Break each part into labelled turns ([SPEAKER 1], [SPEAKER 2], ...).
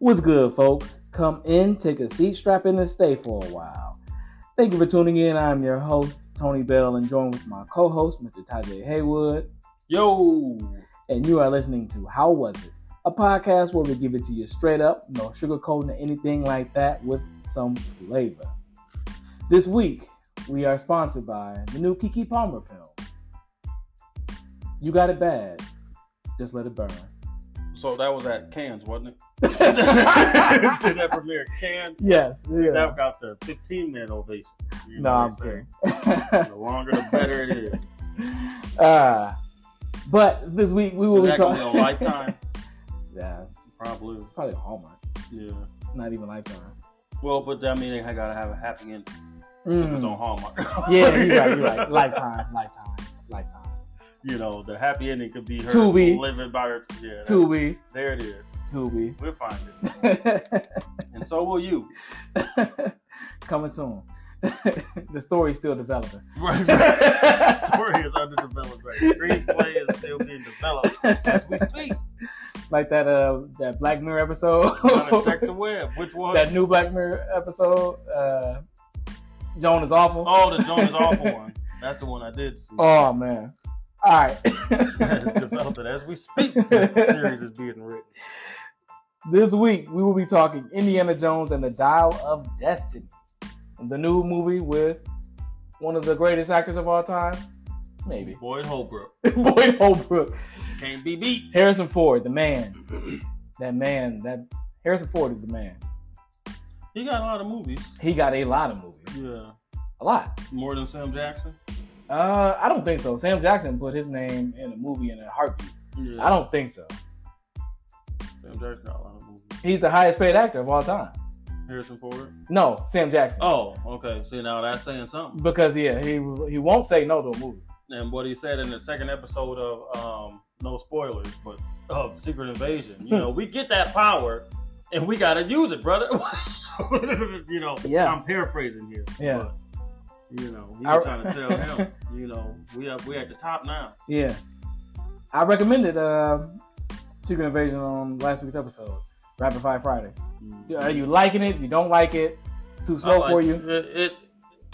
[SPEAKER 1] What's good, folks? Come in, take a seat, strap in, and stay for a while. Thank you for tuning in. I'm your host, Tony Bell, and joined with my co host, Mr. Tajay Haywood.
[SPEAKER 2] Yo,
[SPEAKER 1] And you are listening to How Was It? A podcast where we give it to you straight up, no sugarcoating or anything like that, with some flavor. This week, we are sponsored by the new Kiki Palmer film. You got it bad. Just let it burn.
[SPEAKER 2] so that was at Cannes, wasn't it? Did that premiere at Cannes?
[SPEAKER 1] Yes.
[SPEAKER 2] That got the 15 minute ovation. You
[SPEAKER 1] No,
[SPEAKER 2] know
[SPEAKER 1] I'm
[SPEAKER 2] what
[SPEAKER 1] kidding.
[SPEAKER 2] saying? The longer, the better it is.
[SPEAKER 1] Uh, but this week we will
[SPEAKER 2] Is
[SPEAKER 1] be
[SPEAKER 2] that gonna be
[SPEAKER 1] talking.
[SPEAKER 2] on Lifetime?
[SPEAKER 1] yeah,
[SPEAKER 2] Probably.
[SPEAKER 1] probably Hallmark,
[SPEAKER 2] Yeah.
[SPEAKER 1] not even Lifetime.
[SPEAKER 2] Well, but that means I gotta have a happy ending. If it's
[SPEAKER 1] Mm.
[SPEAKER 2] on Hallmark.
[SPEAKER 1] Yeah, you're right, you're right. Lifetime, Lifetime, Lifetime.
[SPEAKER 2] You know, the happy ending could be her
[SPEAKER 1] To be.
[SPEAKER 2] living by her. Yeah. that's-
[SPEAKER 1] Tubi,
[SPEAKER 2] There it is.
[SPEAKER 1] Tubi.
[SPEAKER 2] We'll find it, and so will you.
[SPEAKER 1] Coming soon. the story's still developing.
[SPEAKER 2] Right. The story is underdeveloped. Right. Screenplay is still being developed as we speak.
[SPEAKER 1] Like that uh that Black Mirror episode.
[SPEAKER 2] Gotta check the web. Which one?
[SPEAKER 1] that new Black Mirror episode. Uh, Joan is awful.
[SPEAKER 2] oh, the Joan is awful one. That's the one I did see.
[SPEAKER 1] Oh, man. All right.
[SPEAKER 2] Developed it as we speak. The series is being written.
[SPEAKER 1] This week we will be talking Indiana Jones and the Dial of Destiny, the new movie with one of the greatest actors of all time, maybe
[SPEAKER 2] Boyd Holbrook
[SPEAKER 1] Boyd Holbrook,
[SPEAKER 2] can't be beat.
[SPEAKER 1] Harrison Ford, the man, that man, that Harrison Ford is the man.
[SPEAKER 2] He got a lot of movies.
[SPEAKER 1] He got a lot of movies,
[SPEAKER 2] Yeah,
[SPEAKER 1] a lot.
[SPEAKER 2] more than Sam Jackson.
[SPEAKER 1] Uh, I don't think so. Sam Jackson put his name in a movie in a heartbeat.
[SPEAKER 2] Yeah,
[SPEAKER 1] I don't think so.
[SPEAKER 2] Sam Jackson got a lot of movies.
[SPEAKER 1] He's the highest paid actor of all time.
[SPEAKER 2] Harrison Ford.
[SPEAKER 1] No, Sam Jackson.
[SPEAKER 2] Oh, okay. See, now that's saying something.
[SPEAKER 1] Because yeah, he he won't say no to a movie.
[SPEAKER 2] And what he said in the second episode of um, no spoilers, but of Secret Invasion. You
[SPEAKER 1] Hmm.
[SPEAKER 2] know, we get that power, and we gotta use it, brother. you know,
[SPEAKER 1] Yeah.
[SPEAKER 2] I'm paraphrasing here.
[SPEAKER 1] Yeah.
[SPEAKER 2] But, you know, he
[SPEAKER 1] I-
[SPEAKER 2] was trying to tell him, you know, we up, we at the top now.
[SPEAKER 1] Yeah. I recommended uh, Secret Invasion on last week's episode, Rapid Fire Friday. Are you liking it? You don't like it? Too
[SPEAKER 2] I
[SPEAKER 1] slow
[SPEAKER 2] like-
[SPEAKER 1] for you?
[SPEAKER 2] It, it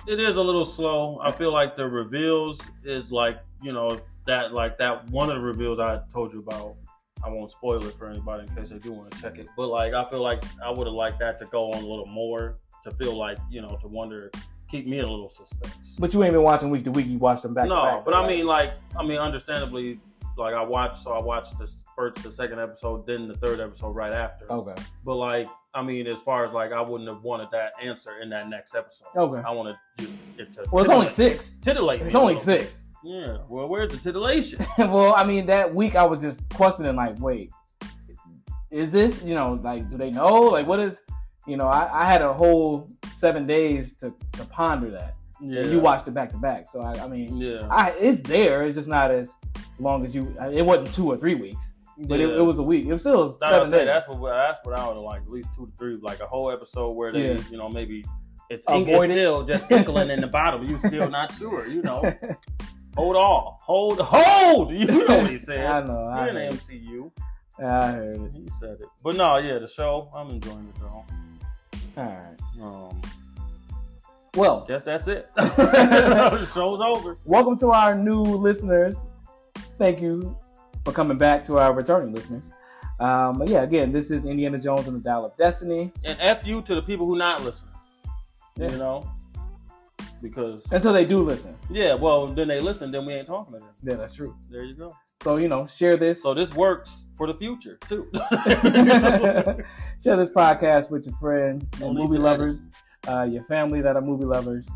[SPEAKER 2] it is a little slow. I feel like the reveals is like you know that like that one of the reveals I told you about. I won't spoil it for anybody in case they do want to check it. But like I feel like I would have liked that to go on a little more to feel like you know to wonder keep me in a little suspense.
[SPEAKER 1] But you ain't been watching week to week. You watched them back. to
[SPEAKER 2] no,
[SPEAKER 1] back,
[SPEAKER 2] but
[SPEAKER 1] right?
[SPEAKER 2] I mean like I mean understandably like I watched so I watched the first the second episode then the third episode right after.
[SPEAKER 1] Okay.
[SPEAKER 2] But like, I mean, as far as like, I wouldn't have wanted that answer in that next episode.
[SPEAKER 1] Okay.
[SPEAKER 2] I wanted to- it to.
[SPEAKER 1] Well, it's only six.
[SPEAKER 2] Titillate. me
[SPEAKER 1] It's
[SPEAKER 2] a
[SPEAKER 1] only
[SPEAKER 2] little bit.
[SPEAKER 1] six.
[SPEAKER 2] Yeah. Well, where's the titillation?
[SPEAKER 1] well, I mean, that week I was just questioning, like, wait, is this, you know, like, do they know? Like, what is, you know, I, I had a whole seven days to, to ponder that.
[SPEAKER 2] Yeah.
[SPEAKER 1] And you watched it back to back. So, I, I mean,
[SPEAKER 2] Yeah.
[SPEAKER 1] I, it's there. It's just not as long as you. I- It wasn't two or three weeks, but it,
[SPEAKER 2] Yeah.
[SPEAKER 1] it was a week. It was still
[SPEAKER 2] That's what I
[SPEAKER 1] seven
[SPEAKER 2] say,
[SPEAKER 1] days.
[SPEAKER 2] that's what that's what I would have like at least two to three, like a whole episode where they,
[SPEAKER 1] Yeah.
[SPEAKER 2] you know, maybe it's,
[SPEAKER 1] Avoid
[SPEAKER 2] it's
[SPEAKER 1] it.
[SPEAKER 2] still just tickling in the bottom. You still not sure, you know. Hold off, hold, hold. You know what he
[SPEAKER 1] I
[SPEAKER 2] said.
[SPEAKER 1] know. I
[SPEAKER 2] You're in
[SPEAKER 1] heard,
[SPEAKER 2] the
[SPEAKER 1] it.
[SPEAKER 2] MCU.
[SPEAKER 1] I heard it.
[SPEAKER 2] He said it. But no, yeah, the show. I'm enjoying it though.
[SPEAKER 1] All right.
[SPEAKER 2] Um,
[SPEAKER 1] Well,
[SPEAKER 2] guess that's it. the show's over.
[SPEAKER 1] welcome to our new listeners. Thank you for coming back to our returning listeners. Um, but yeah, again, this is Indiana Jones and the Dial of Destiny.
[SPEAKER 2] And F you to the people who not listening.
[SPEAKER 1] Yeah.
[SPEAKER 2] You know? Because
[SPEAKER 1] Until they do listen,
[SPEAKER 2] yeah, well then they listen, then we ain't talking to them.
[SPEAKER 1] yeah, that's true.
[SPEAKER 2] There you go.
[SPEAKER 1] So you know, share this.
[SPEAKER 2] So this works for the future too.
[SPEAKER 1] share this podcast with your friends and
[SPEAKER 2] Only
[SPEAKER 1] movie
[SPEAKER 2] to-
[SPEAKER 1] lovers, uh, your family that are movie lovers,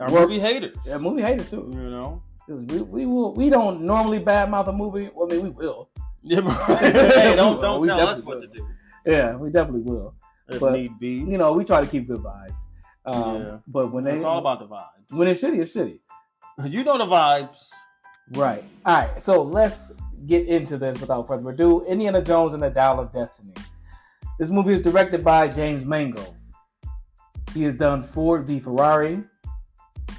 [SPEAKER 2] Our movie haters.
[SPEAKER 1] yeah, movie haters too.
[SPEAKER 2] You know?
[SPEAKER 1] Cause we, we will we don't normally badmouth a movie. Well, I mean we will.
[SPEAKER 2] Yeah, bro. hey, don't don't
[SPEAKER 1] We
[SPEAKER 2] tell us
[SPEAKER 1] definitely
[SPEAKER 2] what to do.
[SPEAKER 1] Yeah, we definitely will.
[SPEAKER 2] If
[SPEAKER 1] But-
[SPEAKER 2] need be.
[SPEAKER 1] You know, we try to keep good vibes. Um,
[SPEAKER 2] Yeah.
[SPEAKER 1] But when they
[SPEAKER 2] It's all about the vibes.
[SPEAKER 1] when it's shitty, it's shitty.
[SPEAKER 2] You know the vibes.
[SPEAKER 1] Right. All right. So let's get into this without further ado. Indiana Jones and the Dial of Destiny. This movie is directed by James Mangold. He has done Ford v Ferrari,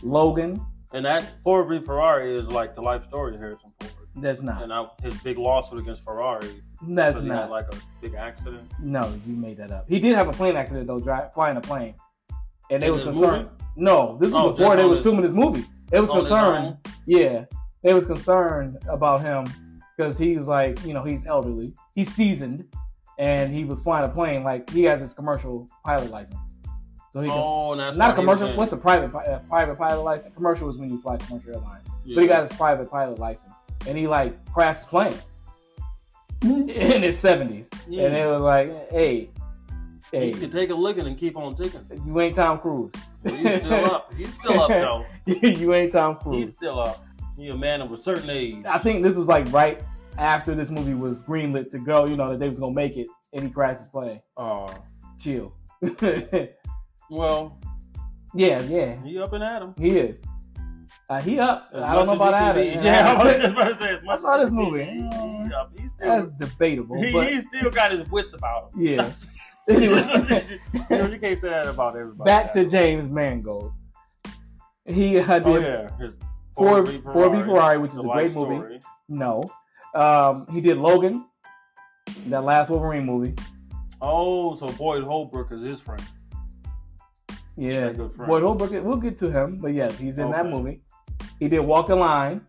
[SPEAKER 1] Logan.
[SPEAKER 2] And that Ford v Ferrari is like the life story of Harrison Ford.
[SPEAKER 1] That's not.
[SPEAKER 2] And I, his big lawsuit against Ferrari.
[SPEAKER 1] That's
[SPEAKER 2] because he
[SPEAKER 1] not.
[SPEAKER 2] Had, like a big accident.
[SPEAKER 1] No, you made that up. He did have a plane accident though, dri flying a plane, and they
[SPEAKER 2] In
[SPEAKER 1] was
[SPEAKER 2] this
[SPEAKER 1] concerned.
[SPEAKER 2] movie?
[SPEAKER 1] No, this was
[SPEAKER 2] Oh,
[SPEAKER 1] before
[SPEAKER 2] just
[SPEAKER 1] they
[SPEAKER 2] on
[SPEAKER 1] was
[SPEAKER 2] his-
[SPEAKER 1] filming this movie. They was
[SPEAKER 2] On his
[SPEAKER 1] concerned.
[SPEAKER 2] own?
[SPEAKER 1] Yeah, they was concerned about him because he was like, you know, he's elderly, he's seasoned, and he was flying a plane. Like he has his commercial pilot license, so he can.
[SPEAKER 2] Oh, and that's
[SPEAKER 1] not a
[SPEAKER 2] why he was
[SPEAKER 1] commercial.
[SPEAKER 2] in-
[SPEAKER 1] What's a private pi- uh, private pilot license? Commercial is when you fly commercial airline.
[SPEAKER 2] Yeah.
[SPEAKER 1] But he got his private pilot license, and he like crashed his plane in his seventies,
[SPEAKER 2] Yeah.
[SPEAKER 1] and it was like, hey, hey,
[SPEAKER 2] He can take a licking and keep on ticking.
[SPEAKER 1] you ain't Tom Cruise.
[SPEAKER 2] But He's still up. He's still up, though.
[SPEAKER 1] you ain't Tom
[SPEAKER 2] He's
[SPEAKER 1] Cruise.
[SPEAKER 2] still up. He's a man of a certain age.
[SPEAKER 1] I think this was like right after this movie was greenlit to go. You know that they was gonna make it, and he crashed his plane.
[SPEAKER 2] Uh,
[SPEAKER 1] Chill.
[SPEAKER 2] well,
[SPEAKER 1] yeah, yeah,
[SPEAKER 2] he up and at him.
[SPEAKER 1] he is. Uh, he up.
[SPEAKER 2] As
[SPEAKER 1] I don't know
[SPEAKER 2] much
[SPEAKER 1] about
[SPEAKER 2] as he
[SPEAKER 1] Adam.
[SPEAKER 2] can be. Yeah, I was just about to say. as
[SPEAKER 1] I
[SPEAKER 2] much
[SPEAKER 1] saw
[SPEAKER 2] as
[SPEAKER 1] this
[SPEAKER 2] he can
[SPEAKER 1] movie.
[SPEAKER 2] be, He up. He's
[SPEAKER 1] that's
[SPEAKER 2] still,
[SPEAKER 1] debatable.
[SPEAKER 2] he,
[SPEAKER 1] But
[SPEAKER 2] he still got his wits about him.
[SPEAKER 1] yeah. Anyway.
[SPEAKER 2] you, know, you can't say that about everybody.
[SPEAKER 1] back to James Mangold. He uh, did
[SPEAKER 2] oh, yeah. His
[SPEAKER 1] four
[SPEAKER 2] Ford v.
[SPEAKER 1] four v Ferrari, which
[SPEAKER 2] It's
[SPEAKER 1] is
[SPEAKER 2] a
[SPEAKER 1] a
[SPEAKER 2] life
[SPEAKER 1] great movie.
[SPEAKER 2] story.
[SPEAKER 1] No, um, he did Logan, that last Wolverine movie.
[SPEAKER 2] Oh, so Boyd Holbrook is his friend.
[SPEAKER 1] Yeah,
[SPEAKER 2] They're good friends.
[SPEAKER 1] Boyd Holbrook. We'll get to him, but yes, he's in that
[SPEAKER 2] Okay.
[SPEAKER 1] movie. He did Walk the Line,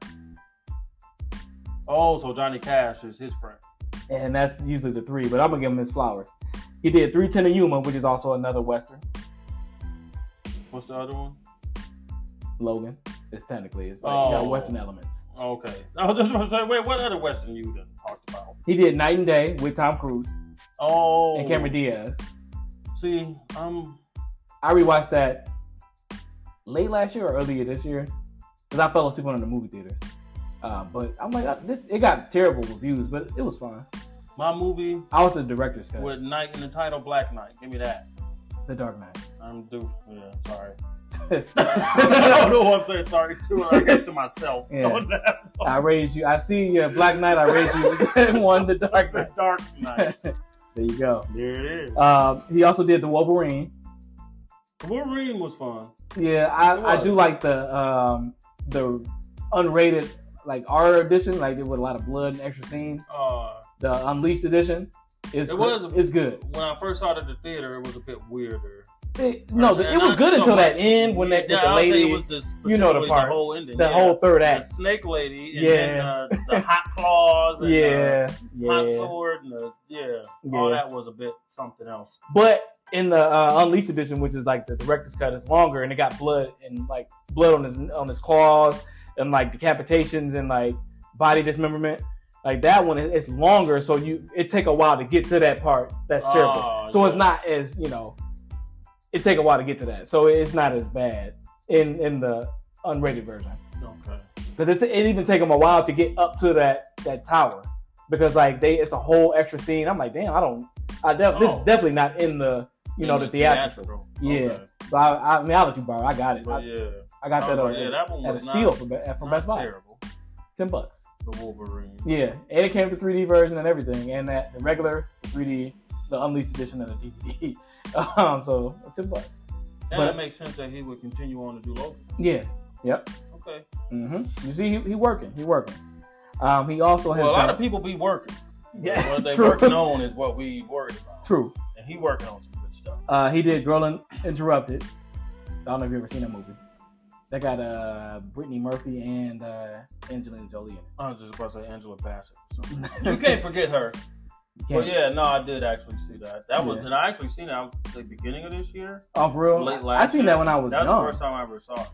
[SPEAKER 2] Oh, so Johnny Cash is his friend.
[SPEAKER 1] and that's usually the three. But I'm gonna give him his flowers. He did Three Ten to Yuma, which is also another western.
[SPEAKER 2] What's the other one?
[SPEAKER 1] Logan. It's technically it's like
[SPEAKER 2] Oh.
[SPEAKER 1] got western elements.
[SPEAKER 2] Okay. I was just gonna say, wait, what other Western you done talked about?
[SPEAKER 1] He did Night and Day with Tom Cruise
[SPEAKER 2] Oh,
[SPEAKER 1] and Cameron Diaz.
[SPEAKER 2] See, I'm
[SPEAKER 1] I rewatched that late last year or earlier this year because I fell asleep on it in the movie theater. Uh, but I'm like, uh, this it got terrible reviews, but it was fine.
[SPEAKER 2] my movie
[SPEAKER 1] I was the director's cut,
[SPEAKER 2] with Knight in the title, Black Knight. Give me that.
[SPEAKER 1] The Dark Knight.
[SPEAKER 2] I'm due. Yeah, sorry. I don't know what I'm saying. Sorry, too. I guess to myself.
[SPEAKER 1] Yeah.
[SPEAKER 2] On that one.
[SPEAKER 1] I raised you. I see you, at Black Knight. I raised you. One, The Dark
[SPEAKER 2] the
[SPEAKER 1] Knight.
[SPEAKER 2] Dark Knight.
[SPEAKER 1] there you go.
[SPEAKER 2] There it is.
[SPEAKER 1] Um, he also did the Wolverine.
[SPEAKER 2] Wolverine was fun.
[SPEAKER 1] Yeah,
[SPEAKER 2] It
[SPEAKER 1] I, I
[SPEAKER 2] was.
[SPEAKER 1] do like the um, the unrated like R edition, like with a lot of blood and extra scenes.
[SPEAKER 2] Uh,
[SPEAKER 1] The Unleashed edition is
[SPEAKER 2] It was-
[SPEAKER 1] it's good.
[SPEAKER 2] when I first saw it at the theater, it was a bit weirder.
[SPEAKER 1] It, no, the,
[SPEAKER 2] And
[SPEAKER 1] it was
[SPEAKER 2] not
[SPEAKER 1] good
[SPEAKER 2] so
[SPEAKER 1] until that
[SPEAKER 2] much-
[SPEAKER 1] end when that with
[SPEAKER 2] Yeah,
[SPEAKER 1] the
[SPEAKER 2] I'll say
[SPEAKER 1] lady,
[SPEAKER 2] it was the,
[SPEAKER 1] you know the
[SPEAKER 2] specifically
[SPEAKER 1] part.
[SPEAKER 2] whole ending,
[SPEAKER 1] the
[SPEAKER 2] yeah.
[SPEAKER 1] whole third
[SPEAKER 2] the
[SPEAKER 1] act.
[SPEAKER 2] snake lady, and
[SPEAKER 1] Yeah.
[SPEAKER 2] then uh, the hot claws, and yeah,
[SPEAKER 1] Yeah,
[SPEAKER 2] the hot
[SPEAKER 1] yeah,
[SPEAKER 2] sword, and the, yeah, all
[SPEAKER 1] yeah.
[SPEAKER 2] that was a bit something else.
[SPEAKER 1] But in the uh, Unleashed edition, which is like the director's cut, it's longer and it got blood and like blood on his on his claws and like decapitations and like body dismemberment. Like that one, it- it's longer, so you it take a while to get to that part. That's terrible.
[SPEAKER 2] Oh,
[SPEAKER 1] So it's
[SPEAKER 2] yeah.
[SPEAKER 1] not as you know. It take a while to get to that, so it's not as bad in in the unrated version.
[SPEAKER 2] okay.
[SPEAKER 1] because it even take them a while to get up to that that tower because like they it's a whole extra scene. I'm like, damn, I don't. I de- this is
[SPEAKER 2] Oh.
[SPEAKER 1] definitely not in the you know
[SPEAKER 2] In
[SPEAKER 1] the theatrical. Yeah.
[SPEAKER 2] Okay.
[SPEAKER 1] So I, I mean, I'll let you borrow. I got it.
[SPEAKER 2] But
[SPEAKER 1] I,
[SPEAKER 2] yeah,
[SPEAKER 1] I got
[SPEAKER 2] I
[SPEAKER 1] that
[SPEAKER 2] was
[SPEAKER 1] on
[SPEAKER 2] like, yeah, that one
[SPEAKER 1] at a
[SPEAKER 2] was not-
[SPEAKER 1] steal for Be- at- from
[SPEAKER 2] not
[SPEAKER 1] Best Buy,
[SPEAKER 2] terrible.
[SPEAKER 1] ten bucks.
[SPEAKER 2] The Wolverine.
[SPEAKER 1] Yeah, and it came with the 3D version and everything, and that the regular 3D, the unleashed edition of the DVD. um, so ten bucks.
[SPEAKER 2] And
[SPEAKER 1] but-
[SPEAKER 2] it makes sense that he would continue on to do Logan.
[SPEAKER 1] Yeah.
[SPEAKER 2] Okay.
[SPEAKER 1] hmm You see, he, he working. He working. Um, he also has
[SPEAKER 2] Well, a lot
[SPEAKER 1] done-
[SPEAKER 2] of people be working.
[SPEAKER 1] Yeah,
[SPEAKER 2] What they
[SPEAKER 1] true.
[SPEAKER 2] working on is what we worried about.
[SPEAKER 1] True.
[SPEAKER 2] And he working on some good stuff.
[SPEAKER 1] Uh, he did Girl In- Interrupted. I don't know if you've ever seen that movie. That got uh, Brittany Murphy and uh, Angelina Jolie in it.
[SPEAKER 2] I was just about to say Angela Bassett. Or something. you can't forget her. But Oh, yeah, no, I did actually see that. That was,
[SPEAKER 1] Yeah.
[SPEAKER 2] and I actually seen it at the beginning of this year.
[SPEAKER 1] Off real.
[SPEAKER 2] Late
[SPEAKER 1] I
[SPEAKER 2] last
[SPEAKER 1] seen
[SPEAKER 2] year.
[SPEAKER 1] that when I was
[SPEAKER 2] That's the
[SPEAKER 1] young.
[SPEAKER 2] first time I ever saw it.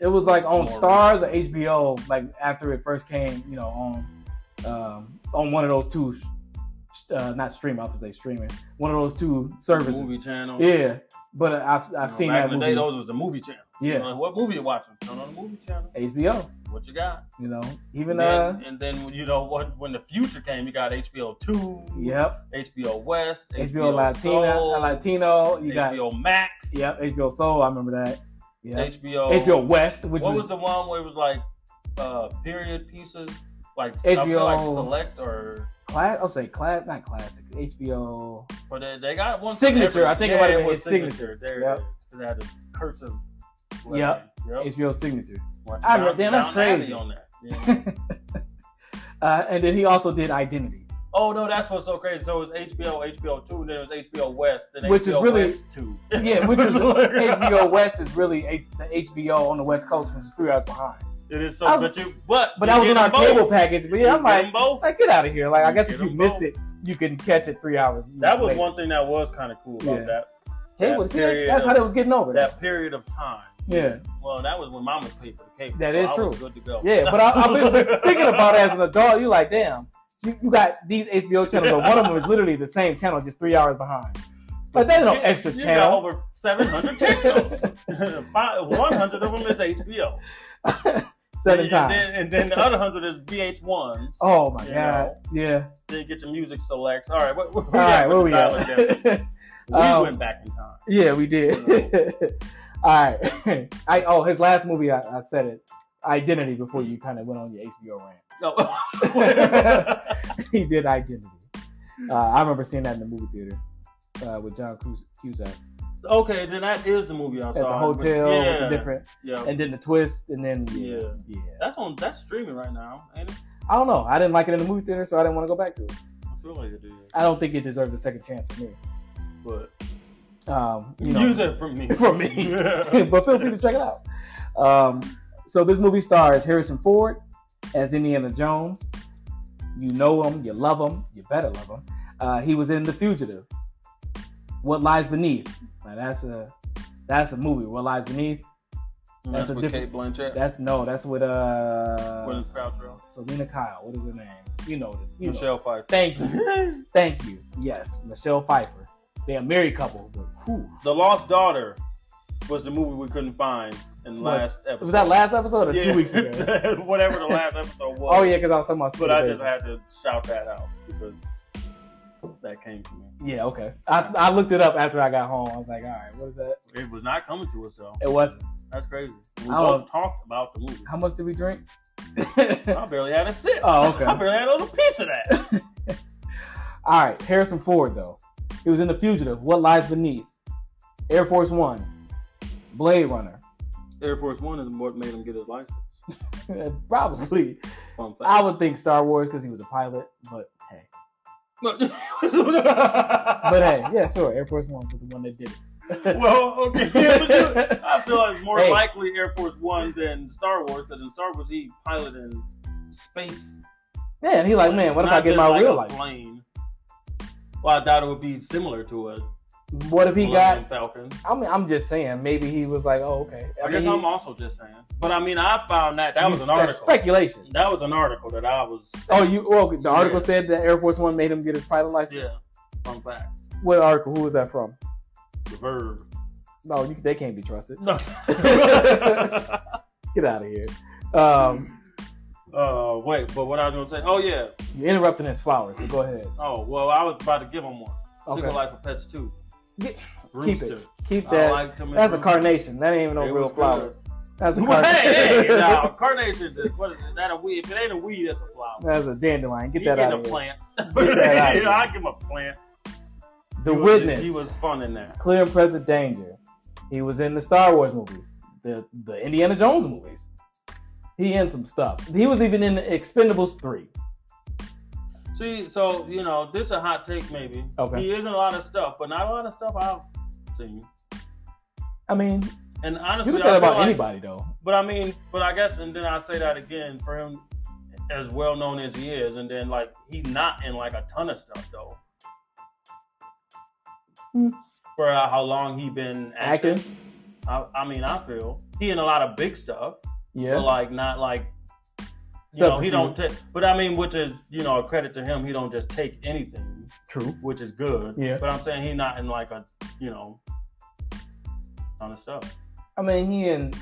[SPEAKER 1] It was like on
[SPEAKER 2] More
[SPEAKER 1] Stars or HBO, like after it first came, you know, on um, on one of those two, sh- uh, not streaming, I was say streaming, one of those two services.
[SPEAKER 2] Movie channel.
[SPEAKER 1] Yeah, but I've I've
[SPEAKER 2] You know,
[SPEAKER 1] seen
[SPEAKER 2] back
[SPEAKER 1] that
[SPEAKER 2] in the
[SPEAKER 1] movie.
[SPEAKER 2] day, those was the movie channel.
[SPEAKER 1] Yeah.
[SPEAKER 2] You know, what movie you watching? Turn on the movie channel.
[SPEAKER 1] HBO,
[SPEAKER 2] What you got?
[SPEAKER 1] you know, even
[SPEAKER 2] then,
[SPEAKER 1] uh,
[SPEAKER 2] and then you know what? When the future came, you got HBO Two,
[SPEAKER 1] yep,
[SPEAKER 2] HBO West,
[SPEAKER 1] HBO,
[SPEAKER 2] HBO,
[SPEAKER 1] Latina,
[SPEAKER 2] Soul,
[SPEAKER 1] Latino, you got
[SPEAKER 2] HBO Max,
[SPEAKER 1] Yep, HBO Soul. I remember that. Yeah,
[SPEAKER 2] HBO.
[SPEAKER 1] HBO West, which
[SPEAKER 2] What
[SPEAKER 1] was,
[SPEAKER 2] was the one where it was like uh, period pieces, like I feel
[SPEAKER 1] HBO
[SPEAKER 2] like Select or
[SPEAKER 1] class. I'll say class, not classic. HBO.
[SPEAKER 2] or they, they got one for
[SPEAKER 1] Signature,
[SPEAKER 2] every-
[SPEAKER 1] I think it
[SPEAKER 2] yeah,
[SPEAKER 1] might have been his
[SPEAKER 2] was
[SPEAKER 1] signature.
[SPEAKER 2] There
[SPEAKER 1] Yep.
[SPEAKER 2] it is. 'Cause it had a cursive. letter.
[SPEAKER 1] Yep.
[SPEAKER 2] Yep.
[SPEAKER 1] HBO signature.
[SPEAKER 2] Watch
[SPEAKER 1] I
[SPEAKER 2] Down-
[SPEAKER 1] remember- damn, that's
[SPEAKER 2] Down Abbey
[SPEAKER 1] crazy.
[SPEAKER 2] On that. Yeah.
[SPEAKER 1] Uh, and then he also did Identity,
[SPEAKER 2] Oh no, that's what's so crazy. So it was HBO, HBO two, and then it was HBO West, and
[SPEAKER 1] Which is
[SPEAKER 2] HBO
[SPEAKER 1] really-
[SPEAKER 2] West two.
[SPEAKER 1] Yeah, which is-
[SPEAKER 2] Like-
[SPEAKER 1] HBO West is really H- the HBO on the West Coast, which is three hours behind.
[SPEAKER 2] It is so
[SPEAKER 1] I was-
[SPEAKER 2] but you but
[SPEAKER 1] But
[SPEAKER 2] you
[SPEAKER 1] that was
[SPEAKER 2] get
[SPEAKER 1] in our
[SPEAKER 2] them both.
[SPEAKER 1] cable package. But
[SPEAKER 2] You
[SPEAKER 1] yeah, I'm
[SPEAKER 2] get
[SPEAKER 1] like,
[SPEAKER 2] them both.
[SPEAKER 1] like, get out of here. Like, I
[SPEAKER 2] You
[SPEAKER 1] guess
[SPEAKER 2] get
[SPEAKER 1] if you
[SPEAKER 2] them
[SPEAKER 1] miss
[SPEAKER 2] both.
[SPEAKER 1] it, you can catch it three hours.
[SPEAKER 2] that was
[SPEAKER 1] later.
[SPEAKER 2] one thing that was kind of cool about
[SPEAKER 1] Yeah.
[SPEAKER 2] that
[SPEAKER 1] It
[SPEAKER 2] that
[SPEAKER 1] was. see,
[SPEAKER 2] period
[SPEAKER 1] that's how
[SPEAKER 2] of-
[SPEAKER 1] they was getting over that.
[SPEAKER 2] that period of time.
[SPEAKER 1] Yeah,
[SPEAKER 2] Well, that was when Mama paid for the cable.
[SPEAKER 1] That
[SPEAKER 2] so
[SPEAKER 1] is
[SPEAKER 2] I
[SPEAKER 1] true.
[SPEAKER 2] Was good to go.
[SPEAKER 1] yeah. But I, I've been thinking about it as an adult. You're like, damn, you, you got these HBO channels, but one of them is literally the same channel, just three hours behind. Like, that ain't no
[SPEAKER 2] You-
[SPEAKER 1] extra
[SPEAKER 2] you
[SPEAKER 1] channel.
[SPEAKER 2] Got over seven hundred channels. One hundred of them is HBO.
[SPEAKER 1] Seven
[SPEAKER 2] and,
[SPEAKER 1] times.
[SPEAKER 2] Then, and then the other hundred is VH1s.
[SPEAKER 1] oh my
[SPEAKER 2] you
[SPEAKER 1] god. Yeah.
[SPEAKER 2] Then you get your music selects. All right, what, what,
[SPEAKER 1] All right, where we
[SPEAKER 2] at?
[SPEAKER 1] at?
[SPEAKER 2] We
[SPEAKER 1] Um,
[SPEAKER 2] went back in time.
[SPEAKER 1] yeah, we did. All right. I oh his last movie I, I said it. Identity before you kind of went on your HBO rant.
[SPEAKER 2] No. Oh.
[SPEAKER 1] he did Identity. Uh, I remember seeing that in the movie theater uh, with John Cus- Cusack
[SPEAKER 2] okay, then that is the movie I
[SPEAKER 1] at
[SPEAKER 2] saw.
[SPEAKER 1] the hotel
[SPEAKER 2] Yeah.
[SPEAKER 1] with the different,
[SPEAKER 2] yeah.
[SPEAKER 1] and then the twist, and then yeah,
[SPEAKER 2] Yeah.
[SPEAKER 1] yeah.
[SPEAKER 2] that's on. That's streaming right now, ain't it?
[SPEAKER 1] I don't know. I didn't like it in the movie theater, so I didn't want to go back to it.
[SPEAKER 2] I feel like it is,
[SPEAKER 1] I don't think it deserved a second chance for me.
[SPEAKER 2] but
[SPEAKER 1] Um, you know,
[SPEAKER 2] use it from me.
[SPEAKER 1] From me.
[SPEAKER 2] Yeah.
[SPEAKER 1] but feel free to check it out. Um, so this movie stars Harrison Ford as Indiana Jones. You know him, you love him, you better love him. Uh, he was in The Fugitive. What lies beneath? Now that's a that's a movie. What lies beneath?
[SPEAKER 2] And
[SPEAKER 1] That's
[SPEAKER 2] that's
[SPEAKER 1] a
[SPEAKER 2] with Kate
[SPEAKER 1] different-
[SPEAKER 2] Blanchett.
[SPEAKER 1] That's no. That's with uh
[SPEAKER 2] Gwyneth Paltrow.
[SPEAKER 1] Selena Kyle. What is her name? You know this. You know.
[SPEAKER 2] Michelle Pfeiffer.
[SPEAKER 1] Thank you. Thank you. Yes, Michelle Pfeiffer. They're a married couple. But whew.
[SPEAKER 2] the Lost Daughter was the movie we couldn't find in the
[SPEAKER 1] What?
[SPEAKER 2] last episode.
[SPEAKER 1] Was that last episode or
[SPEAKER 2] Yeah.
[SPEAKER 1] two weeks ago?
[SPEAKER 2] Whatever the last episode was.
[SPEAKER 1] Oh yeah, because I was talking about.
[SPEAKER 2] But I
[SPEAKER 1] Secret
[SPEAKER 2] just
[SPEAKER 1] Invasion.
[SPEAKER 2] had to shout that out because that came to me.
[SPEAKER 1] Yeah, okay. I, I looked it up after I got home. I was like, all right, what is that?
[SPEAKER 2] It was not coming to us though.
[SPEAKER 1] It wasn't.
[SPEAKER 2] That's crazy. We
[SPEAKER 1] I don't-
[SPEAKER 2] both talked about the movie.
[SPEAKER 1] How much did we drink?
[SPEAKER 2] I barely had a sip.
[SPEAKER 1] Oh, okay.
[SPEAKER 2] I barely had a little piece of that.
[SPEAKER 1] all right, Harrison Ford though. He was in The Fugitive, What Lies Beneath, Air Force One, Blade Runner.
[SPEAKER 2] Air Force One is what made him get his license.
[SPEAKER 1] Probably.
[SPEAKER 2] Fun fact.
[SPEAKER 1] I would think Star Wars because he was a pilot, but hey.
[SPEAKER 2] but
[SPEAKER 1] But hey, yeah, sure. Air Force One was the one that did it.
[SPEAKER 2] well, okay. But you- I feel like it's more
[SPEAKER 1] Hey.
[SPEAKER 2] likely Air Force One than Star Wars because in Star Wars he piloted in space.
[SPEAKER 1] yeah, and he like, man, what if
[SPEAKER 2] It's
[SPEAKER 1] I
[SPEAKER 2] not
[SPEAKER 1] get
[SPEAKER 2] just
[SPEAKER 1] my
[SPEAKER 2] like
[SPEAKER 1] real
[SPEAKER 2] a
[SPEAKER 1] life?
[SPEAKER 2] plane. Well, I doubt it would be similar to a
[SPEAKER 1] What if he
[SPEAKER 2] Millennium
[SPEAKER 1] got?
[SPEAKER 2] Falcon.
[SPEAKER 1] I mean, I'm just saying, maybe he was like, oh, okay.
[SPEAKER 2] I, guess
[SPEAKER 1] mean,
[SPEAKER 2] I'm also just saying. But I mean, I found that that
[SPEAKER 1] you-
[SPEAKER 2] was an
[SPEAKER 1] that's
[SPEAKER 2] article.
[SPEAKER 1] Speculation.
[SPEAKER 2] That was an article that I was.
[SPEAKER 1] Oh, you. Well, the article
[SPEAKER 2] Yeah.
[SPEAKER 1] said that Air Force One made him get his pilot license.
[SPEAKER 2] yeah. Fun fact.
[SPEAKER 1] What article? Who was that from?
[SPEAKER 2] The verb.
[SPEAKER 1] No, you, they can't be trusted.
[SPEAKER 2] No.
[SPEAKER 1] Get out of here. Um,
[SPEAKER 2] uh, wait, but what I was gonna say? Oh yeah.
[SPEAKER 1] you're interrupting his flowers. But go ahead.
[SPEAKER 2] Oh well, I was about to give him one.
[SPEAKER 1] Okay.
[SPEAKER 2] Single Life of Pets too.
[SPEAKER 1] Get- Keep
[SPEAKER 2] Brewster.
[SPEAKER 1] it. Keep
[SPEAKER 2] I
[SPEAKER 1] that.
[SPEAKER 2] liked him in
[SPEAKER 1] That's a
[SPEAKER 2] Brewster.
[SPEAKER 1] carnation. That ain't even no
[SPEAKER 2] It
[SPEAKER 1] real
[SPEAKER 2] was
[SPEAKER 1] flower.
[SPEAKER 2] good.
[SPEAKER 1] That's a
[SPEAKER 2] Well,
[SPEAKER 1] carnation.
[SPEAKER 2] hey, hey, now carnations is what is it? That a weed? If it ain't a weed, that's a flower.
[SPEAKER 1] That's a dandelion. Get
[SPEAKER 2] you
[SPEAKER 1] that
[SPEAKER 2] get
[SPEAKER 1] out
[SPEAKER 2] a
[SPEAKER 1] of here.
[SPEAKER 2] plant.
[SPEAKER 1] Get that out of
[SPEAKER 2] yeah, I give him a plant.
[SPEAKER 1] The
[SPEAKER 2] He was-
[SPEAKER 1] witness.
[SPEAKER 2] he was fun in that.
[SPEAKER 1] clear and present danger. He was in the Star Wars movies, the the Indiana Jones movies. He in some stuff. He was even in Expendables three.
[SPEAKER 2] See, so you know, this a hot take maybe.
[SPEAKER 1] Okay.
[SPEAKER 2] He is in a lot of stuff, but not a lot of stuff I've seen.
[SPEAKER 1] I mean,
[SPEAKER 2] And
[SPEAKER 1] you
[SPEAKER 2] honestly,
[SPEAKER 1] can say that
[SPEAKER 2] I feel
[SPEAKER 1] about
[SPEAKER 2] like-
[SPEAKER 1] anybody though.
[SPEAKER 2] But I mean, but I guess, and then I say that again for him, as well known as he is, and then like he not in like a ton of stuff though.
[SPEAKER 1] Hmm.
[SPEAKER 2] For uh, how long he been acting?
[SPEAKER 1] Acting.
[SPEAKER 2] I, I mean, I feel he in a lot of big stuff,
[SPEAKER 1] Yeah.
[SPEAKER 2] but like not like. You
[SPEAKER 1] Stuff
[SPEAKER 2] know,
[SPEAKER 1] that
[SPEAKER 2] he
[SPEAKER 1] you-
[SPEAKER 2] don't take, but I mean, which is you know a credit to him. He don't just take anything.
[SPEAKER 1] True.
[SPEAKER 2] which is good.
[SPEAKER 1] Yeah.
[SPEAKER 2] But I'm saying he not in like a you know ton of stuff.
[SPEAKER 1] I mean, he in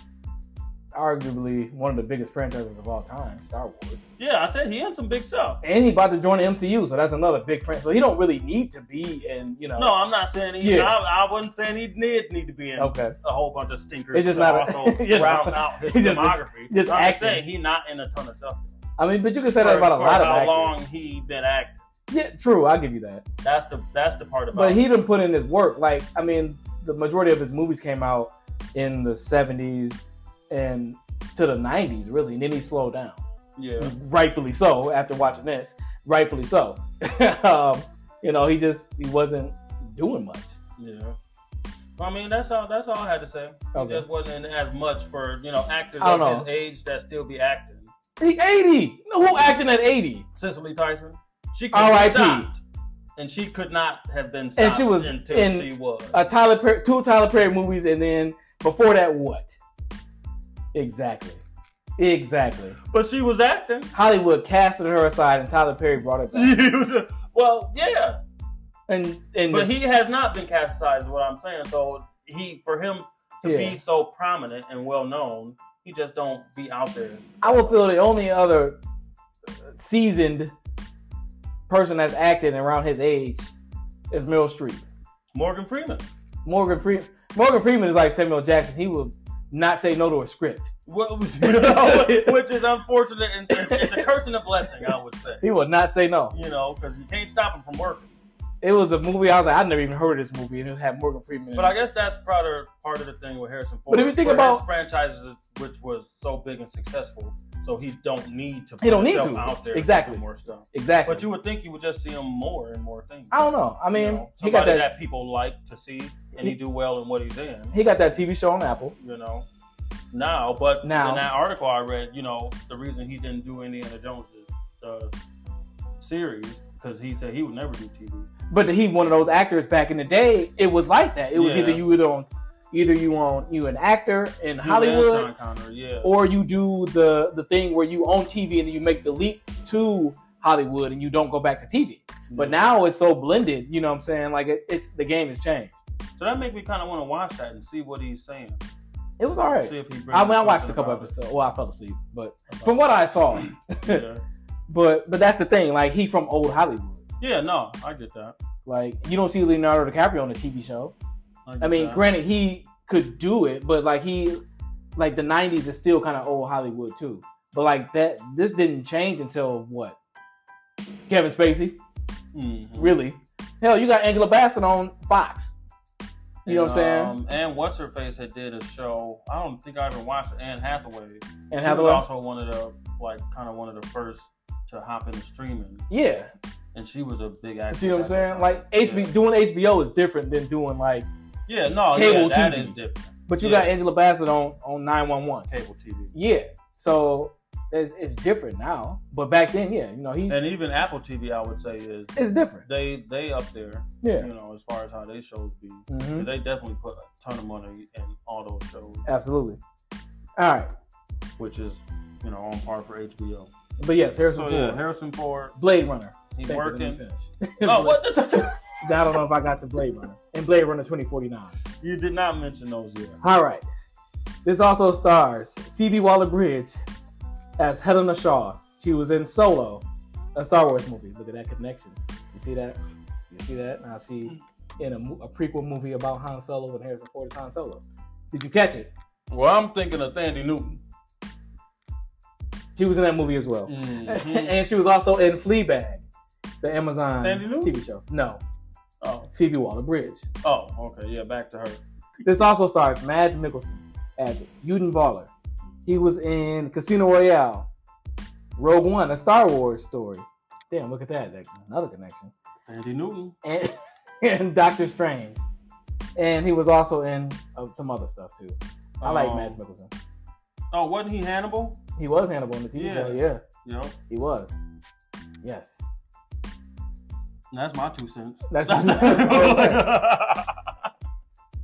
[SPEAKER 1] arguably one of the biggest franchises of all time, Star Wars.
[SPEAKER 2] Yeah, I said he in some big stuff.
[SPEAKER 1] And he about to join the MCU, so that's another big franchise. So he don't really need to be in, you know.
[SPEAKER 2] No, I'm not saying he.
[SPEAKER 1] Yeah.
[SPEAKER 2] I, I wasn't saying he did need to be in
[SPEAKER 1] Okay.
[SPEAKER 2] a whole bunch of stinkers.
[SPEAKER 1] It's just
[SPEAKER 2] to
[SPEAKER 1] not a-
[SPEAKER 2] also
[SPEAKER 1] you know,
[SPEAKER 2] round out his
[SPEAKER 1] he just-
[SPEAKER 2] filmography.
[SPEAKER 1] just
[SPEAKER 2] I'm
[SPEAKER 1] acting.
[SPEAKER 2] just saying he not in a ton of stuff.
[SPEAKER 1] I mean, but you can say that
[SPEAKER 2] For-
[SPEAKER 1] about a
[SPEAKER 2] for
[SPEAKER 1] lot of
[SPEAKER 2] how
[SPEAKER 1] actors.
[SPEAKER 2] long he been acting.
[SPEAKER 1] Yeah, true. I'll give you that.
[SPEAKER 2] That's the that's the part about.
[SPEAKER 1] But he didn't put in his work. Like, I mean, the majority of his movies came out in the 70s and to the 90s, really. And then he slowed down.
[SPEAKER 2] Yeah.
[SPEAKER 1] rightfully so after watching this rightfully so um, you know he just he wasn't doing much
[SPEAKER 2] Yeah. I mean, that's all. That's all I had to say. He
[SPEAKER 1] Okay.
[SPEAKER 2] just wasn't in as much for you know actors
[SPEAKER 1] I
[SPEAKER 2] of
[SPEAKER 1] don't
[SPEAKER 2] his age that still be acting.
[SPEAKER 1] he 80 who acting at 80
[SPEAKER 2] Cicely Tyson, she could
[SPEAKER 1] R.I.P..
[SPEAKER 2] be stopped, and she could not have been stopped.
[SPEAKER 1] And she was
[SPEAKER 2] until
[SPEAKER 1] in
[SPEAKER 2] she was.
[SPEAKER 1] a Tyler Perry, two Tyler Perry movies, and then before that, what? Exactly, exactly.
[SPEAKER 2] but she was acting.
[SPEAKER 1] Hollywood casted her aside, and Tyler Perry brought it back.
[SPEAKER 2] well, yeah,
[SPEAKER 1] And and
[SPEAKER 2] but he has not been cast aside, is what I'm saying. So he, for him to
[SPEAKER 1] Yeah.
[SPEAKER 2] be so prominent and well known, he just don't be out there.
[SPEAKER 1] I would feel the only other seasoned person that's acted around his age is Meryl Streep.
[SPEAKER 2] Morgan Freeman.
[SPEAKER 1] Morgan Freeman. Morgan Freeman is like Samuel Jackson. He will not say no to a script.
[SPEAKER 2] Well, you know, which is unfortunate, and it's a curse and a blessing, I would say.
[SPEAKER 1] He will not say no.
[SPEAKER 2] You know, because you can't stop him from working.
[SPEAKER 1] It was a movie. I was like, I never even heard of this movie, and it had Morgan Freeman. in
[SPEAKER 2] But
[SPEAKER 1] it.
[SPEAKER 2] I guess that's part of part of the thing with Harrison Ford.
[SPEAKER 1] But if you think
[SPEAKER 2] where his
[SPEAKER 1] about-
[SPEAKER 2] franchises, which was so big and successful, so he don't need to. Put
[SPEAKER 1] He don't need
[SPEAKER 2] himself
[SPEAKER 1] to.
[SPEAKER 2] out there
[SPEAKER 1] Exactly.
[SPEAKER 2] to do more stuff.
[SPEAKER 1] exactly.
[SPEAKER 2] But you would think you would just see him more and more things.
[SPEAKER 1] I don't know. I mean,
[SPEAKER 2] you know,
[SPEAKER 1] he got
[SPEAKER 2] somebody
[SPEAKER 1] that,
[SPEAKER 2] that people like to see, and he,
[SPEAKER 1] He-
[SPEAKER 2] do well in what he's in.
[SPEAKER 1] He got that TV show on Apple.
[SPEAKER 2] You know, now, but
[SPEAKER 1] Now.
[SPEAKER 2] in that article I read, you know, the reason he didn't do Indiana Jones uh, series because he said he would never do TV.
[SPEAKER 1] But he one of those actors back in the day. It was like that. It was
[SPEAKER 2] Yeah.
[SPEAKER 1] either you either on, either you on you an actor in
[SPEAKER 2] Him and
[SPEAKER 1] Hollywood,
[SPEAKER 2] Sean Connery, yeah.
[SPEAKER 1] or you do the the thing where you own TV and you make the leap to Hollywood and you don't go back to TV. But now it's so blended. You know what I'm saying? Like it, it's the game has changed.
[SPEAKER 2] so that makes me kind of want to watch that and see what he's saying.
[SPEAKER 1] It was all right.
[SPEAKER 2] See if he brings
[SPEAKER 1] I mean, I watched a
[SPEAKER 2] something
[SPEAKER 1] couple
[SPEAKER 2] about
[SPEAKER 1] episodes. Well, I fell asleep, but
[SPEAKER 2] it.
[SPEAKER 1] from what I saw,
[SPEAKER 2] yeah.
[SPEAKER 1] but but that's the thing. Like he from old Hollywood.
[SPEAKER 2] yeah, no, I get that.
[SPEAKER 1] Like you don't see Leonardo DiCaprio on a TV show.
[SPEAKER 2] get
[SPEAKER 1] I mean,
[SPEAKER 2] that.
[SPEAKER 1] granted, he could do it, but like he, like the '90s is still kind of old Hollywood too. But like that, this didn't change until what? Kevin Spacey,
[SPEAKER 2] Mhm.
[SPEAKER 1] really? Hell, you got Angela Bassett on Fox. You know what I'm saying?
[SPEAKER 2] Um, and what's her face had did a show. I don't think I even watched it. Anne Hathaway.
[SPEAKER 1] and
[SPEAKER 2] she
[SPEAKER 1] Hathaway,
[SPEAKER 2] was also one of the like kind of one of the first to hop into streaming,
[SPEAKER 1] yeah.
[SPEAKER 2] and she was a big actress.
[SPEAKER 1] See what I'm
[SPEAKER 2] at that
[SPEAKER 1] saying?
[SPEAKER 2] time.
[SPEAKER 1] Like HBO,
[SPEAKER 2] Yeah.
[SPEAKER 1] doing HBO is different than doing like.
[SPEAKER 2] Yeah, no,
[SPEAKER 1] Cable
[SPEAKER 2] yeah, that
[SPEAKER 1] TV.
[SPEAKER 2] is different.
[SPEAKER 1] But you
[SPEAKER 2] Yeah.
[SPEAKER 1] got Angela Bassett on on 911.
[SPEAKER 2] Cable TV,
[SPEAKER 1] Yeah, so it's, it's different now. But back then, yeah, you know he
[SPEAKER 2] and even Apple TV, I would say is
[SPEAKER 1] it's different.
[SPEAKER 2] they they up there.
[SPEAKER 1] Yeah.
[SPEAKER 2] You know, as far as how they shows be,
[SPEAKER 1] hmm
[SPEAKER 2] they definitely put a ton of money in all those shows,
[SPEAKER 1] Absolutely. All right.
[SPEAKER 2] which is you know on par for HBO.
[SPEAKER 1] But yes, Harrison
[SPEAKER 2] so
[SPEAKER 1] Ford.
[SPEAKER 2] yeah, Harrison Ford,
[SPEAKER 1] Blade Runner.
[SPEAKER 2] he
[SPEAKER 1] Thank you, let me
[SPEAKER 2] working.
[SPEAKER 1] finish.
[SPEAKER 2] Oh, what the?
[SPEAKER 1] I don't know if I got to Blade Runner. And Blade Runner 2049.
[SPEAKER 2] You did not mention those yet.
[SPEAKER 1] All right. This also stars Phoebe Waller Bridge as Helena Shaw. She was in Solo, a Star Wars movie. Look at that connection. You see that? You see that? Now she in a, mo- a prequel movie about Han Solo and Harrison Ford is Han Solo. Did you catch it?
[SPEAKER 2] Well, I'm thinking of Thandi Newton.
[SPEAKER 1] She was in that movie as well.
[SPEAKER 2] Mm-hmm.
[SPEAKER 1] and she was also in Fleabag, the Amazon
[SPEAKER 2] Sandy Lou?
[SPEAKER 1] TV show. No,
[SPEAKER 2] oh,
[SPEAKER 1] Phoebe Waller Bridge.
[SPEAKER 2] oh, okay, yeah, back to her.
[SPEAKER 1] This also stars Mads Mikkelsen as Uden Baller. He was in Casino Royale, Rogue One, a Star Wars story. Damn, look at that. That's another connection.
[SPEAKER 2] Thandi Newton.
[SPEAKER 1] And, and Doctor Strange. And he was also in uh, some other stuff too. I like
[SPEAKER 2] Um,
[SPEAKER 1] Mads Mikkelsen.
[SPEAKER 2] Oh, wasn't he Hannibal?
[SPEAKER 1] He was Hannibal in the TV show.
[SPEAKER 2] Yeah.
[SPEAKER 1] Yeah,
[SPEAKER 2] You know,
[SPEAKER 1] he was. Yes.
[SPEAKER 2] that's my two cents.
[SPEAKER 1] That's
[SPEAKER 2] Oh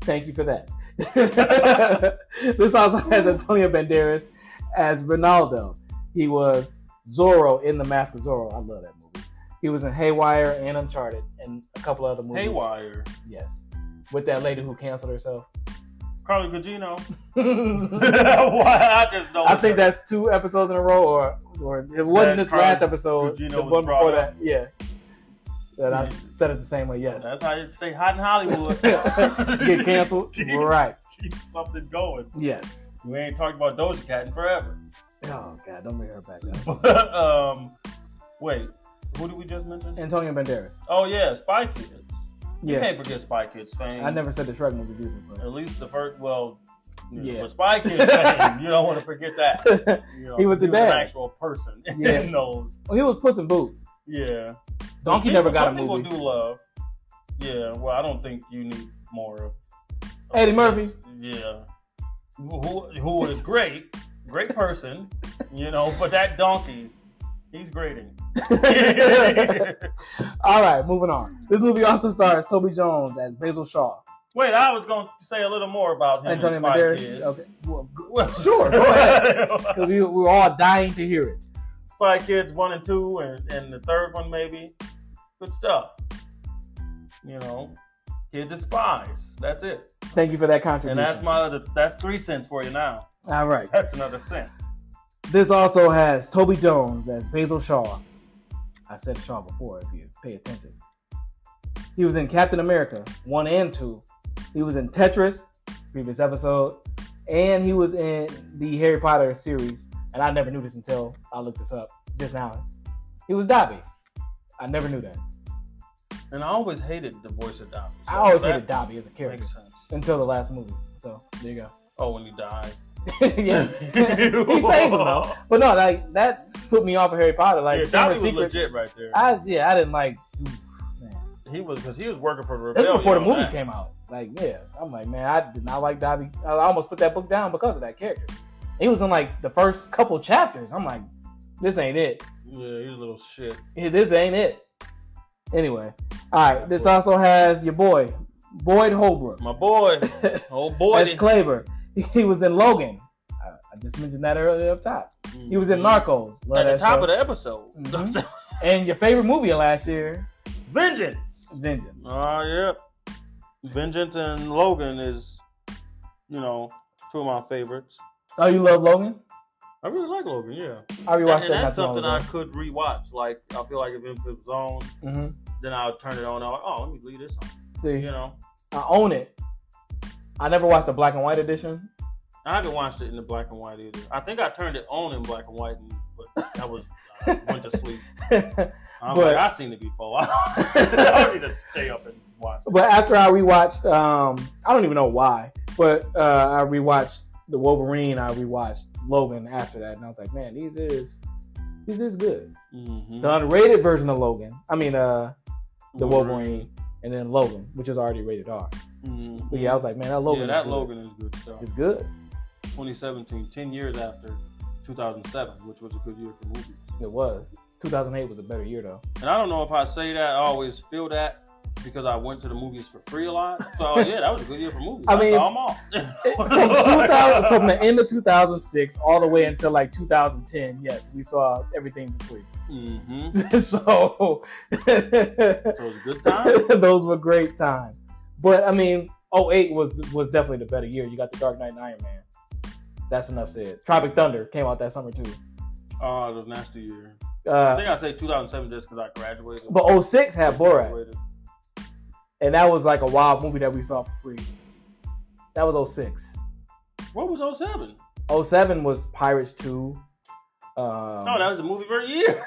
[SPEAKER 1] Thank you for that. this also has Antonio Banderas as Ronaldo. He was Zorro in The Mask of Zorro. I love that movie. He was in Haywire and Uncharted and a couple other movies.
[SPEAKER 2] Haywire.
[SPEAKER 1] Yes. With that lady who canceled herself.
[SPEAKER 2] Carly Gugino.
[SPEAKER 1] I
[SPEAKER 2] Why? I just don't.
[SPEAKER 1] think that's two episodes in a row, or, or it wasn't
[SPEAKER 2] That
[SPEAKER 1] this
[SPEAKER 2] Carl
[SPEAKER 1] last episode.
[SPEAKER 2] Gugino
[SPEAKER 1] the
[SPEAKER 2] was
[SPEAKER 1] one before
[SPEAKER 2] brought
[SPEAKER 1] that. Yeah. That I
[SPEAKER 2] Yeah.
[SPEAKER 1] said it the same way, yes.
[SPEAKER 2] That's how you stay hot in Hollywood.
[SPEAKER 1] Get canceled.
[SPEAKER 2] Keep-
[SPEAKER 1] right.
[SPEAKER 2] Keep something going.
[SPEAKER 1] Yes.
[SPEAKER 2] We ain't talked about Doja Cat in forever.
[SPEAKER 1] Oh god, don't bring her back up.
[SPEAKER 2] But um, wait, who did we just mention?
[SPEAKER 1] Antonio Banderas.
[SPEAKER 2] Oh yeah, Spy Kids. You
[SPEAKER 1] Yes.
[SPEAKER 2] can't forget Spy Kids fame.
[SPEAKER 1] I never said the Shrek movies either, but
[SPEAKER 2] At least the first. Well,
[SPEAKER 1] Yeah.
[SPEAKER 2] Yeah. But Spy Kid fame, you don't want to forget that. You know,
[SPEAKER 1] He was the
[SPEAKER 2] an
[SPEAKER 1] dad.
[SPEAKER 2] actual person
[SPEAKER 1] Yeah.
[SPEAKER 2] in those.
[SPEAKER 1] Well, he was Puss in Boots.
[SPEAKER 2] Yeah.
[SPEAKER 1] Donkey
[SPEAKER 2] Some
[SPEAKER 1] never
[SPEAKER 2] people-
[SPEAKER 1] got a
[SPEAKER 2] some people
[SPEAKER 1] movie.
[SPEAKER 2] do love. Yeah. Well, I don't think you need more of of
[SPEAKER 1] Eddie
[SPEAKER 2] this.
[SPEAKER 1] Murphy.
[SPEAKER 2] Yeah. Who who- who is great, great person, you know, but that donkey, he's grating. Wait,
[SPEAKER 1] All right, moving on. This movie also stars Toby Jones as Basil Shaw.
[SPEAKER 2] I was gonna say a little more about him.
[SPEAKER 1] Antonio
[SPEAKER 2] and Spy
[SPEAKER 1] Banderas.
[SPEAKER 2] Kids.
[SPEAKER 1] Okay. Well, sure, go ahead. 'Cause we, we're all dying to hear it.
[SPEAKER 2] Spy Kids one and two, and, and the third one maybe. Good stuff. You know, kids are spies. That's it.
[SPEAKER 1] Thank you for that contribution.
[SPEAKER 2] And that's my other. That's three cents for you now.
[SPEAKER 1] all right.
[SPEAKER 2] That's another cent.
[SPEAKER 1] This also has Toby Jones as Basil Shaw. I said Shaw before, if you pay attention. He was in Captain America 1 and 2. He was in Tetris, previous episode. And he was in the Harry Potter series. And I never knew this until I looked this up just now. He was Dobby. I never knew that.
[SPEAKER 2] And I always hated the voice of Dobby. so
[SPEAKER 1] I always
[SPEAKER 2] that
[SPEAKER 1] hated Dobby as a character
[SPEAKER 2] Makes sense.
[SPEAKER 1] until the last movie. So there you
[SPEAKER 2] Oh, when he died.
[SPEAKER 1] go. yeah. he saved him though. But no, like that put me off of Harry Potter. Like
[SPEAKER 2] yeah,
[SPEAKER 1] Chamber
[SPEAKER 2] Dobby
[SPEAKER 1] of
[SPEAKER 2] was
[SPEAKER 1] Secrets.
[SPEAKER 2] legit right there.
[SPEAKER 1] I yeah, I didn't like. oof, man.
[SPEAKER 2] he was because he was working for the
[SPEAKER 1] This
[SPEAKER 2] rebellion.
[SPEAKER 1] is before the
[SPEAKER 2] on
[SPEAKER 1] movies
[SPEAKER 2] that.
[SPEAKER 1] came out. Like yeah, I'm like man, I did not like Dobby. I almost put that book down because of that character. He was in like the first couple chapters. I'm like, this ain't it.
[SPEAKER 2] Yeah, he was a little shit.
[SPEAKER 1] Yeah, This ain't it. Anyway, all right. This also has your boy Boyd Holbrook
[SPEAKER 2] My boy, oh boy.
[SPEAKER 1] as Claver. He was in Logan. I, I just mentioned that earlier up top. He was in Narcos. Love
[SPEAKER 2] Mm-hmm. At the
[SPEAKER 1] that
[SPEAKER 2] top
[SPEAKER 1] show.
[SPEAKER 2] of the episode,
[SPEAKER 1] Mhm. And your favorite movie of last year,
[SPEAKER 2] vengeance.
[SPEAKER 1] Vengeance.
[SPEAKER 2] Ah, yep. Vengeance and Logan is, you know, two of my favorites.
[SPEAKER 1] oh, you love Logan?
[SPEAKER 2] I really like Logan, yeah.
[SPEAKER 1] I rewatched
[SPEAKER 2] and
[SPEAKER 1] that not
[SPEAKER 2] that's
[SPEAKER 1] too long
[SPEAKER 2] something
[SPEAKER 1] ago.
[SPEAKER 2] I could rewatch. Like, I feel like if it was on,
[SPEAKER 1] hmm
[SPEAKER 2] then I'll turn it on. I'm like, oh, let me leave this on.
[SPEAKER 1] See,
[SPEAKER 2] You know,
[SPEAKER 1] I own it. I never watched the black and white edition.
[SPEAKER 2] I haven't watched it in the black and white either. I think I turned it on in black and white, but that was I went to sleep.
[SPEAKER 1] but
[SPEAKER 2] I'm
[SPEAKER 1] But-
[SPEAKER 2] like, I've seen it before. I don't need to stay up and watch.
[SPEAKER 1] after I rewatched, um, I don't even know why, but uh, I rewatched the Wolverine. I rewatched Logan after that, and I was like, man, these is these is good.
[SPEAKER 2] Mm-hmm.
[SPEAKER 1] The underrated version of Logan. I mean, uh, the Wolverine. and then Logan, which is already rated R. But yeah, I was like, man, that Logan.
[SPEAKER 2] Mm-hmm. yeah,
[SPEAKER 1] is
[SPEAKER 2] that
[SPEAKER 1] good.
[SPEAKER 2] Logan is good stuff.
[SPEAKER 1] is good.
[SPEAKER 2] 2017, 10 years after 2007, which was a good year for movies.
[SPEAKER 1] It was. 2008 was a better year though.
[SPEAKER 2] And I don't know if I say that, I always feel that because I went to the movies for free a lot. So yeah, that was a good year for movies.
[SPEAKER 1] I
[SPEAKER 2] I,
[SPEAKER 1] mean,
[SPEAKER 2] saw them all.
[SPEAKER 1] from 2000, from the end of 2006 all the way until like 2010, yes, we saw everything for free.
[SPEAKER 2] hmm
[SPEAKER 1] so
[SPEAKER 2] So it was a good time.
[SPEAKER 1] those were great times. But I mean, 08 was was definitely the better year. You got the Dark Knight and Iron Man. That's enough said. Tropic Thunder came out that summer too.
[SPEAKER 2] Oh, it was a nasty year. I
[SPEAKER 1] Uh,
[SPEAKER 2] think I say 2007 just because I graduated.
[SPEAKER 1] but 06 had Borat,
[SPEAKER 2] Graduated.
[SPEAKER 1] and that was like a wild movie that we saw for free. That was 06.
[SPEAKER 2] What was 07?
[SPEAKER 1] 07 was Pirates 2. Um,
[SPEAKER 2] Oh, that was a movie for a year.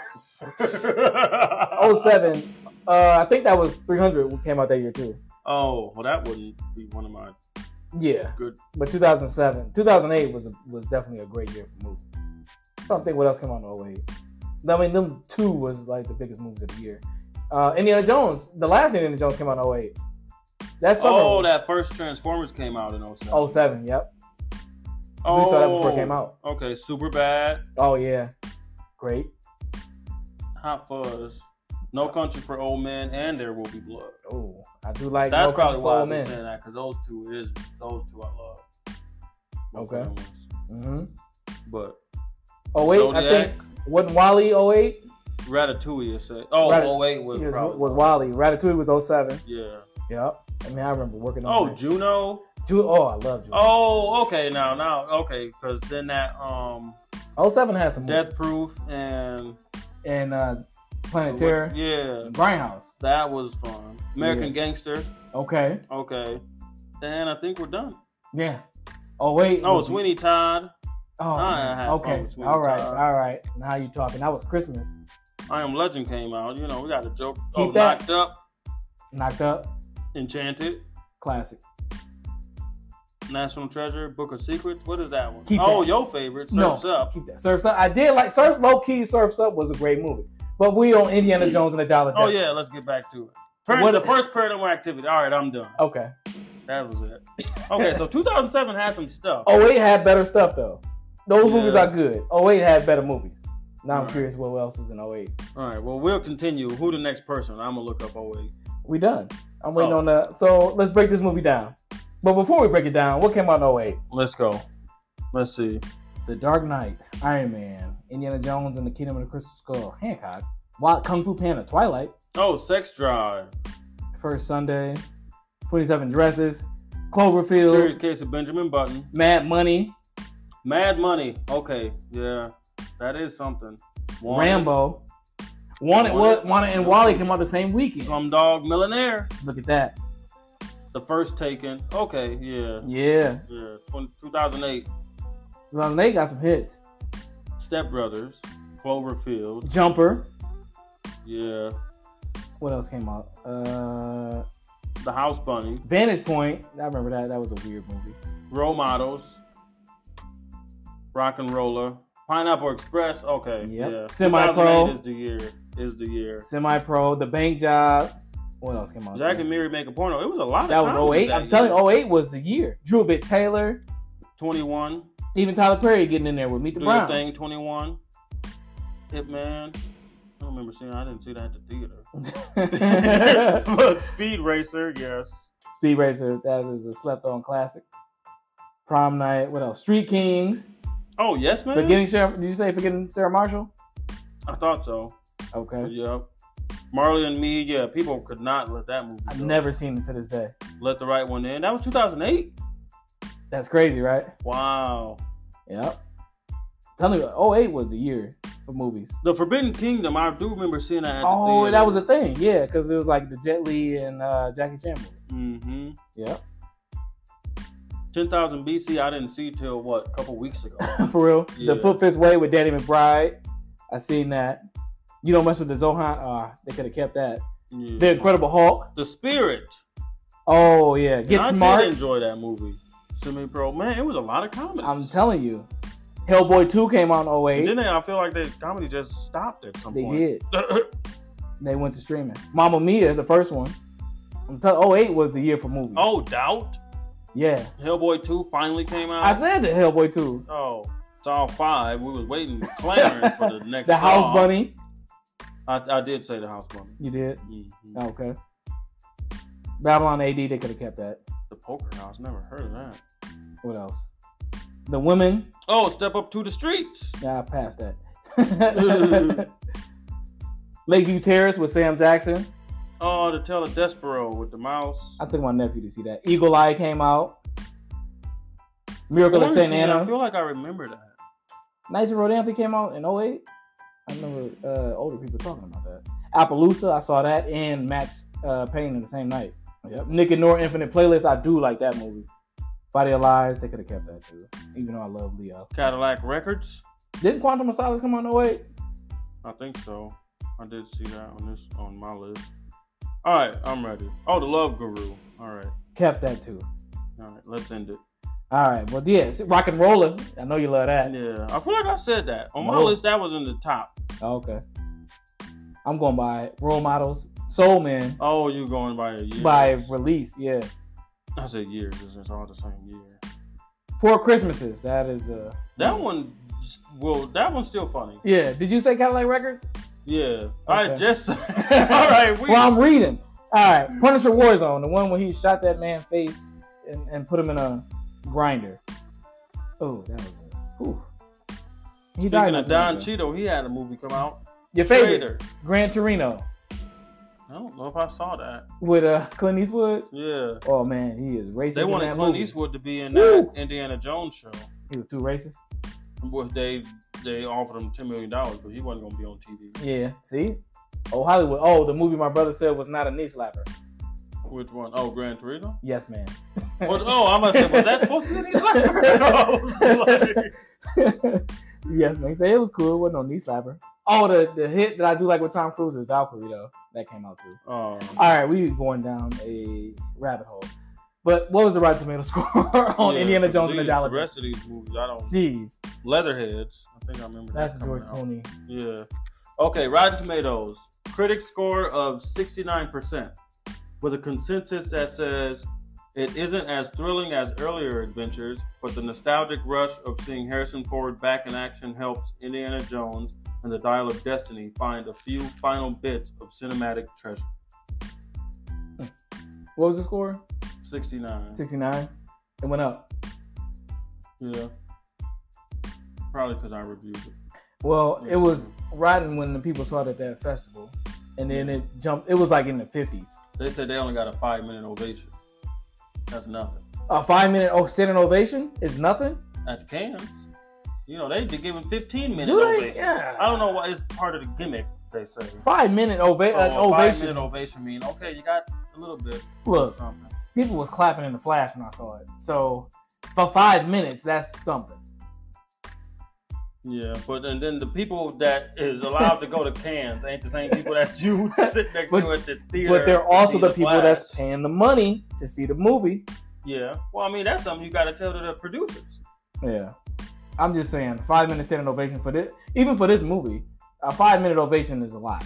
[SPEAKER 1] 07 Oh, uh, i think that was 300 what came out that year too
[SPEAKER 2] Oh, well, that wouldn't be one of my
[SPEAKER 1] yeah
[SPEAKER 2] good.
[SPEAKER 1] but 2007 2008 was a, was definitely a great year for movies i don't think what else came out in 08 i mean them two was like the biggest movies of the year uh, indiana jones the last indiana jones came out in 08 that's summer
[SPEAKER 2] Oh, that first Transformers came out in 07.
[SPEAKER 1] 07 yep 'Cause we saw that
[SPEAKER 2] Oh.
[SPEAKER 1] before it came out
[SPEAKER 2] Okay, super bad.
[SPEAKER 1] oh yeah great
[SPEAKER 2] Hot Fuzz, No Country for Old Men, and There Will Be Blood.
[SPEAKER 1] oh i do like
[SPEAKER 2] That's
[SPEAKER 1] No Country
[SPEAKER 2] probably
[SPEAKER 1] for
[SPEAKER 2] why
[SPEAKER 1] Old
[SPEAKER 2] I've been
[SPEAKER 1] Men.
[SPEAKER 2] saying that because those two is those two I love. Both
[SPEAKER 1] Okay.
[SPEAKER 2] of them ones.
[SPEAKER 1] Mhm.
[SPEAKER 2] But
[SPEAKER 1] 08 i
[SPEAKER 2] Zodiac,
[SPEAKER 1] think wasn't oh wally 08
[SPEAKER 2] Ratatouille is say. Oh,
[SPEAKER 1] Rat-
[SPEAKER 2] 08 was
[SPEAKER 1] was,
[SPEAKER 2] probably
[SPEAKER 1] was wally ratatouille was 07
[SPEAKER 2] yeah.
[SPEAKER 1] Yep. I mean, I remember working on.
[SPEAKER 2] Oh,
[SPEAKER 1] that.
[SPEAKER 2] Juno.
[SPEAKER 1] Ju- oh, I love Juno.
[SPEAKER 2] Oh, okay. Now, now, okay, because then that um
[SPEAKER 1] Oh, 07 had some
[SPEAKER 2] Death
[SPEAKER 1] movies.
[SPEAKER 2] Proof and
[SPEAKER 1] and uh, Planet Terror,
[SPEAKER 2] Oh, Yeah,
[SPEAKER 1] and Grindhouse.
[SPEAKER 2] that was fun. American Gangster.
[SPEAKER 1] Okay,
[SPEAKER 2] Okay, and I think we're done.
[SPEAKER 1] yeah. Oh wait.
[SPEAKER 2] Oh, Sweeney Todd.
[SPEAKER 1] Oh,
[SPEAKER 2] I had fun
[SPEAKER 1] okay.
[SPEAKER 2] with Sweeney
[SPEAKER 1] All right,
[SPEAKER 2] Todd.
[SPEAKER 1] all right. Now you talking? That was Christmas.
[SPEAKER 2] I Am Legend came out. You know, we got a joke. oh,
[SPEAKER 1] Keep that.
[SPEAKER 2] Knocked Up,
[SPEAKER 1] Knocked up.
[SPEAKER 2] Enchanted,
[SPEAKER 1] Classic.
[SPEAKER 2] National Treasure, Book of Secrets. What is that one?
[SPEAKER 1] Keep
[SPEAKER 2] oh,
[SPEAKER 1] that.
[SPEAKER 2] your favorite,
[SPEAKER 1] No.
[SPEAKER 2] Surf's Up.
[SPEAKER 1] Keep that. Surf's Up. I did like Surf Low Key. Surf's Up was a great movie, but we on Indiana Jones and the Dollar.
[SPEAKER 2] Oh
[SPEAKER 1] Bill.
[SPEAKER 2] yeah, let's get back to it. Par-
[SPEAKER 1] What- Oh.
[SPEAKER 2] the first paranormal activity. All right, I'm done.
[SPEAKER 1] Okay.
[SPEAKER 2] That was it. Okay, so 2007 had some stuff.
[SPEAKER 1] Oh wait, had better stuff though. Those movies
[SPEAKER 2] Yeah.
[SPEAKER 1] are good. Oh wait, had better movies. Now I'm
[SPEAKER 2] Right.
[SPEAKER 1] curious what else was in 08.
[SPEAKER 2] All right, well we'll continue. Who the next person? I'm gonna look up 08.
[SPEAKER 1] We done. I'm waiting
[SPEAKER 2] Oh.
[SPEAKER 1] on the. So let's break this movie down. But before we break it down, what came out in 08?
[SPEAKER 2] Let's go. Let's see.
[SPEAKER 1] The Dark Knight, Iron Man, Indiana Jones and the Kingdom of the Crystal Skull, Hancock, Wild Kung Fu Panda, Twilight,
[SPEAKER 2] Oh, Sex Drive.
[SPEAKER 1] First Sunday, 27 Dresses,
[SPEAKER 2] Curious
[SPEAKER 1] Cloverfield,
[SPEAKER 2] Case of Benjamin Button.
[SPEAKER 1] Mad Money,
[SPEAKER 2] Mad Money. Okay, yeah, that is something. Wanted.
[SPEAKER 1] Rambo. Wanted,
[SPEAKER 2] Wanted.
[SPEAKER 1] what? Wanted and Wally came out the same weekend.
[SPEAKER 2] Slumdog Millionaire.
[SPEAKER 1] Look at that.
[SPEAKER 2] The first Taken. Okay, yeah,
[SPEAKER 1] Yeah.
[SPEAKER 2] yeah. 2008.
[SPEAKER 1] 2008 got some hits.
[SPEAKER 2] Step Brothers. Cloverfield.
[SPEAKER 1] Jumper.
[SPEAKER 2] Yeah.
[SPEAKER 1] What else came out? Uh,
[SPEAKER 2] The House Bunny.
[SPEAKER 1] Vantage Point. I remember that. That was a weird movie.
[SPEAKER 2] Role Models. Rock and Roller. Pineapple Express. Okay,
[SPEAKER 1] Yep.
[SPEAKER 2] yeah.
[SPEAKER 1] Semi-Pro.
[SPEAKER 2] 2008 Is the year. Is the year.
[SPEAKER 1] Semi Pro, The Bank Job. What else came out?
[SPEAKER 2] Jack and Mary make a porno. It was a lot.
[SPEAKER 1] that
[SPEAKER 2] of
[SPEAKER 1] was
[SPEAKER 2] comedies
[SPEAKER 1] 08.
[SPEAKER 2] that
[SPEAKER 1] I'm telling
[SPEAKER 2] year.
[SPEAKER 1] you, 08 was the year. Drew Bit Taylor,
[SPEAKER 2] 21.
[SPEAKER 1] even Tyler Perry getting in there with Meet the
[SPEAKER 2] Do Your
[SPEAKER 1] Browns.
[SPEAKER 2] Thing 21. Hitman. I don't remember seeing. I didn't see that at the theater. but Speed Racer, yes.
[SPEAKER 1] Speed Racer, that is a slept on classic. Prom Night, what else? Street Kings,
[SPEAKER 2] Oh yes, man.
[SPEAKER 1] Forgetting Sarah, did you say Forgetting Sarah Marshall?
[SPEAKER 2] I thought so.
[SPEAKER 1] Okay.
[SPEAKER 2] Yep. Marley and Me. Yeah, people could not let that movie.
[SPEAKER 1] I've
[SPEAKER 2] go.
[SPEAKER 1] never seen it to this day.
[SPEAKER 2] let the right one in. That was 2008.
[SPEAKER 1] That's crazy, right?
[SPEAKER 2] Wow.
[SPEAKER 1] Yep. Telling you, 08 was the year for movies.
[SPEAKER 2] The Forbidden Kingdom. I do remember seeing that. At
[SPEAKER 1] Oh, that was a thing, yeah, because it was like the Jet Li and uh, Jackie Chan movie.
[SPEAKER 2] Mm-hmm.
[SPEAKER 1] Yep.
[SPEAKER 2] 10,000 BC. I didn't see till what a couple weeks ago.
[SPEAKER 1] for real. The
[SPEAKER 2] Yeah.
[SPEAKER 1] Foot Fist Way with Danny McBride. I seen that. You don't mess with the Zohan. Ah, they could have kept that.
[SPEAKER 2] Yeah.
[SPEAKER 1] The Incredible Hulk.
[SPEAKER 2] The Spirit.
[SPEAKER 1] Oh yeah,
[SPEAKER 2] And
[SPEAKER 1] Get
[SPEAKER 2] I Did
[SPEAKER 1] Smart.
[SPEAKER 2] enjoy that movie. Semi Pro. Man, it was a lot of comedy.
[SPEAKER 1] I'm telling you, Hellboy Two came out in 08.
[SPEAKER 2] Then I feel like the comedy just stopped at some
[SPEAKER 1] They
[SPEAKER 2] point.
[SPEAKER 1] did. They went to streaming. Mama Mia, the first one. I'm telling. 08 was the year for movies.
[SPEAKER 2] oh, Doubt.
[SPEAKER 1] yeah.
[SPEAKER 2] Hellboy 2 finally came out.
[SPEAKER 1] I said the Hellboy Two.
[SPEAKER 2] oh, Saw 5. We was waiting, clamoring for the next
[SPEAKER 1] The House
[SPEAKER 2] Saw.
[SPEAKER 1] Bunny.
[SPEAKER 2] I, I did say The House Bunny.
[SPEAKER 1] You did.
[SPEAKER 2] Mhm.
[SPEAKER 1] Okay. Babylon AD. They could have kept that.
[SPEAKER 2] The Poker House. Never heard of that.
[SPEAKER 1] What else? The Women.
[SPEAKER 2] Oh, Step Up to the Streets.
[SPEAKER 1] Nah, I passed that. Lakeview Terrace with Sam Jackson.
[SPEAKER 2] Oh, The Tale of Despero with the mouse.
[SPEAKER 1] I took my nephew to see that. Eagle Eye came out. Miracle at St.
[SPEAKER 2] Quarantine, I feel
[SPEAKER 1] Anna.
[SPEAKER 2] like I remember that.
[SPEAKER 1] Knights of Rodanthe came out in 08. I remember uh, older people talking about that. Appaloosa, I saw that, and Max uh, Payne in the same night. Yep. Nick and Nora Infinite Playlist, I do like that movie. Body of Lies, they could have kept that too, even though I love Leo.
[SPEAKER 2] Cadillac Records.
[SPEAKER 1] Didn't Quantum of Solace come out in 08?
[SPEAKER 2] I think so. I did see that on this on my list. All right, I'm ready. Oh, the Love Guru. All right,
[SPEAKER 1] Kept that too.
[SPEAKER 2] all right. Let's end it.
[SPEAKER 1] All right, well, yes, Rock and Roller. I know you love that.
[SPEAKER 2] Yeah, I feel like I said that on my
[SPEAKER 1] No.
[SPEAKER 2] list. That was in the top.
[SPEAKER 1] Oh, okay. I'm going by role models, Soul Man
[SPEAKER 2] Oh, you going by a year?
[SPEAKER 1] by release. Yeah,
[SPEAKER 2] I said years. It's it's all the same year.
[SPEAKER 1] Four Christmases. That is uh
[SPEAKER 2] That one. Well, that one's still funny.
[SPEAKER 1] yeah. Did you say Cadillac Records?
[SPEAKER 2] Yeah. I
[SPEAKER 1] Okay.
[SPEAKER 2] just. all right. We,
[SPEAKER 1] well, I'm reading. All right, Punisher Warzone, the one where he shot that man face and, and put him in a grinder. Oh, that was a, whew. He died.
[SPEAKER 2] speaking
[SPEAKER 1] not
[SPEAKER 2] of
[SPEAKER 1] too long
[SPEAKER 2] Don
[SPEAKER 1] ago.
[SPEAKER 2] Cheeto, he had a movie come out.
[SPEAKER 1] Your favorite,
[SPEAKER 2] Traitor.
[SPEAKER 1] Gran Torino,
[SPEAKER 2] I don't know if I saw that.
[SPEAKER 1] with uh, Clint Eastwood.
[SPEAKER 2] Yeah.
[SPEAKER 1] Oh man, he is racist.
[SPEAKER 2] They
[SPEAKER 1] in
[SPEAKER 2] wanted
[SPEAKER 1] that
[SPEAKER 2] Clint
[SPEAKER 1] movie.
[SPEAKER 2] Eastwood to be in
[SPEAKER 1] Woo!
[SPEAKER 2] that Indiana Jones show.
[SPEAKER 1] He was too racist.
[SPEAKER 2] Well, they they offered him ten million dollars, but he wasn't gonna be on TV.
[SPEAKER 1] Yeah. See? Oh, Hollywood. Oh, the movie my brother said was not a knee slapper.
[SPEAKER 2] Which one? Oh, Gran Turismo.
[SPEAKER 1] Yes, man.
[SPEAKER 2] Well, oh, I'm gonna say, was that supposed to be an East Lander? I was like-
[SPEAKER 1] yes, man. He said it was cool. It wasn't no knee slapper. Oh, the, the hit that I do like with Tom Cruise is Valkyrie, though. That came out too.
[SPEAKER 2] Oh,
[SPEAKER 1] All right, we going down a rabbit hole. But what was the Rotten Tomato score on
[SPEAKER 2] Yeah,
[SPEAKER 1] Indiana
[SPEAKER 2] I
[SPEAKER 1] Jones and the
[SPEAKER 2] believe
[SPEAKER 1] Dollar
[SPEAKER 2] The
[SPEAKER 1] Bill?
[SPEAKER 2] rest of these movies, I don't.
[SPEAKER 1] Jeez,
[SPEAKER 2] Leatherheads. I think I remember. that
[SPEAKER 1] that's a
[SPEAKER 2] coming
[SPEAKER 1] George
[SPEAKER 2] out.
[SPEAKER 1] Clooney.
[SPEAKER 2] Yeah. Okay, Rotten Tomatoes. Critic score of 69%, with a consensus that says it isn't as thrilling as earlier adventures, but the nostalgic rush of seeing Harrison Ford back in action helps Indiana Jones and the Dial of Destiny find a few final bits of cinematic treasure.
[SPEAKER 1] What was the score?
[SPEAKER 2] 69.
[SPEAKER 1] 69. It went up.
[SPEAKER 2] Yeah. Probably because I reviewed it.
[SPEAKER 1] Well,
[SPEAKER 2] Mm.
[SPEAKER 1] it was rotten when the people saw it at that festival, and then it jumped. It was like in the 50s.
[SPEAKER 2] They said they only got a five minute ovation. That's nothing.
[SPEAKER 1] A five minute oh, standing ovation is nothing.
[SPEAKER 2] at the cans. You know, they be giving 15 minutes.
[SPEAKER 1] Do they?
[SPEAKER 2] ovation.
[SPEAKER 1] Yeah.
[SPEAKER 2] I don't know why it's part of the gimmick, they say.
[SPEAKER 1] Five minute ova-
[SPEAKER 2] So
[SPEAKER 1] an
[SPEAKER 2] a
[SPEAKER 1] ovation.
[SPEAKER 2] Five-minute ovation mean, okay, you got a little bit or
[SPEAKER 1] Look,
[SPEAKER 2] something.
[SPEAKER 1] people was clapping in the flash when I saw it. So for five minutes, that's something.
[SPEAKER 2] Yeah, but and then the people that is allowed to go to cans ain't the same people that you sit next
[SPEAKER 1] But-
[SPEAKER 2] to at the theater.
[SPEAKER 1] But they're
[SPEAKER 2] to
[SPEAKER 1] also
[SPEAKER 2] see
[SPEAKER 1] the people that's
[SPEAKER 2] flash.
[SPEAKER 1] paying the money to see the movie.
[SPEAKER 2] Yeah, well, I mean that's something you got to tell to the producers.
[SPEAKER 1] Yeah. I'm just saying, five minute standing ovation for this, even for this movie, a five minute ovation is a lot.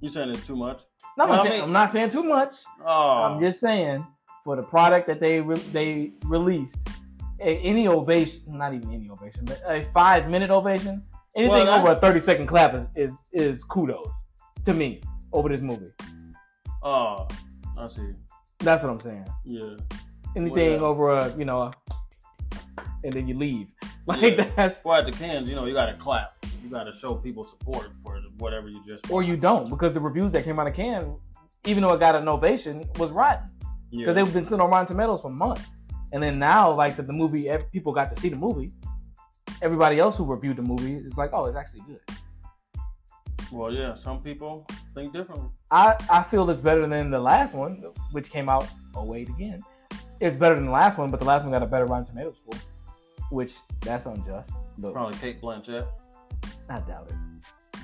[SPEAKER 2] You saying it's too much?
[SPEAKER 1] No, I'm,
[SPEAKER 2] Well,
[SPEAKER 1] not
[SPEAKER 2] I
[SPEAKER 1] saying,
[SPEAKER 2] mean-
[SPEAKER 1] I'm not saying too much.
[SPEAKER 2] Oh,
[SPEAKER 1] I'm just saying for the product that they re- they released, a, any ovation, not even any ovation, but a five minute ovation, anything
[SPEAKER 2] Well, I-
[SPEAKER 1] over a 30 second clap is, is is kudos to me over this movie.
[SPEAKER 2] oh, I see.
[SPEAKER 1] That's what I'm saying.
[SPEAKER 2] Yeah,
[SPEAKER 1] Anything
[SPEAKER 2] Well, yeah.
[SPEAKER 1] over a you know, a, and then you leave like
[SPEAKER 2] Yeah.
[SPEAKER 1] that's
[SPEAKER 2] well, at the cans, you know, you got to clap. You got to show people support for whatever you just.
[SPEAKER 1] or you
[SPEAKER 2] watched.
[SPEAKER 1] don't because the reviews that came out of Cannes, even though it got an ovation, was rotten.
[SPEAKER 2] Yeah.
[SPEAKER 1] because they've been sitting on Rotten Tomatoes for months. And then now, like that the movie, ev- people got to see the movie. Everybody else who reviewed the movie is like, oh, it's actually good.
[SPEAKER 2] Well, yeah, some people think differently.
[SPEAKER 1] I, I feel it's better than the last one, which came out oh wait again. It's better than the last one, but the last one got a better Rotten Tomatoes score, which that's unjust. But
[SPEAKER 2] Probably Kate Blanchett.
[SPEAKER 1] I doubt it.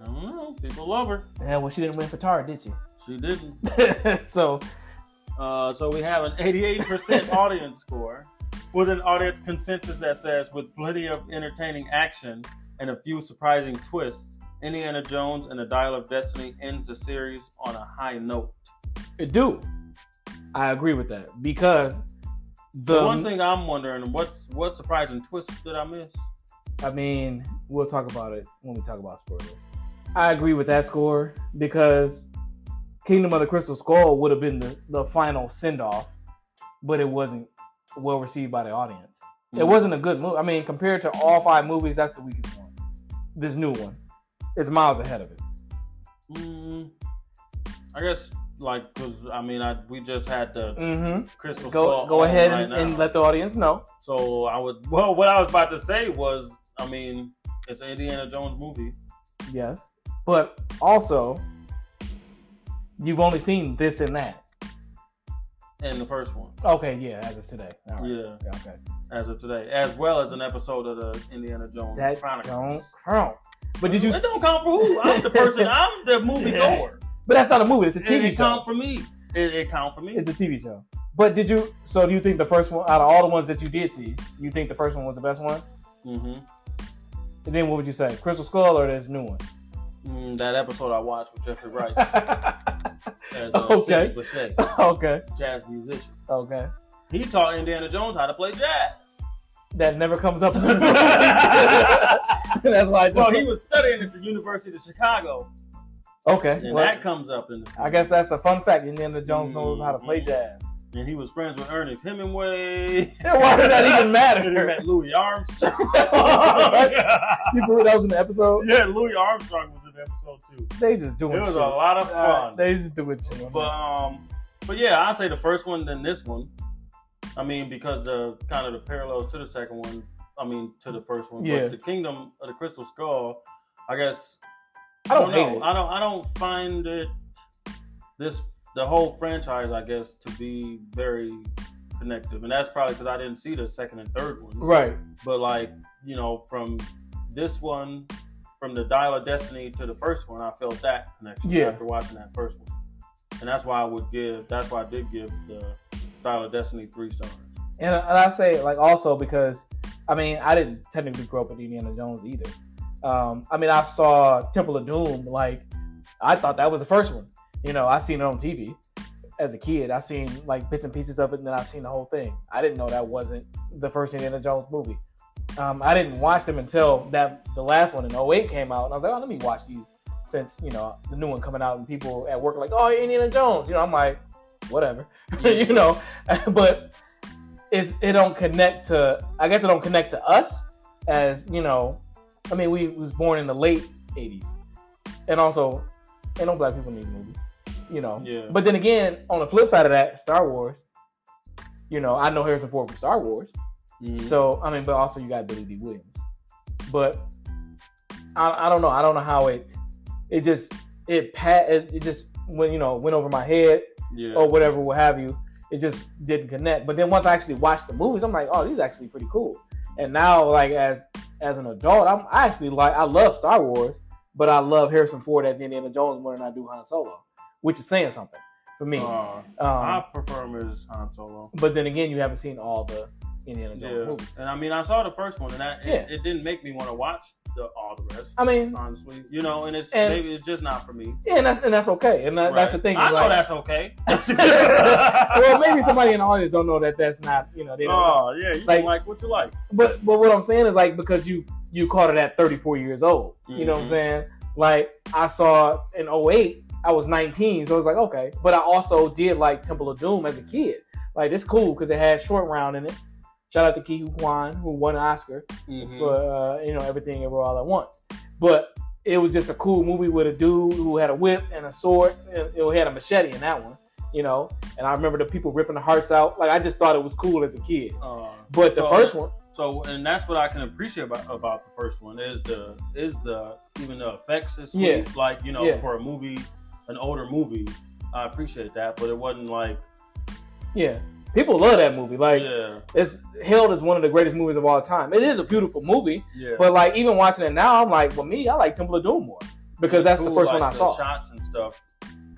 [SPEAKER 2] I don't know. People love her.
[SPEAKER 1] Yeah, well, she didn't win for Tara, did
[SPEAKER 2] She didn't.
[SPEAKER 1] she? so
[SPEAKER 2] Uh, so we have an 88% audience score with an audience consensus that says, with plenty of entertaining action and a few surprising twists, Indiana Jones and the Dial of Destiny ends the series on a high note.
[SPEAKER 1] it do. I agree with that because
[SPEAKER 2] The
[SPEAKER 1] the
[SPEAKER 2] one thing I'm wondering, what's what surprising twist did I miss?
[SPEAKER 1] I mean, we'll talk about it when we talk about spoilers. I agree with that score because Kingdom of the Crystal Skull would have been the, the final send off, but it wasn't well received by the audience. It
[SPEAKER 2] Mm-hmm.
[SPEAKER 1] wasn't a good movie. I mean, compared to all five movies, that's the weakest one. This new one is miles ahead of it.
[SPEAKER 2] Mm, I guess, like, because, I mean, I we just had the
[SPEAKER 1] Mm-hmm. Go
[SPEAKER 2] Crystal Skull
[SPEAKER 1] go
[SPEAKER 2] on
[SPEAKER 1] ahead
[SPEAKER 2] right
[SPEAKER 1] and,
[SPEAKER 2] now.
[SPEAKER 1] and let the audience know.
[SPEAKER 2] So I would. Well, what I was about to say was, I mean, it's an Indiana Jones movie.
[SPEAKER 1] Yes, but also you've only seen this and that.
[SPEAKER 2] And the first one,
[SPEAKER 1] Okay, yeah, as of today. All right.
[SPEAKER 2] yeah,
[SPEAKER 1] Yeah, okay.
[SPEAKER 2] as of today, as well as an episode of the Indiana Jones
[SPEAKER 1] That don't
[SPEAKER 2] Chronicles.
[SPEAKER 1] count. But did you?
[SPEAKER 2] It don't count for who? I'm the person. I'm the movie goer.
[SPEAKER 1] But that's not a movie. It's a TV
[SPEAKER 2] it, it
[SPEAKER 1] show.
[SPEAKER 2] count for me. It, it count for me.
[SPEAKER 1] It's a TV show. But did you? So do you think the first one out of all the ones that you did see, you think the first one was the best one?
[SPEAKER 2] mm-hmm.
[SPEAKER 1] And then what would you say, Crystal Skull or this new one?
[SPEAKER 2] mm, that episode I watched with Jeffrey Wright as a
[SPEAKER 1] Okay.
[SPEAKER 2] okay. City Bechet,
[SPEAKER 1] okay,
[SPEAKER 2] jazz musician.
[SPEAKER 1] okay.
[SPEAKER 2] He taught Indiana Jones how to play jazz.
[SPEAKER 1] That never comes up. in the movies. that's why. I
[SPEAKER 2] Well,
[SPEAKER 1] don't.
[SPEAKER 2] he was studying at the University of Chicago,
[SPEAKER 1] okay.
[SPEAKER 2] and
[SPEAKER 1] well,
[SPEAKER 2] that comes up in the
[SPEAKER 1] I guess that's a fun fact. Indiana Jones knows how to play
[SPEAKER 2] Mhm.
[SPEAKER 1] jazz.
[SPEAKER 2] and he was friends with Ernest Hemingway.
[SPEAKER 1] Why did that Oh, even
[SPEAKER 2] And he
[SPEAKER 1] matter?
[SPEAKER 2] met Louis Armstrong.
[SPEAKER 1] you forget that was in the episode?
[SPEAKER 2] yeah, Louis Armstrong was in the episode too.
[SPEAKER 1] They just doing
[SPEAKER 2] It was
[SPEAKER 1] shit.
[SPEAKER 2] a lot of
[SPEAKER 1] Uh,
[SPEAKER 2] fun.
[SPEAKER 1] they just doing shit.
[SPEAKER 2] But um, but yeah, I say the first one, then this one. I mean, because the kind of the parallels to the second one. I mean, to the first one.
[SPEAKER 1] Yeah.
[SPEAKER 2] But the Kingdom of the Crystal Skull. I guess
[SPEAKER 1] I don't hate
[SPEAKER 2] know.
[SPEAKER 1] it.
[SPEAKER 2] I don't. I don't find it this the whole franchise. I guess to be very connective, and that's probably because I didn't see the second and third ones.
[SPEAKER 1] Right.
[SPEAKER 2] But like, you know, from this one, from the Dial of Destiny to the first one, I felt that connection
[SPEAKER 1] Yeah.
[SPEAKER 2] after watching that first one. And that's why I would give that's why I did give the Style of Destiny three stars.
[SPEAKER 1] And, and I say like also because I mean I didn't technically grow up with Indiana Jones either. Um, I mean I saw Temple of Doom like I thought that was the first one. You know I seen it on TV as a kid. I seen like bits and pieces of it, and then I seen the whole thing. I didn't know that wasn't the first Indiana Jones movie. Um, I didn't watch them until that the last one in 08 came out, and I was like, oh let me watch these since you know the new one coming out and people at work are like oh Indiana Jones. You know I'm like whatever, you know, but it's it don't connect to I guess it don't connect to us as you know I mean we was born in the late eighties and also and don't black people need movies you know
[SPEAKER 2] Yeah.
[SPEAKER 1] but then again on the flip side of that Star Wars you know I know Harrison Ford from Star Wars
[SPEAKER 2] Mhm.
[SPEAKER 1] so I mean but also you got Billy D Williams but I, I don't know I don't know how it it just it pat it, it just went you know went over my head
[SPEAKER 2] Yeah.
[SPEAKER 1] or whatever, what have you. It just didn't connect. But then once I actually watched the movies, I'm like, oh, these are actually pretty cool. And now, like as as an adult, I'm I actually like I love Star Wars, but I love Harrison Ford as Indiana Jones more than I do Han Solo, which is saying something for me.
[SPEAKER 2] Uh, I
[SPEAKER 1] um,
[SPEAKER 2] prefer him as Han Solo.
[SPEAKER 1] but then again, you haven't seen all the Indiana Jones
[SPEAKER 2] Yeah,
[SPEAKER 1] movies.
[SPEAKER 2] and I mean, I saw the first one, and I, it,
[SPEAKER 1] Yeah.
[SPEAKER 2] it didn't make me want to watch the, all the rest.
[SPEAKER 1] I mean,
[SPEAKER 2] Honestly, you know, and it's
[SPEAKER 1] And-
[SPEAKER 2] maybe it's just not for me.
[SPEAKER 1] yeah, and that's and that's okay, and that, that's the
[SPEAKER 2] Right.
[SPEAKER 1] thing.
[SPEAKER 2] I
[SPEAKER 1] is,
[SPEAKER 2] know
[SPEAKER 1] like-
[SPEAKER 2] that's okay.
[SPEAKER 1] well, maybe somebody in the audience don't know that that's not you know they don't know.
[SPEAKER 2] Oh yeah, you
[SPEAKER 1] Like-
[SPEAKER 2] like, like what you like.
[SPEAKER 1] but but what I'm saying is like because you you caught it at 34 years old. You know what I'm
[SPEAKER 2] Mhm.
[SPEAKER 1] saying? Like I saw in 08, I was 19, so I was like, okay. But I also did like Temple of Doom as a kid. Like it's cool because it had short round in it. Shout out to Ki Hu Kwan who won an Oscar
[SPEAKER 2] Mm-hmm.
[SPEAKER 1] for uh, you know everything ever all at once. But it was just a cool movie with a dude who had a whip and a sword. And it had a machete in that one, you know. And I remember the people ripping the hearts out. Like I just thought it was cool as a kid.
[SPEAKER 2] Uh,
[SPEAKER 1] But the
[SPEAKER 2] So-
[SPEAKER 1] first one,
[SPEAKER 2] so, and that's what I can appreciate about, about the first one is the is the even the effects is sweet.
[SPEAKER 1] Yeah.
[SPEAKER 2] Like you know,
[SPEAKER 1] Yeah.
[SPEAKER 2] for a movie, an older movie, I appreciate that, but it wasn't like
[SPEAKER 1] Yeah, people love that movie. Like
[SPEAKER 2] yeah,
[SPEAKER 1] it's hailed as one of the greatest movies of all time. It is a beautiful movie,
[SPEAKER 2] yeah.
[SPEAKER 1] but like even watching it now, I'm like, well, me, I like Temple of Doom more because that's the
[SPEAKER 2] Cool,
[SPEAKER 1] first
[SPEAKER 2] like,
[SPEAKER 1] one I
[SPEAKER 2] the
[SPEAKER 1] saw.
[SPEAKER 2] Shots and stuff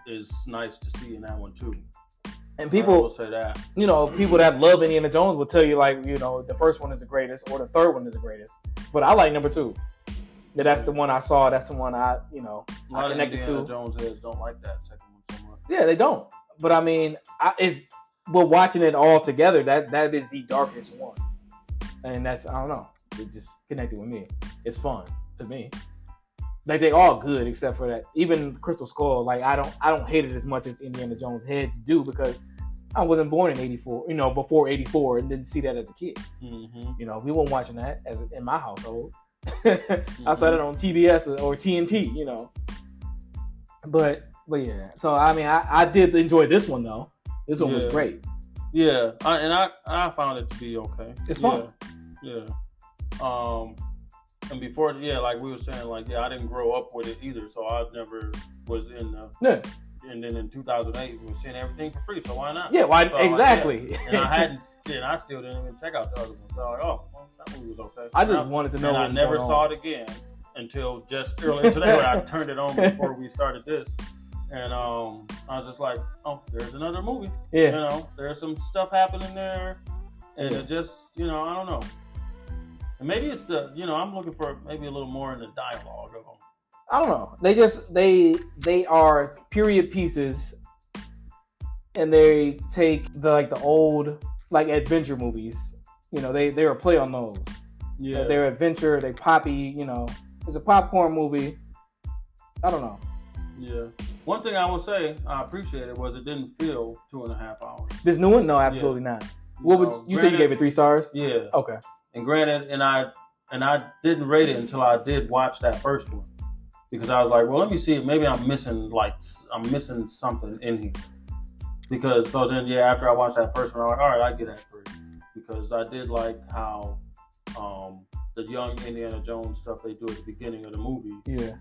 [SPEAKER 2] is nice to see in that one too.
[SPEAKER 1] And
[SPEAKER 2] I
[SPEAKER 1] people,
[SPEAKER 2] will say that.
[SPEAKER 1] you know, people that love Indiana Jones will tell you like, you know, the first one is the greatest or the third one is the greatest. But I like number two. That That's the one I saw. That's the one I, you know,
[SPEAKER 2] A lot of
[SPEAKER 1] connected
[SPEAKER 2] Indiana
[SPEAKER 1] to-
[SPEAKER 2] Jones heads don't like that second one so much.
[SPEAKER 1] yeah, they don't. But I mean, I, it's but watching it all together, that that is the darkest one, and that's I don't know. It just connected with me. It's fun to me. Like they all good except for that. Even Crystal Skull, like I don't I don't hate it as much as Indiana Jones heads do because I wasn't born in '84, you know, before '84, and didn't see that as a kid.
[SPEAKER 2] Mm-hmm.
[SPEAKER 1] You know, we weren't watching that as in my household.
[SPEAKER 2] Mm-hmm.
[SPEAKER 1] I saw that on TBS or, or TNT, you know. But but yeah, so I mean, I, I did enjoy this one though. This one
[SPEAKER 2] Yeah.
[SPEAKER 1] was great.
[SPEAKER 2] Yeah, I, and I I found it to be okay.
[SPEAKER 1] It's
[SPEAKER 2] yeah.
[SPEAKER 1] fun.
[SPEAKER 2] Yeah. Um, and before, yeah, like we were saying, like yeah, I didn't grow up with it either, so I never was in the.
[SPEAKER 1] Yeah,
[SPEAKER 2] And then in 2008, we were seeing everything for free, so why not?
[SPEAKER 1] yeah, why
[SPEAKER 2] So, like,
[SPEAKER 1] exactly?
[SPEAKER 2] yeah. And I hadn't, and I still didn't even check out the other one. So I like, oh, well, that movie was okay.
[SPEAKER 1] I
[SPEAKER 2] And
[SPEAKER 1] just wanted to know.
[SPEAKER 2] and I
[SPEAKER 1] what was
[SPEAKER 2] never
[SPEAKER 1] going
[SPEAKER 2] saw
[SPEAKER 1] on.
[SPEAKER 2] it again until just earlier today when I turned it on before we started this. And um, I was just like, oh, there's another movie. You
[SPEAKER 1] Yeah,
[SPEAKER 2] know, there's some stuff happening there. And it just, you know, I don't know. And maybe it's the, you know, I'm looking for maybe a little more in the dialogue of them.
[SPEAKER 1] I don't know. They just they they are period pieces, and they take the like the old like adventure movies. You know, they they're a play on those.
[SPEAKER 2] Yeah.
[SPEAKER 1] They're adventure. They poppy. You know, it's a popcorn movie. I don't know.
[SPEAKER 2] yeah. One thing I will say I appreciated was it didn't feel two and a half hours.
[SPEAKER 1] This new one? No, absolutely not. What would
[SPEAKER 2] know,
[SPEAKER 1] you say? You gave it
[SPEAKER 2] granted-
[SPEAKER 1] three stars?
[SPEAKER 2] Yeah.
[SPEAKER 1] Okay.
[SPEAKER 2] And granted, and I and I didn't rate it until I did watch that first one because I was like, well, let me see. if Maybe I'm missing like s- I'm missing something in here. Because so then yeah, after I watched that first one, I'm like, all right, I get that three because I did like how um, the young Indiana Jones stuff they do at the beginning of the movie.
[SPEAKER 1] Yeah.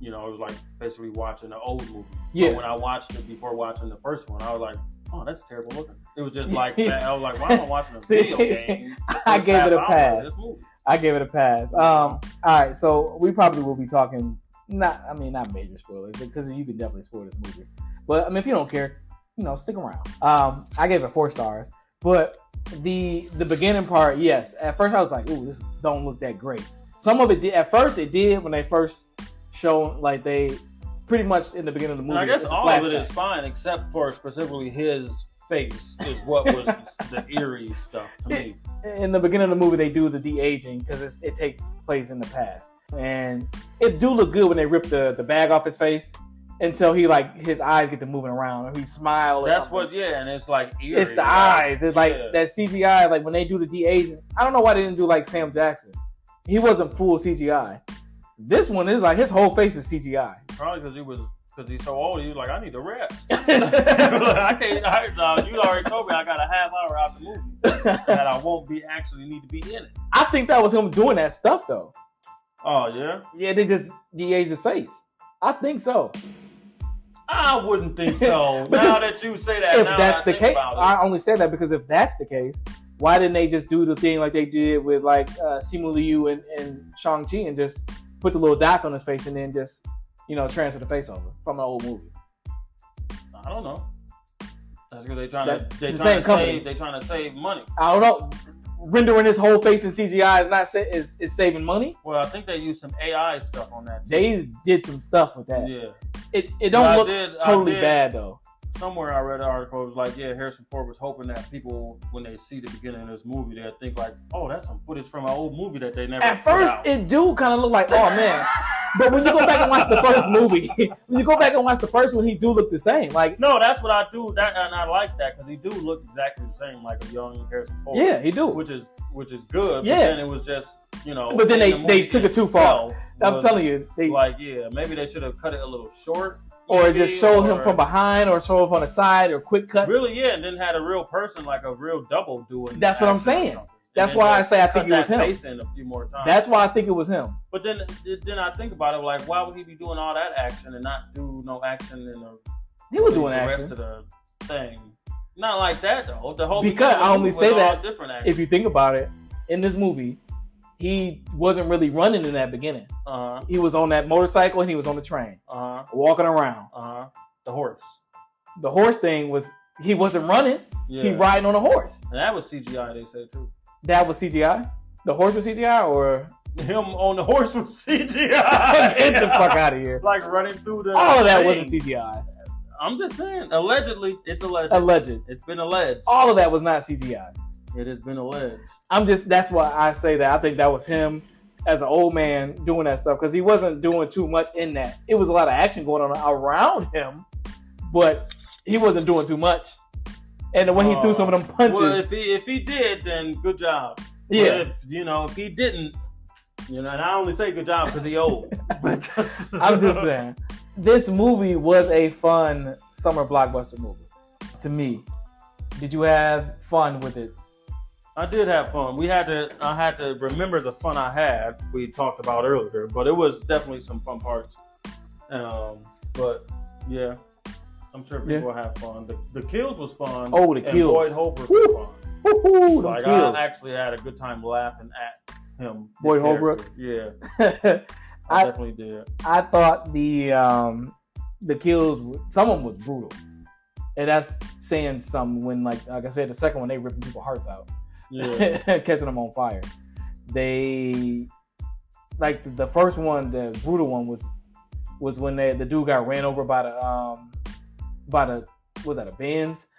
[SPEAKER 2] You know, it was like basically watching an old movie.
[SPEAKER 1] Yeah.
[SPEAKER 2] But when I watched it before watching the first one, I was like. Oh, that's terrible looking. It was just like that. I was like, why am I watching a
[SPEAKER 1] See,
[SPEAKER 2] video game?
[SPEAKER 1] I gave it a
[SPEAKER 2] First half hour of
[SPEAKER 1] pass.
[SPEAKER 2] This movie.
[SPEAKER 1] I give it a pass. Um, all right, so we probably will be talking not I mean not major spoilers because you can definitely spoil this movie. But I mean if you don't care, you know, stick around. Um, I gave it four stars, but the the beginning part, yes. At first, I was like, "Ooh, this don't look that great." Some of it did. At first, it did when they first shown like they pretty much in the beginning of the movie.
[SPEAKER 2] And I guess
[SPEAKER 1] it's a
[SPEAKER 2] all of it
[SPEAKER 1] flashback.
[SPEAKER 2] is fine, except for specifically his face is what was the eerie stuff to me.
[SPEAKER 1] in the beginning of the movie they do the de aging because it takes place in the past, and it do look good when they rip the, the bag off his face until he like his eyes get to moving around or he smile. Or
[SPEAKER 2] That's
[SPEAKER 1] something.
[SPEAKER 2] what, yeah, and it's like eerie.
[SPEAKER 1] it's the
[SPEAKER 2] like,
[SPEAKER 1] eyes. It's like
[SPEAKER 2] yeah.
[SPEAKER 1] that CGI. Like when they do the de aging, I don't know why they didn't do like Sam Jackson. He wasn't full CGI. This one is like his whole face is CGI.
[SPEAKER 2] Probably because he was because he's so old. He was like, I need to rest. I can't. I, uh, you already told me I got a half hour out the movie that I won't be actually need to be in it.
[SPEAKER 1] I think that was him doing that stuff though.
[SPEAKER 2] Oh yeah,
[SPEAKER 1] Yeah, they just de aged his face. I think so.
[SPEAKER 2] I wouldn't think so.
[SPEAKER 1] Because
[SPEAKER 2] now that you say that,
[SPEAKER 1] if
[SPEAKER 2] now
[SPEAKER 1] that's
[SPEAKER 2] I
[SPEAKER 1] the
[SPEAKER 2] think
[SPEAKER 1] case,
[SPEAKER 2] about it.
[SPEAKER 1] I only say that because if that's the case, why didn't they just do the thing like they did with like uh, Simu Liu and, and Shang Chi and just put the little dots on his face and then just you know transfer the face over from an old movie?
[SPEAKER 2] I don't know. That's because they trying to
[SPEAKER 1] That's
[SPEAKER 2] they
[SPEAKER 1] the
[SPEAKER 2] trying
[SPEAKER 1] same
[SPEAKER 2] to
[SPEAKER 1] company.
[SPEAKER 2] save they trying to save money.
[SPEAKER 1] I don't know. Rendering his whole face in CGI is not sa- is, is saving money.
[SPEAKER 2] Well, I think they use some AI stuff on that. too.
[SPEAKER 1] They did some stuff with that.
[SPEAKER 2] yeah.
[SPEAKER 1] It it
[SPEAKER 2] But I
[SPEAKER 1] don't look
[SPEAKER 2] did- I
[SPEAKER 1] totally
[SPEAKER 2] did-
[SPEAKER 1] bad though.
[SPEAKER 2] Somewhere I read an article. It was like, yeah, Harrison Ford was hoping that people, when they see the beginning of this movie, they'll think like, oh, that's some footage from an old movie that they never.
[SPEAKER 1] At
[SPEAKER 2] put
[SPEAKER 1] first,
[SPEAKER 2] out.
[SPEAKER 1] it do kind of look like oh man. But when you go back and watch the first movie, when you go back and watch the first one, he do look the same. Like
[SPEAKER 2] No, that's what I do. That and I like that because he do look exactly the same, like a young Harrison Ford.
[SPEAKER 1] yeah, he do.
[SPEAKER 2] which is which is good.
[SPEAKER 1] Yeah.
[SPEAKER 2] but then it was just you know.
[SPEAKER 1] But then
[SPEAKER 2] in
[SPEAKER 1] they-
[SPEAKER 2] the movie
[SPEAKER 1] they took it too far.
[SPEAKER 2] itself
[SPEAKER 1] I'm
[SPEAKER 2] was
[SPEAKER 1] telling you, they
[SPEAKER 2] like yeah, maybe they should have cut it a little short,
[SPEAKER 1] or
[SPEAKER 2] maybe,
[SPEAKER 1] just show him
[SPEAKER 2] or-
[SPEAKER 1] from behind, or show him on the side, or quick cut.
[SPEAKER 2] Really, yeah, and then had a real person like a real double doing.
[SPEAKER 1] That's
[SPEAKER 2] the
[SPEAKER 1] what I'm
[SPEAKER 2] action or
[SPEAKER 1] saying.
[SPEAKER 2] something. And
[SPEAKER 1] That's
[SPEAKER 2] then
[SPEAKER 1] why I
[SPEAKER 2] just
[SPEAKER 1] say I
[SPEAKER 2] cut
[SPEAKER 1] think it was
[SPEAKER 2] that
[SPEAKER 1] him.
[SPEAKER 2] face in a few more times.
[SPEAKER 1] That's why I think it was him.
[SPEAKER 2] But then, then I think about it like, why would he be doing all that action and not do no action in the
[SPEAKER 1] He was doing
[SPEAKER 2] the
[SPEAKER 1] action.
[SPEAKER 2] rest of the thing? Not like that though. The whole
[SPEAKER 1] Because
[SPEAKER 2] beginning of
[SPEAKER 1] I
[SPEAKER 2] the
[SPEAKER 1] only
[SPEAKER 2] movie
[SPEAKER 1] say
[SPEAKER 2] was all
[SPEAKER 1] that
[SPEAKER 2] different action.
[SPEAKER 1] If you think about it, in this movie, he wasn't really running in that beginning.
[SPEAKER 2] uh
[SPEAKER 1] He was on that motorcycle and he was on the train,
[SPEAKER 2] huh, uh huh,
[SPEAKER 1] walking around.
[SPEAKER 2] uh huh. The horse.
[SPEAKER 1] The horse thing was he wasn't running.
[SPEAKER 2] Yeah.
[SPEAKER 1] He riding on a horse.
[SPEAKER 2] And that was CGI, they say too.
[SPEAKER 1] That was CGI. The horse was CGI, or
[SPEAKER 2] Him on the horse was CGI.
[SPEAKER 1] get the fuck out of here.
[SPEAKER 2] Like running through the.
[SPEAKER 1] All of that
[SPEAKER 2] thing.
[SPEAKER 1] wasn't CGI.
[SPEAKER 2] I'm just saying. Allegedly, it's alleged.
[SPEAKER 1] Alleged.
[SPEAKER 2] it's been alleged.
[SPEAKER 1] All of that was not CGI.
[SPEAKER 2] It has been alleged.
[SPEAKER 1] I'm just that's why I say that. I think that was him as an old man doing that stuff because he wasn't doing too much in that. It was a lot of action going on around him, but he wasn't doing too much. And when he threw
[SPEAKER 2] Uh,
[SPEAKER 1] some of them punches,
[SPEAKER 2] Well, if he if he did, then good job. But
[SPEAKER 1] yeah,
[SPEAKER 2] if you know, if he didn't, you know, and I only say good job because he old. Because-
[SPEAKER 1] I'm just saying. This movie was a fun summer blockbuster movie to me. Did you have fun with it?
[SPEAKER 2] I did have fun. We had to. I had to remember the fun I had. We talked about earlier, but it was definitely some fun parts. Um, but yeah, I'm sure
[SPEAKER 1] Yeah.
[SPEAKER 2] people have fun. The, the kills was fun.
[SPEAKER 1] Oh, the
[SPEAKER 2] and
[SPEAKER 1] kills.
[SPEAKER 2] Boyd Holbrook
[SPEAKER 1] Woo!
[SPEAKER 2] was fun.
[SPEAKER 1] Woohoo! Them
[SPEAKER 2] Like
[SPEAKER 1] kills.
[SPEAKER 2] I actually had a good time laughing at him. his
[SPEAKER 1] Boyd Holbrook?
[SPEAKER 2] character. Yeah, I,
[SPEAKER 1] I-
[SPEAKER 2] definitely did.
[SPEAKER 1] I thought the um the kills were- some of them was brutal, and that's saying some when like like I said the second one they ripping people hearts out,
[SPEAKER 2] Yeah,
[SPEAKER 1] catching them on fire. They like the, the first one, the brutal one was was when they, the dude got ran over by the um by the was that a Benz?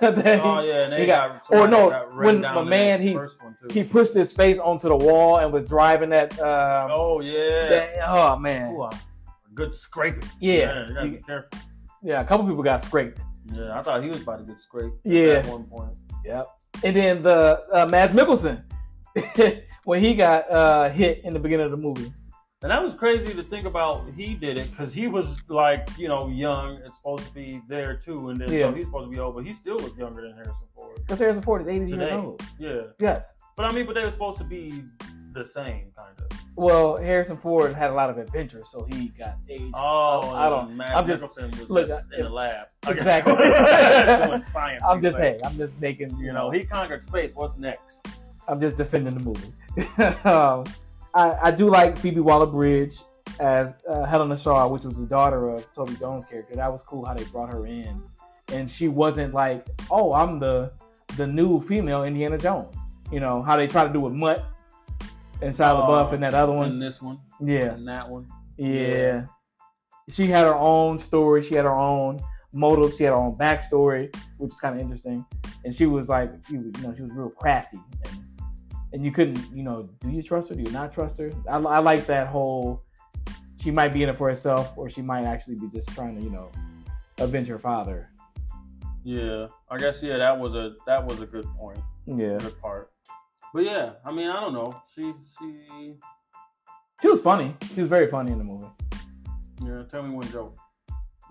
[SPEAKER 1] They-
[SPEAKER 2] oh yeah, and they
[SPEAKER 1] he
[SPEAKER 2] got,
[SPEAKER 1] got-
[SPEAKER 2] somebody
[SPEAKER 1] or no,
[SPEAKER 2] ran
[SPEAKER 1] when
[SPEAKER 2] down
[SPEAKER 1] my
[SPEAKER 2] in
[SPEAKER 1] man,
[SPEAKER 2] that
[SPEAKER 1] he's-
[SPEAKER 2] first one, too.
[SPEAKER 1] He pushed his face onto the wall and was driving that. Um,
[SPEAKER 2] oh yeah,
[SPEAKER 1] that- oh man,
[SPEAKER 2] Ooh, a good scraping.
[SPEAKER 1] yeah,
[SPEAKER 2] you gotta be
[SPEAKER 1] He-
[SPEAKER 2] careful.
[SPEAKER 1] yeah. A couple people got scraped.
[SPEAKER 2] Yeah, I thought he was about to get scraped.
[SPEAKER 1] Yeah.
[SPEAKER 2] At one point.
[SPEAKER 1] Yep. And then the uh, Mads Mikkelsen when he got uh, hit in the beginning of the movie.
[SPEAKER 2] And that was crazy to think about. He did it because he was like, you know, young. It's supposed to be there too, and then
[SPEAKER 1] Yeah.
[SPEAKER 2] so he's supposed to be old, but he still looked younger than Harrison Ford.
[SPEAKER 1] Because Harrison Ford is 80 years
[SPEAKER 2] Today.
[SPEAKER 1] old.
[SPEAKER 2] Yeah,
[SPEAKER 1] Yes.
[SPEAKER 2] but I mean, but they were supposed to be the same kind of.
[SPEAKER 1] Well, Harrison Ford had a lot of adventures, so he got aged.
[SPEAKER 2] Oh,
[SPEAKER 1] I don't-
[SPEAKER 2] and Matt
[SPEAKER 1] I'm just-
[SPEAKER 2] Nicholson was
[SPEAKER 1] look,
[SPEAKER 2] just
[SPEAKER 1] I-
[SPEAKER 2] in the lab,
[SPEAKER 1] Exactly.
[SPEAKER 2] doing science.
[SPEAKER 1] I'm
[SPEAKER 2] he
[SPEAKER 1] just
[SPEAKER 2] said.
[SPEAKER 1] hey, I'm just making
[SPEAKER 2] you know, he conquered space. What's next?
[SPEAKER 1] I'm just defending the movie. um, I, I do like Phoebe Waller Bridge as uh, Helena Shaw, which was the daughter of Toby Jones' character. That was cool how they brought her in and she wasn't like, oh, I'm the the new female Indiana Jones. You know how they try to do with Mutt and Shia LaBeouf
[SPEAKER 2] Oh,
[SPEAKER 1] and that other one.
[SPEAKER 2] And this one.
[SPEAKER 1] yeah,
[SPEAKER 2] And that one.
[SPEAKER 1] yeah. She had her own story. She had her own motive. She had her own backstory, which is kind of interesting. And she was like, you know, she was real crafty, and, and you couldn't, you know, do you trust her? Do you not trust her? I, I like that whole. She might be in it for herself, or she might actually be just trying to, you know, avenge her father.
[SPEAKER 2] Yeah. I guess yeah, that was a that was a good point.
[SPEAKER 1] Yeah,
[SPEAKER 2] Good part. But yeah, I mean, I don't know. She she
[SPEAKER 1] she was funny. She was very funny in the movie.
[SPEAKER 2] yeah, tell me one joke.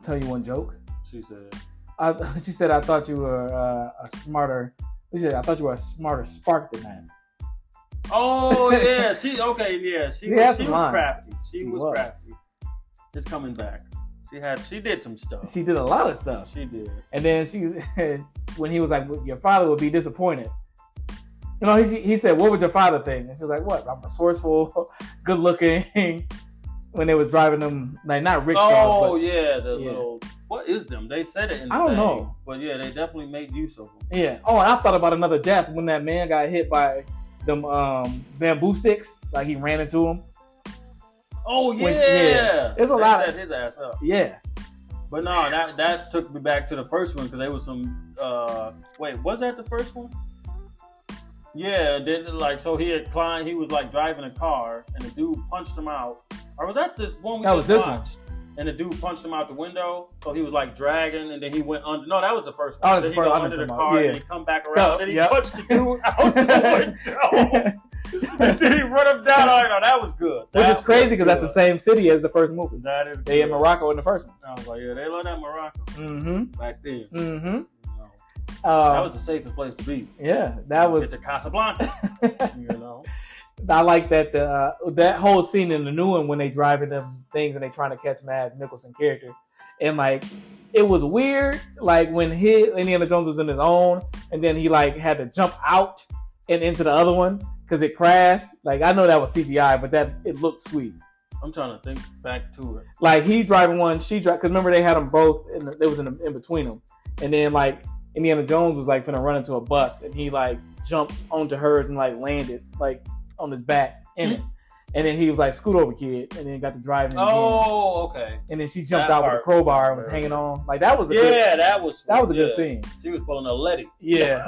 [SPEAKER 1] Tell you one joke.
[SPEAKER 2] She said.
[SPEAKER 1] I, she said, "I thought you were uh, a smarter." She said, "I thought you were a smarter spark than that."
[SPEAKER 2] Oh yeah, she okay, yeah. She
[SPEAKER 1] She had
[SPEAKER 2] was, she
[SPEAKER 1] some
[SPEAKER 2] was
[SPEAKER 1] lines.
[SPEAKER 2] crafty. She,
[SPEAKER 1] She
[SPEAKER 2] was,
[SPEAKER 1] was.
[SPEAKER 2] crafty. It's coming back. She had she did some stuff.
[SPEAKER 1] She did a lot of stuff.
[SPEAKER 2] She did.
[SPEAKER 1] And then she, when he was like, "Your father would be disappointed." You know, he, he said, "What would your father think?" And she was like, "What? I'm resourceful, good looking." When they was driving them, like not rickshaws,
[SPEAKER 2] oh
[SPEAKER 1] but
[SPEAKER 2] yeah, the
[SPEAKER 1] yeah.
[SPEAKER 2] little what is them? They said it in the
[SPEAKER 1] I don't
[SPEAKER 2] thing,
[SPEAKER 1] know.
[SPEAKER 2] But yeah, they definitely made use of them.
[SPEAKER 1] yeah. Oh, and I thought about another death when that man got hit by them um, bamboo sticks. Like he ran into him.
[SPEAKER 2] Oh yeah.
[SPEAKER 1] When- yeah. There's a
[SPEAKER 2] They
[SPEAKER 1] lot of-
[SPEAKER 2] set his ass up.
[SPEAKER 1] Yeah,
[SPEAKER 2] But no, that that took me back to the first one because there was some uh wait, was that the first one? Yeah, then like so he had climbed he was like driving a car and the dude punched him out. Or was that the one we
[SPEAKER 1] That was
[SPEAKER 2] just
[SPEAKER 1] this one.
[SPEAKER 2] watched? And the dude punched him out the window, so he was like dragging, and then he went under. No, that was the first
[SPEAKER 1] Oh,
[SPEAKER 2] one.
[SPEAKER 1] that's the
[SPEAKER 2] Then he
[SPEAKER 1] first
[SPEAKER 2] go
[SPEAKER 1] one
[SPEAKER 2] under the
[SPEAKER 1] I'm talking
[SPEAKER 2] car,
[SPEAKER 1] about.
[SPEAKER 2] and
[SPEAKER 1] Yeah.
[SPEAKER 2] then he come back around, and then he
[SPEAKER 1] Yep.
[SPEAKER 2] punched the dude out the window.
[SPEAKER 1] which
[SPEAKER 2] and then he run him down. All right, now that was good. That
[SPEAKER 1] is crazy because that's the
[SPEAKER 2] was
[SPEAKER 1] same city as the first movie.
[SPEAKER 2] good. That is
[SPEAKER 1] They
[SPEAKER 2] good.
[SPEAKER 1] in Morocco in the first one.
[SPEAKER 2] I was like, yeah, they love that Morocco
[SPEAKER 1] Mm-hmm.
[SPEAKER 2] back then.
[SPEAKER 1] Mm-hmm.
[SPEAKER 2] You know, that
[SPEAKER 1] Um,
[SPEAKER 2] was the safest place to be.
[SPEAKER 1] yeah, that was
[SPEAKER 2] Get to Casablanca. you know,
[SPEAKER 1] I like that the uh, that whole scene in the new one when they driving them things and they trying to catch Mads Mikkelsen character, and like it was weird. Like when he Indiana Jones was in his own, and then he like had to jump out and into the other one because it crashed. Like I know that was CGI, but that it looked sweet.
[SPEAKER 2] I'm trying to think back to it.
[SPEAKER 1] Like he driving one, she drive. Because remember they had them both, and they was in, the, in between them, and then like Indiana Jones was like finna run into a bus, and he like jumped onto hers and like landed like on his back in it, and then he was like scoot over kid, and then got to driving. again.
[SPEAKER 2] Oh, okay.
[SPEAKER 1] and then she jumped
[SPEAKER 2] that
[SPEAKER 1] out with a
[SPEAKER 2] part
[SPEAKER 1] crowbar
[SPEAKER 2] was
[SPEAKER 1] and was
[SPEAKER 2] very-
[SPEAKER 1] hanging on. Like that was a
[SPEAKER 2] yeah,
[SPEAKER 1] good,
[SPEAKER 2] that was
[SPEAKER 1] that was a good
[SPEAKER 2] yeah.
[SPEAKER 1] scene.
[SPEAKER 2] She was pulling a Letty.
[SPEAKER 1] Yeah,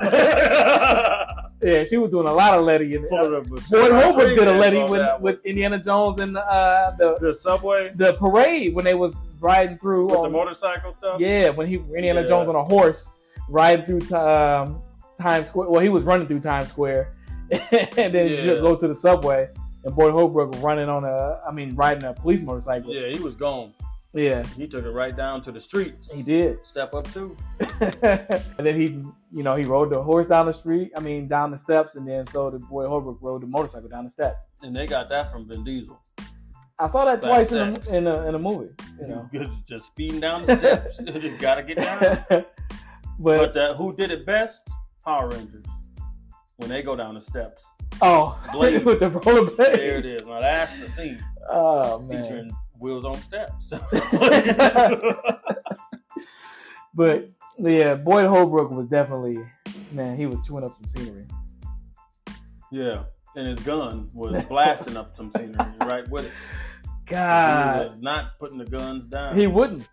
[SPEAKER 1] yeah, she was doing a lot of Letty. And, uh, Boyd Holbrook did a Letty with, with Indiana Jones and the, uh, the
[SPEAKER 2] the subway
[SPEAKER 1] the parade when they was riding through
[SPEAKER 2] with the
[SPEAKER 1] on-
[SPEAKER 2] motorcycle stuff.
[SPEAKER 1] Yeah, when he Indiana
[SPEAKER 2] Yeah.
[SPEAKER 1] Jones on a horse riding through ti- um, Times Square. Well, he was running through Times Square, and then
[SPEAKER 2] Yeah.
[SPEAKER 1] just go to the subway. And Boyd Holbrook running on a, I mean, riding a police motorcycle.
[SPEAKER 2] Yeah, he was gone.
[SPEAKER 1] Yeah,
[SPEAKER 2] He took it right down to the streets.
[SPEAKER 1] he did.
[SPEAKER 2] Step up too.
[SPEAKER 1] and then he, you know, he rode the horse down the street. I mean, down the steps, and then so the Boyd Holbrook rode the motorcycle down the steps.
[SPEAKER 2] And they got that from Vin Diesel.
[SPEAKER 1] I saw that
[SPEAKER 2] Back
[SPEAKER 1] twice in
[SPEAKER 2] steps.
[SPEAKER 1] a, in a in a movie. You know,
[SPEAKER 2] Just speeding down the steps. you gotta get down. But
[SPEAKER 1] but
[SPEAKER 2] that who did it best? Power Rangers. When they go down the steps.
[SPEAKER 1] oh,
[SPEAKER 2] Blade.
[SPEAKER 1] with the roller blade.
[SPEAKER 2] There it is. Now that's the scene
[SPEAKER 1] Oh man.
[SPEAKER 2] featuring wheels on steps.
[SPEAKER 1] But yeah, Boyd Holbrook was definitely man. He was chewing up some scenery.
[SPEAKER 2] yeah. And his gun was blasting up some scenery right with it. he
[SPEAKER 1] God,
[SPEAKER 2] was not putting the guns down.
[SPEAKER 1] he wouldn't.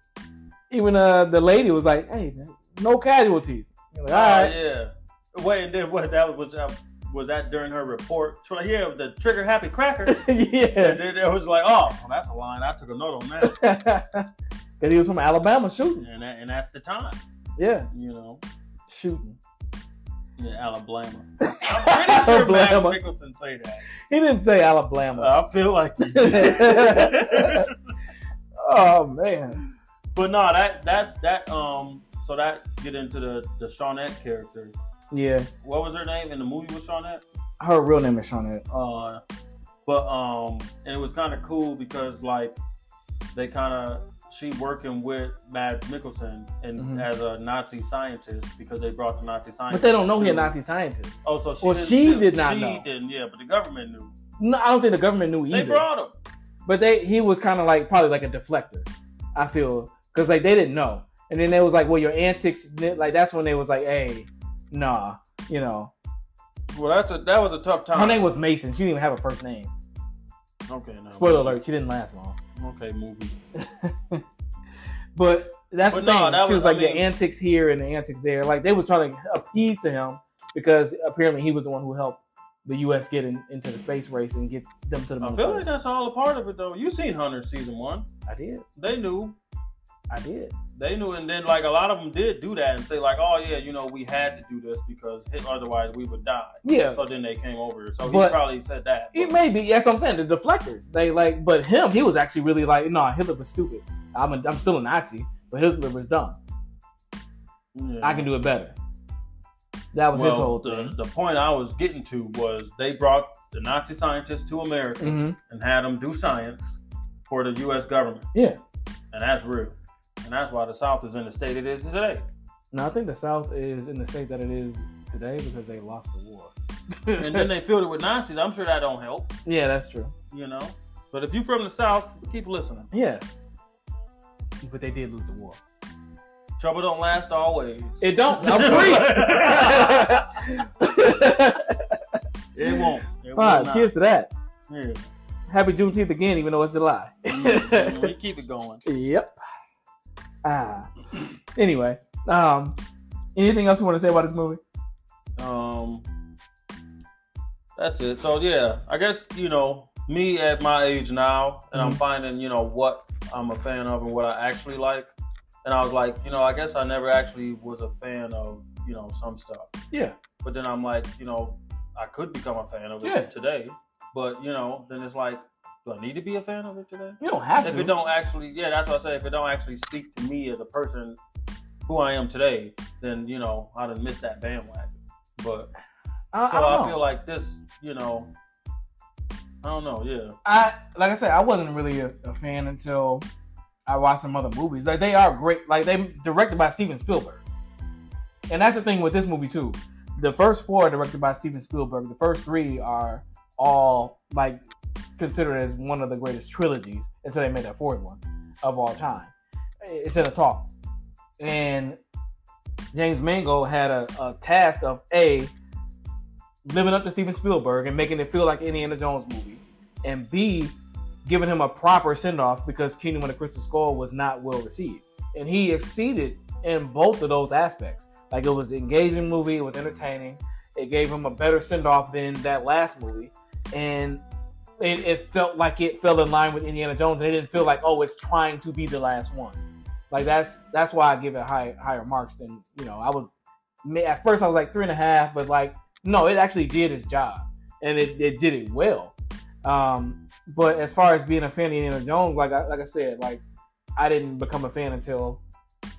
[SPEAKER 1] Even uh, the lady was like, "Hey, no casualties." You're like,
[SPEAKER 2] Oh,
[SPEAKER 1] All right,
[SPEAKER 2] yeah. Wait, and then what? That was was, was that during her report? Tr- Yeah, the trigger happy cracker. and
[SPEAKER 1] yeah,
[SPEAKER 2] then it was like, oh, well, that's a line. I took a note on that,
[SPEAKER 1] because he was from Alabama shooting.
[SPEAKER 2] and that, and that's the time.
[SPEAKER 1] Yeah,
[SPEAKER 2] You know,
[SPEAKER 1] shooting.
[SPEAKER 2] yeah, Alabama. I'm pretty sure Matt
[SPEAKER 1] Alabama.
[SPEAKER 2] Nicholson say that.
[SPEAKER 1] He didn't say Alabama.
[SPEAKER 2] I feel like he did.
[SPEAKER 1] oh man,
[SPEAKER 2] But no, that that's that um so that get into the the Shawnette character.
[SPEAKER 1] yeah.
[SPEAKER 2] What was her name in the movie with Shawnette?
[SPEAKER 1] Her real name is Shawnette.
[SPEAKER 2] Uh but um and it was kind of cool because like they kind of she working with Matt Mickelson and
[SPEAKER 1] Mhm.
[SPEAKER 2] as a Nazi scientist because they brought the Nazi scientist.
[SPEAKER 1] But they don't know he a
[SPEAKER 2] to-
[SPEAKER 1] Nazi scientist.
[SPEAKER 2] Oh, so she,
[SPEAKER 1] Well,
[SPEAKER 2] didn't-
[SPEAKER 1] she did not
[SPEAKER 2] she
[SPEAKER 1] know.
[SPEAKER 2] didn't, yeah, but the government knew.
[SPEAKER 1] No, I don't think the government knew either.
[SPEAKER 2] They brought him.
[SPEAKER 1] But they he was kind of like probably like a deflector. I feel because like they didn't know, And then they was like, well, your antics, like that's when they was like, hey, nah, you know.
[SPEAKER 2] Well, that's a that was a tough time.
[SPEAKER 1] Her name was Mason. She didn't even have a first name.
[SPEAKER 2] okay. No,
[SPEAKER 1] Spoiler alert, she didn't last long.
[SPEAKER 2] Okay, movie.
[SPEAKER 1] But that's
[SPEAKER 2] But
[SPEAKER 1] the thing.
[SPEAKER 2] no, that
[SPEAKER 1] she was,
[SPEAKER 2] was- I
[SPEAKER 1] like the
[SPEAKER 2] mean-
[SPEAKER 1] antics here and the antics there. Like they was trying to appease to him because apparently he was the one who helped the U.S. get in, into the space race and get them to the moon.
[SPEAKER 2] I feel like
[SPEAKER 1] first.
[SPEAKER 2] that's all a part of it though. You seen Hunter season one?
[SPEAKER 1] I did.
[SPEAKER 2] They knew.
[SPEAKER 1] I did.
[SPEAKER 2] They knew, and then like a lot of them did do that and say like, "Oh yeah, you know, we had to do this because hit, otherwise we would die."
[SPEAKER 1] Yeah.
[SPEAKER 2] So then they came over. So he
[SPEAKER 1] But-
[SPEAKER 2] probably said that.
[SPEAKER 1] It
[SPEAKER 2] but-
[SPEAKER 1] may be. That's what I'm saying. The deflectors. They like, but him, he was actually really like, no, Hitler was stupid. I'm, a, I'm still a Nazi, but Hitler was dumb.
[SPEAKER 2] Yeah.
[SPEAKER 1] I can do it better. That was his whole
[SPEAKER 2] the,
[SPEAKER 1] thing.
[SPEAKER 2] The point I was getting to was they brought the Nazi scientists to America
[SPEAKER 1] Mhm.
[SPEAKER 2] and had them do science for the U.S. government.
[SPEAKER 1] Yeah.
[SPEAKER 2] And that's real. And that's why the South is in the state it is today.
[SPEAKER 1] Now I think the South is in the state that it is today because they lost the war.
[SPEAKER 2] and then they filled it with Nazis. I'm sure that don't help,
[SPEAKER 1] yeah, that's true.
[SPEAKER 2] you know. But if you're from the South, keep listening.
[SPEAKER 1] Yeah. But they did lose the war.
[SPEAKER 2] Trouble don't last always.
[SPEAKER 1] It don't. I'm free.
[SPEAKER 2] It won't. It will
[SPEAKER 1] All right,
[SPEAKER 2] not.
[SPEAKER 1] cheers to that.
[SPEAKER 2] Yeah.
[SPEAKER 1] Happy Juneteenth again, even though it's July.
[SPEAKER 2] Mm, we keep it going.
[SPEAKER 1] Yep. Ah. Anyway, um, anything else you want to say about this movie?
[SPEAKER 2] Um, that's it. So yeah, I guess you know me at my age now, and I'm
[SPEAKER 1] Mhm.
[SPEAKER 2] finding you know what I'm a fan of and what I actually like. And I was like, you know, I guess I never actually was a fan of you know some stuff.
[SPEAKER 1] Yeah.
[SPEAKER 2] But then I'm like, you know, I could become a fan of it
[SPEAKER 1] Yeah.
[SPEAKER 2] today. But you know, then it's like, do I need to be a fan of it today?
[SPEAKER 1] You don't have
[SPEAKER 2] If
[SPEAKER 1] to.
[SPEAKER 2] it don't actually, yeah, that's what I say. If it don't actually speak to me as a person, who I am today, then you know, I done missed that bandwagon. But
[SPEAKER 1] I, Uh, I
[SPEAKER 2] so
[SPEAKER 1] don't
[SPEAKER 2] I,
[SPEAKER 1] know.
[SPEAKER 2] feel like this, you know, I don't know. Yeah,
[SPEAKER 1] I like I said, I wasn't really a, a fan until I watched some other movies. Like they are great. Like they directed by Steven Spielberg, and that's the thing with this movie too. The first four are directed by Steven Spielberg. The first three are all like considered as one of the greatest trilogies until they made that fourth one of all time. It's in a talk, and James Mangold had a, a task of a living up to Steven Spielberg and making it feel like Indiana Jones movie and B, giving him a proper send off because Kingdom of the Crystal Skull was not well received. And he exceeded in both of those aspects. Like it was an engaging movie, it was entertaining, it gave him a better send off than that last movie. And it, it felt like it fell in line with Indiana Jones, and it didn't feel like oh, it's trying to be the last one. Like that's that's why I give it high, higher marks than you know. I was at first I was like three and a half, but like no, it actually did its job, and it, it did it well. Um, but as far as being a fan of Indiana Jones, like I, like I said, like I didn't become a fan until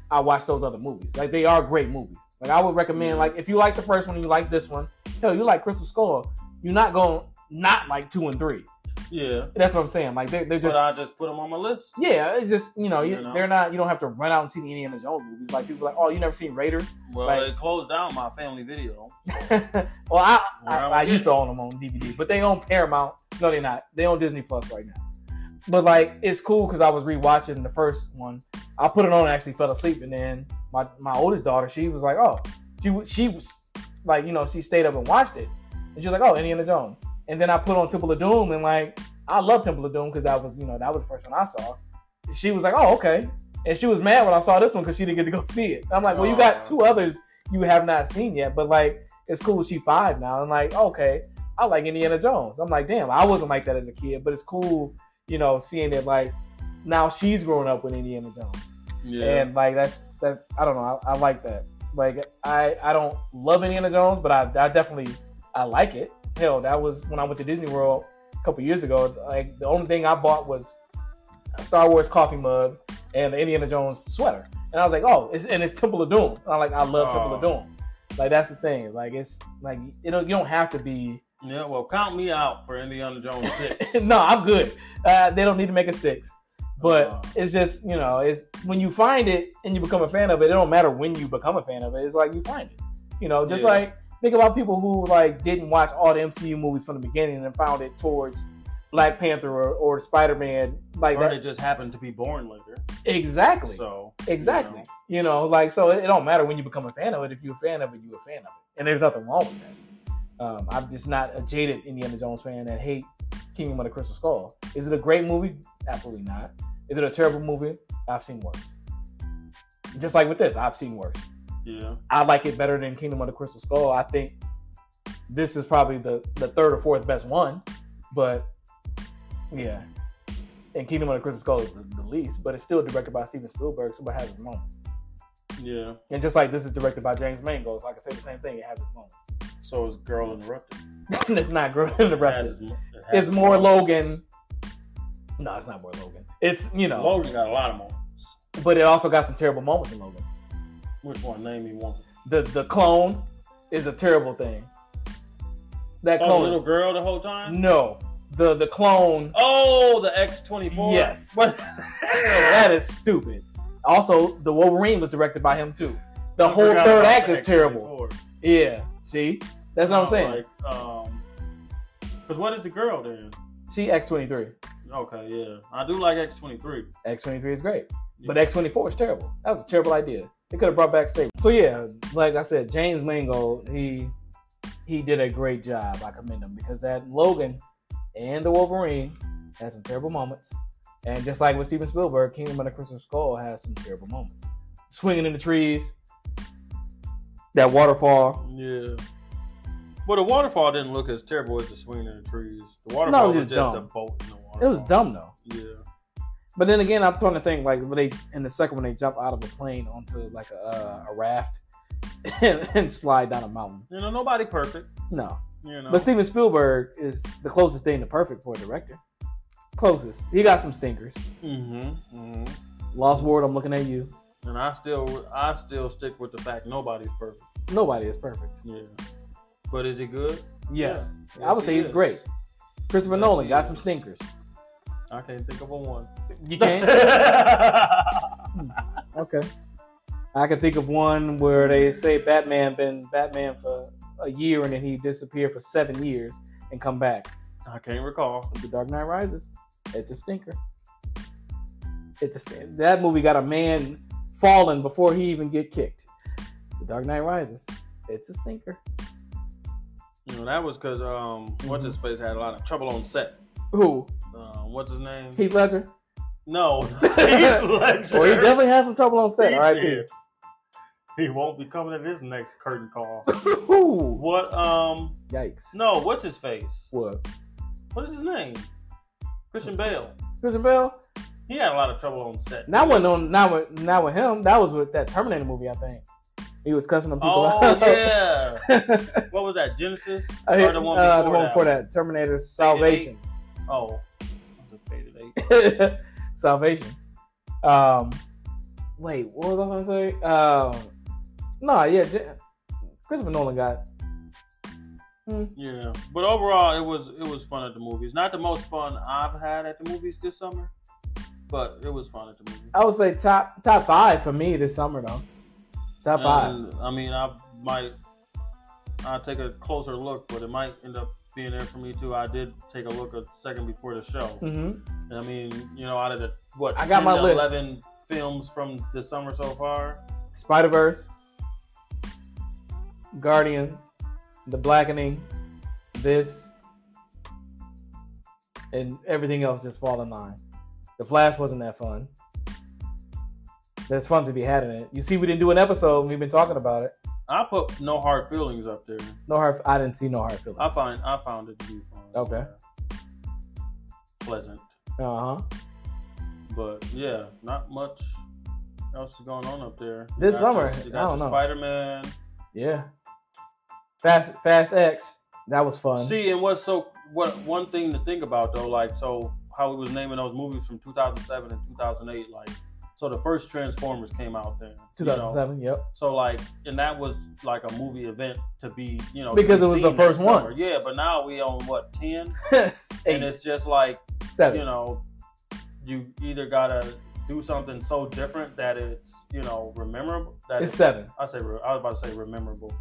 [SPEAKER 1] I watched those other movies. Like they are great movies. Like I would recommend, like if you like the first one, you like this one. Hell, you like Crystal Skull, you're not going to not like two and three.
[SPEAKER 2] yeah.
[SPEAKER 1] That's what I'm saying. Like they're, they're
[SPEAKER 2] but
[SPEAKER 1] just
[SPEAKER 2] I just put them on my list.
[SPEAKER 1] yeah, it's just you know, you,
[SPEAKER 2] You know?
[SPEAKER 1] they're not. You don't have to run out and see the Indiana Jones movies. Like people are like, oh, you never seen Raiders?
[SPEAKER 2] Well,
[SPEAKER 1] Right.
[SPEAKER 2] they closed down my family video.
[SPEAKER 1] well, I I,
[SPEAKER 2] Well,
[SPEAKER 1] I
[SPEAKER 2] yeah.
[SPEAKER 1] used to own them on DVD, but they own Paramount. No, they're not. They own Disney Plus right now. But like, it's cool because I was rewatching the first one. I put it on and actually fell asleep, and then my my oldest daughter, she was like, oh, she w- she was like, you know, she stayed up and watched it, and she was like, oh, Indiana Jones. And then I put on Temple of Doom, and like, I love Temple of Doom because that was you know that was the first one I saw. She was like, oh, okay. And she was mad when I saw this one because she didn't get to go see it. I'm like, well, you
[SPEAKER 2] Aw.
[SPEAKER 1] got two others you have not seen yet, but like, it's cool she five now. I'm like, okay, I like Indiana Jones. I'm like, damn, I wasn't like that as a kid, but it's cool, you know, seeing it like now she's growing up with Indiana Jones.
[SPEAKER 2] Yeah,
[SPEAKER 1] And like that's that's I don't know, I, I like that. Like I I don't love Indiana Jones, but I, I definitely I like it. Hell, that was when I went to Disney World a couple years ago. Like the only thing I bought was a Star Wars coffee mug and an Indiana Jones sweater. And I was like, oh, it's, and it's Temple of Doom. And I'm like, I love Temple of
[SPEAKER 2] Oh.
[SPEAKER 1] Doom. Like that's the thing. Like it's like you know you don't have to be.
[SPEAKER 2] yeah. Well, count me out for Indiana Jones six.
[SPEAKER 1] no, I'm good. Uh, they don't need to make a six. But
[SPEAKER 2] Uh,
[SPEAKER 1] it's just you know it's when you find it and you become a fan of it. It don't matter when you become a fan of it. It's like you find it. You know, just
[SPEAKER 2] Yeah.
[SPEAKER 1] like think about people who like didn't watch all the MCU movies from the beginning and found it towards Black Panther or, or Spider Man. Like
[SPEAKER 2] or
[SPEAKER 1] that.
[SPEAKER 2] they just happened to be born later.
[SPEAKER 1] Exactly.
[SPEAKER 2] So
[SPEAKER 1] exactly. You know, like so it, it don't matter when you become a fan of it. If you're a fan of it, you're a fan of it, and there's nothing wrong with that. Um, I'm just not a jaded Indiana Jones fan that hate Kingdom of the Crystal Skull. Is it a great movie? Absolutely not. Is it a terrible movie? I've seen worse. Just like with this, I've seen worse.
[SPEAKER 2] you know,
[SPEAKER 1] I like it better than Kingdom of the Crystal Skull. I think this is probably the, the third or fourth best one, but yeah. And Kingdom of the Crystal Skull is the, the least, but it's still directed by Steven Spielberg, so it has its moments.
[SPEAKER 2] yeah, yeah.
[SPEAKER 1] And just like this is directed by James Mangold, so I can say the same thing. It has its moments.
[SPEAKER 2] So is Girl Interrupted.
[SPEAKER 1] it's not growing the
[SPEAKER 2] It has
[SPEAKER 1] reference.
[SPEAKER 2] its- it has
[SPEAKER 1] It's
[SPEAKER 2] its
[SPEAKER 1] more
[SPEAKER 2] moments.
[SPEAKER 1] Logan. No, it's not more Logan. It's you know,
[SPEAKER 2] Logan got a lot of moments.
[SPEAKER 1] but it also got some terrible moments in Logan.
[SPEAKER 2] Which one? Name me one.
[SPEAKER 1] The the clone is a terrible thing. That
[SPEAKER 2] Oh,
[SPEAKER 1] clone
[SPEAKER 2] the
[SPEAKER 1] is
[SPEAKER 2] little girl the whole time.
[SPEAKER 1] No, the the clone.
[SPEAKER 2] Oh, the X twenty four.
[SPEAKER 1] Yes.
[SPEAKER 2] What? Oh,
[SPEAKER 1] That is stupid. Also, the Wolverine was directed by him too. The
[SPEAKER 2] I
[SPEAKER 1] whole
[SPEAKER 2] forgot
[SPEAKER 1] third
[SPEAKER 2] about
[SPEAKER 1] act
[SPEAKER 2] the
[SPEAKER 1] is terrible.
[SPEAKER 2] X-24.
[SPEAKER 1] Yeah. See, that's what I'm saying.
[SPEAKER 2] Like, um, because what is the girl then?
[SPEAKER 1] See, X twenty three.
[SPEAKER 2] Okay, yeah, I do like X twenty three.
[SPEAKER 1] X twenty three is great, but X twenty four is terrible. That was a terrible idea. They could have brought back Saber. So yeah, like I said, James Mangold, he he did a great job. I commend him because that Logan and the Wolverine had some terrible moments, and just like with Steven Spielberg, Kingdom of the Crystal Skull has some terrible moments. Swinging in the trees, that waterfall.
[SPEAKER 2] Yeah. Well, the waterfall didn't look as terrible as the swing in the trees. The waterfall was
[SPEAKER 1] just
[SPEAKER 2] just, a
[SPEAKER 1] dumb.
[SPEAKER 2] boat in the water.
[SPEAKER 1] It was dumb though.
[SPEAKER 2] Yeah.
[SPEAKER 1] But then again, I'm trying to think like when they in the second one they jump out of a plane onto like a, uh, a raft and, and slide down a mountain.
[SPEAKER 2] You know, nobody perfect.
[SPEAKER 1] No,
[SPEAKER 2] You know.
[SPEAKER 1] But Steven Spielberg is the closest thing to perfect for a director. Closest. He got some stinkers.
[SPEAKER 2] mm-hmm, mm-hmm.
[SPEAKER 1] Lost World, I'm looking at you.
[SPEAKER 2] And I still, I still stick with the fact nobody's perfect.
[SPEAKER 1] Nobody is perfect.
[SPEAKER 2] Yeah. But is it good?
[SPEAKER 1] Yes.
[SPEAKER 2] Yeah.
[SPEAKER 1] I would
[SPEAKER 2] Yes,
[SPEAKER 1] say
[SPEAKER 2] it
[SPEAKER 1] he's
[SPEAKER 2] is.
[SPEAKER 1] great. Christopher
[SPEAKER 2] Yes,
[SPEAKER 1] Nolan
[SPEAKER 2] he
[SPEAKER 1] got
[SPEAKER 2] is.
[SPEAKER 1] some stinkers.
[SPEAKER 2] I can't think of a one.
[SPEAKER 1] You can't? okay. I can think of one where they say Batman been Batman for a year and then he disappeared for seven years and come back.
[SPEAKER 2] I can't recall.
[SPEAKER 1] The Dark Knight Rises. It's a stinker. It's a stinker. That movie got a man falling before he even get kicked. The Dark Knight Rises. It's a stinker.
[SPEAKER 2] You know, that was because um, what's his face had a lot of trouble on set.
[SPEAKER 1] Who?
[SPEAKER 2] Um, what's his name?
[SPEAKER 1] Heath Ledger.
[SPEAKER 2] no, Heath Ledger.
[SPEAKER 1] Well, he definitely had some trouble on set.
[SPEAKER 2] He
[SPEAKER 1] All right,
[SPEAKER 2] did. He won't be coming to this next curtain call.
[SPEAKER 1] Who?
[SPEAKER 2] What? Um,
[SPEAKER 1] Yikes.
[SPEAKER 2] no. What's his face?
[SPEAKER 1] What?
[SPEAKER 2] What is his name? Christian Bale.
[SPEAKER 1] Christian Bell?
[SPEAKER 2] He had a lot of trouble on set.
[SPEAKER 1] That wasn't on. Not with. Not with him. That was with that Terminator movie. I think he was cussing them people
[SPEAKER 2] Oh
[SPEAKER 1] out.
[SPEAKER 2] yeah. what was that? Genesis
[SPEAKER 1] I hit-
[SPEAKER 2] or the one before,
[SPEAKER 1] uh, the one
[SPEAKER 2] that?
[SPEAKER 1] before that, Terminator Salvation.
[SPEAKER 2] Oh, that was a faded eight.
[SPEAKER 1] salvation. Um, wait, what was I gonna say? Um, nah, yeah, J- Christopher Nolan got.
[SPEAKER 2] Yeah, but overall, it was it was fun at the movies. Not the most fun I've had at the movies this summer, but it was fun at the movies.
[SPEAKER 1] I would say top top five for me this summer though. Top five.
[SPEAKER 2] And, I mean, I might I'll take a closer look, but it might end up being there for me too. I did take a look a second before the show.
[SPEAKER 1] Mm-hmm.
[SPEAKER 2] And I mean, you know, out of the what
[SPEAKER 1] I got
[SPEAKER 2] 10
[SPEAKER 1] my
[SPEAKER 2] to
[SPEAKER 1] list.
[SPEAKER 2] eleven films from the summer so far.
[SPEAKER 1] Spider Verse, Guardians, The Blackening, this, and everything else just fall in line. The Flash wasn't that fun. There's fun to be had in it. You see, we didn't do an episode. and We've been talking about it.
[SPEAKER 2] I put no hard feelings up there.
[SPEAKER 1] No hard. I didn't see no hard feelings.
[SPEAKER 2] I find I found it to be fun.
[SPEAKER 1] Okay.
[SPEAKER 2] Pleasant.
[SPEAKER 1] Uh huh.
[SPEAKER 2] But yeah, not much else is going on up there. You
[SPEAKER 1] This
[SPEAKER 2] got
[SPEAKER 1] summer,
[SPEAKER 2] your- you
[SPEAKER 1] I
[SPEAKER 2] got
[SPEAKER 1] don't know.
[SPEAKER 2] Spider Man.
[SPEAKER 1] Yeah. Fast Fast X. That was fun.
[SPEAKER 2] See, and what's so what one thing to think about though, like so how we was naming those movies from 2007 and 2008, like so the first Transformers came out then, you know?
[SPEAKER 1] 2007. Yep.
[SPEAKER 2] So like, and that was like a movie event to be, you know,
[SPEAKER 1] Because
[SPEAKER 2] to be
[SPEAKER 1] it was the
[SPEAKER 2] seen that
[SPEAKER 1] first one.
[SPEAKER 2] summer. Yeah, but now we on what ten, and
[SPEAKER 1] Eight.
[SPEAKER 2] it's just like
[SPEAKER 1] Seven.
[SPEAKER 2] you know, you either gotta do something so different that it's you know rememberable. That
[SPEAKER 1] it's seven.
[SPEAKER 2] I say re- I was about to say rememberable.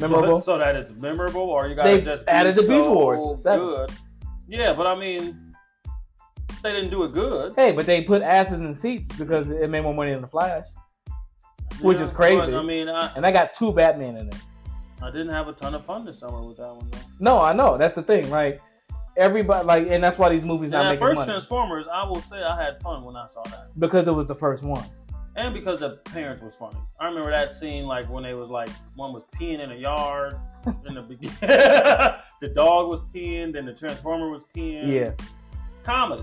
[SPEAKER 1] Memorable.
[SPEAKER 2] so that it's memorable, or you gotta
[SPEAKER 1] They
[SPEAKER 2] just
[SPEAKER 1] added
[SPEAKER 2] be
[SPEAKER 1] the Beast
[SPEAKER 2] so
[SPEAKER 1] Wars, seven.
[SPEAKER 2] Good. Yeah, but I mean, They didn't do it good,
[SPEAKER 1] Hey, but they put asses in seats because it made more money than the Flash, which
[SPEAKER 2] Yeah,
[SPEAKER 1] is crazy.
[SPEAKER 2] But, I mean, I,
[SPEAKER 1] and I got two Batman in it.
[SPEAKER 2] I didn't have a ton of fun this summer with that one though.
[SPEAKER 1] No, I know that's the thing. Like everybody, like, and that's why these movies
[SPEAKER 2] And
[SPEAKER 1] not
[SPEAKER 2] at
[SPEAKER 1] making
[SPEAKER 2] first
[SPEAKER 1] money
[SPEAKER 2] Transformers, I will say I had fun when I saw that,
[SPEAKER 1] because it was the first one.
[SPEAKER 2] and because the parents was funny. I remember that scene like when they was like one was peeing in a yard in the beginning. the dog was peeing, then the Transformer was peeing.
[SPEAKER 1] Yeah,
[SPEAKER 2] comedy.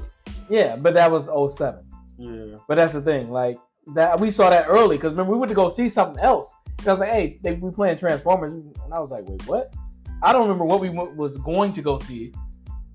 [SPEAKER 1] yeah, but that was 07.
[SPEAKER 2] Yeah,
[SPEAKER 1] But that's the thing, like that we saw that early because remember we went to go see something else. And I was like, hey, they, we playing Transformers, and I was like, wait, what? I don't remember what we w- was going to go see,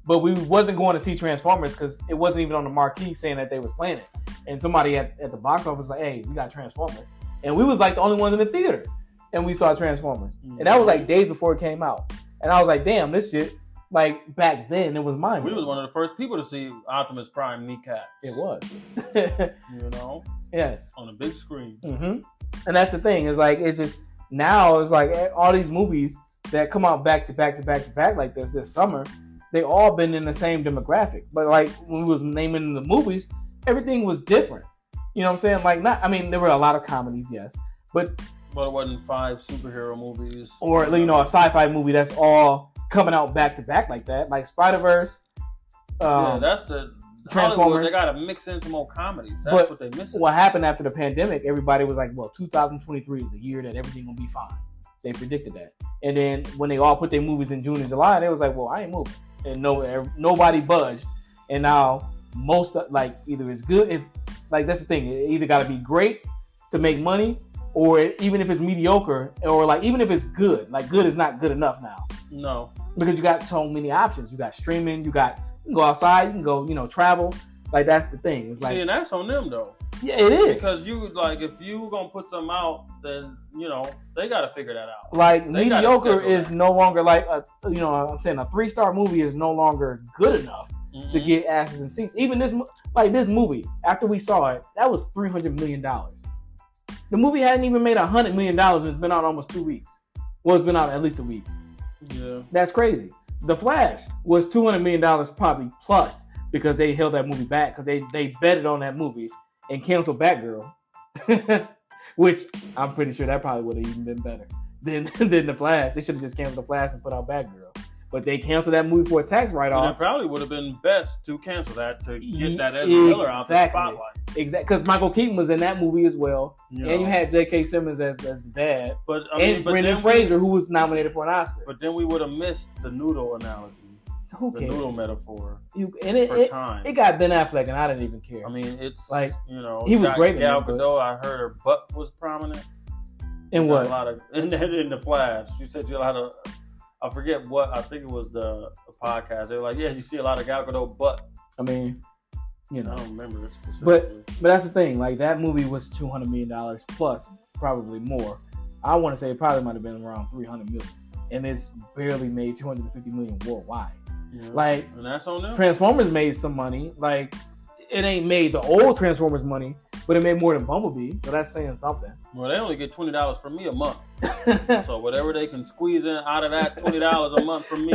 [SPEAKER 1] but we wasn't going to see Transformers because it wasn't even on the marquee saying that they was playing it. And somebody at, at the box office was like, hey, we got Transformers, and we was like the only ones in the theater, and we saw Transformers, and that was like days before it came out, and I was like, damn, this shit. Like back then, it was mine.
[SPEAKER 2] we was one of the first people to see Optimus Prime kneecaps.
[SPEAKER 1] It was.
[SPEAKER 2] you know,
[SPEAKER 1] yes.
[SPEAKER 2] on a big screen.
[SPEAKER 1] hmm And that's the thing is like it's just now it's like eh, all these movies that come out back to back to back to back like this this summer, they all been in the same demographic. But like when we was naming the movies, everything was different. You know what I'm saying? Like not I mean there were a lot of comedies, yes,
[SPEAKER 2] But it wasn't five superhero movies,
[SPEAKER 1] or you know a sci-fi movie that's all coming out back to back like that, like Spider Verse.
[SPEAKER 2] yeah,
[SPEAKER 1] Um,
[SPEAKER 2] that's the
[SPEAKER 1] Transformers.
[SPEAKER 2] Hollywood, They got to mix in some more comedies. That's
[SPEAKER 1] But
[SPEAKER 2] what they missing.
[SPEAKER 1] what happened after the pandemic, everybody was like, well, 2023 is the year that everything will be fine. They predicted that. And then when they all put their movies in June and July, they was like, well, I ain't moving. And no, ev- nobody budged. And now most, of- like, either it's good, if, like, that's the thing. It either got to be great to make money, or even if it's mediocre, or like, even if it's good, like, good is not good enough now
[SPEAKER 2] No,
[SPEAKER 1] because you got so many options. You got streaming, you got, you can go outside, you can go, you know, travel. Like, that's the thing. It's
[SPEAKER 2] see,
[SPEAKER 1] like,
[SPEAKER 2] and that's on them though,
[SPEAKER 1] yeah, it is.
[SPEAKER 2] because you like if you gonna put some out, then you know they got to figure that out.
[SPEAKER 1] like
[SPEAKER 2] They gotta
[SPEAKER 1] mediocre
[SPEAKER 2] schedule
[SPEAKER 1] is no longer like a you know I'm saying a three star movie is no longer good enough to
[SPEAKER 2] Mhm.
[SPEAKER 1] get asses and seats. Even this mo- like this movie after we saw it that was three hundred million dollars. The movie hadn't even made hundred million dollars and it's been out almost two weeks. Well, it's been out at least a week.
[SPEAKER 2] yeah,
[SPEAKER 1] That's crazy. The Flash was two hundred million dollars probably plus because they held that movie back because they they betted on that movie and canceled Batgirl, which I'm pretty sure that probably would have even been better than than the Flash. They should have just canceled the Flash and put out Batgirl, but they canceled that movie for a tax write
[SPEAKER 2] and it
[SPEAKER 1] off.
[SPEAKER 2] probably would have been best to cancel that to get
[SPEAKER 1] Ye-
[SPEAKER 2] that Ezra Miller out the
[SPEAKER 1] exactly.
[SPEAKER 2] spotlight.
[SPEAKER 1] Exactly, because Michael Keaton was in that movie as well,
[SPEAKER 2] You
[SPEAKER 1] and you
[SPEAKER 2] know?
[SPEAKER 1] had J.K. Simmons as as the dad,
[SPEAKER 2] but I mean,
[SPEAKER 1] and
[SPEAKER 2] but
[SPEAKER 1] Brendan
[SPEAKER 2] then we-
[SPEAKER 1] Fraser who was nominated for an Oscar.
[SPEAKER 2] But then we would have missed the noodle analogy,
[SPEAKER 1] who
[SPEAKER 2] the noodle
[SPEAKER 1] cares?
[SPEAKER 2] metaphor
[SPEAKER 1] You, and it,
[SPEAKER 2] for
[SPEAKER 1] it,
[SPEAKER 2] time.
[SPEAKER 1] it got Ben Affleck, and I didn't even care.
[SPEAKER 2] I mean, it's
[SPEAKER 1] Like,
[SPEAKER 2] like you know,
[SPEAKER 1] he was
[SPEAKER 2] Ga-
[SPEAKER 1] great in
[SPEAKER 2] Gal
[SPEAKER 1] it, but-
[SPEAKER 2] Gadot, I heard her butt was prominent.
[SPEAKER 1] and
[SPEAKER 2] You know,
[SPEAKER 1] what?
[SPEAKER 2] A lot of in, in the Flash. You said you a lot of. I forget what I think it was the podcast. They were like, yeah, you see a lot of Gal Gadot butt.
[SPEAKER 1] I mean, you
[SPEAKER 2] I
[SPEAKER 1] know.
[SPEAKER 2] don't remember it
[SPEAKER 1] But-
[SPEAKER 2] specifically.
[SPEAKER 1] But that's the thing. Like that movie was two hundred million dollars plus, probably more. I want to say it probably might have been around three hundred million, and it's barely made two hundred and fifty million worldwide.
[SPEAKER 2] Yeah.
[SPEAKER 1] Like
[SPEAKER 2] and that's on them.
[SPEAKER 1] Transformers made some money. Like it ain't made the old Transformers money, but it made more than Bumblebee. So that's saying something.
[SPEAKER 2] well, they only get twenty dollars from me a month. so whatever they can squeeze in out of that twenty dollars a month from me,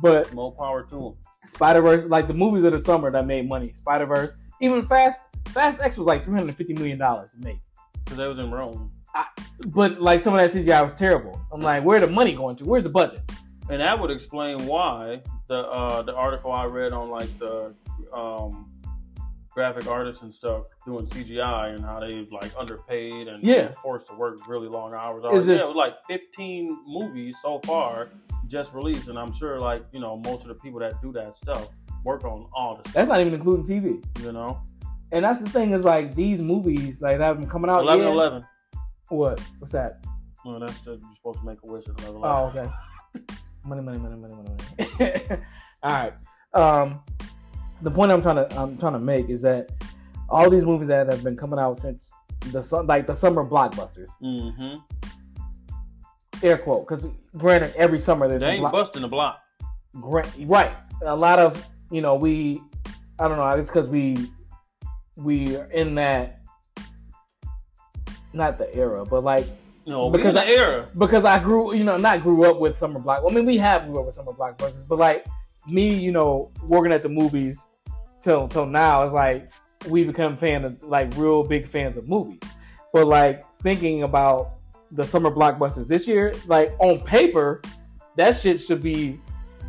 [SPEAKER 1] but
[SPEAKER 2] more power to them.
[SPEAKER 1] Spider Verse, like the movies of the summer that made money. Spider Verse, even Fast Fast X was like three hundred fifty million dollars to make.
[SPEAKER 2] Because they was in Rome.
[SPEAKER 1] But like some of that CGI was terrible. I'm like, where the money going to? Where's the budget?
[SPEAKER 2] and that would explain why the uh, the article I read on like the um, graphic artists and stuff doing CGI and how they like underpaid and
[SPEAKER 1] Yeah.
[SPEAKER 2] forced to work really long hours.
[SPEAKER 1] It's
[SPEAKER 2] yeah,
[SPEAKER 1] just-
[SPEAKER 2] it was like 15 movies so far just released, and I'm sure like you know most of the people that do that stuff work on all this.
[SPEAKER 1] That's not even including TV.
[SPEAKER 2] You know,
[SPEAKER 1] And that's the thing is like these movies like that have been coming out.
[SPEAKER 2] eleven
[SPEAKER 1] Oh, yeah.
[SPEAKER 2] eleven.
[SPEAKER 1] What? What's that?
[SPEAKER 2] Well, that's the, you're supposed to make a wish at eleven
[SPEAKER 1] Oh,
[SPEAKER 2] eleven.
[SPEAKER 1] okay. Money, money, money, money, money, money. All right. Um, the point I'm trying to I'm trying to make is that all these movies that have been coming out since the su- like the summer blockbusters,
[SPEAKER 2] Mm-hmm.
[SPEAKER 1] air quote, because granted every summer there's
[SPEAKER 2] They
[SPEAKER 1] a
[SPEAKER 2] ain't
[SPEAKER 1] block-
[SPEAKER 2] busting the block.
[SPEAKER 1] Gra- right a lot of you know we i don't know it's because we we are in that not the era but like
[SPEAKER 2] No,
[SPEAKER 1] Because
[SPEAKER 2] because the
[SPEAKER 1] I-
[SPEAKER 2] era.
[SPEAKER 1] because i grew you know not grew up with summer block i mean we have grew up with summer blockbusters but like me you know working at the movies till till now it's like we become fan of like real big fans of movies. But like thinking about the summer blockbusters this year, like on paper, that shit should be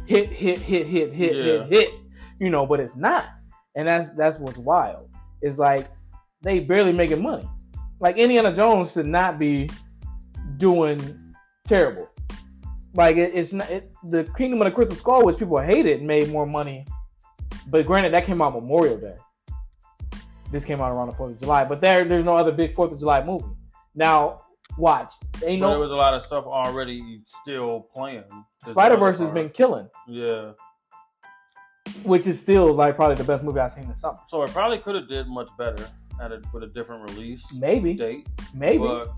[SPEAKER 1] hit, hit, hit, hit, hit,
[SPEAKER 2] Yeah.
[SPEAKER 1] hit, hit. You know, but it's not. And that's that's what's wild. It's like they barely making money. Like Indiana Jones should not be doing terrible. Like it, it's not it, the Kingdom of the Crystal Skull, which people hated, made more money. But granted, that came out Memorial Day. This came out around the Fourth of July, but there there's no other big Fourth of July movie. Now watch, ain't
[SPEAKER 2] But there
[SPEAKER 1] no
[SPEAKER 2] was a lot of stuff already still playing.
[SPEAKER 1] Spider Verse has been killing,
[SPEAKER 2] Yeah.
[SPEAKER 1] which is still like probably the best movie I've seen this summer.
[SPEAKER 2] So it probably could have did much better at a, with a different release
[SPEAKER 1] Maybe,
[SPEAKER 2] date.
[SPEAKER 1] maybe.
[SPEAKER 2] But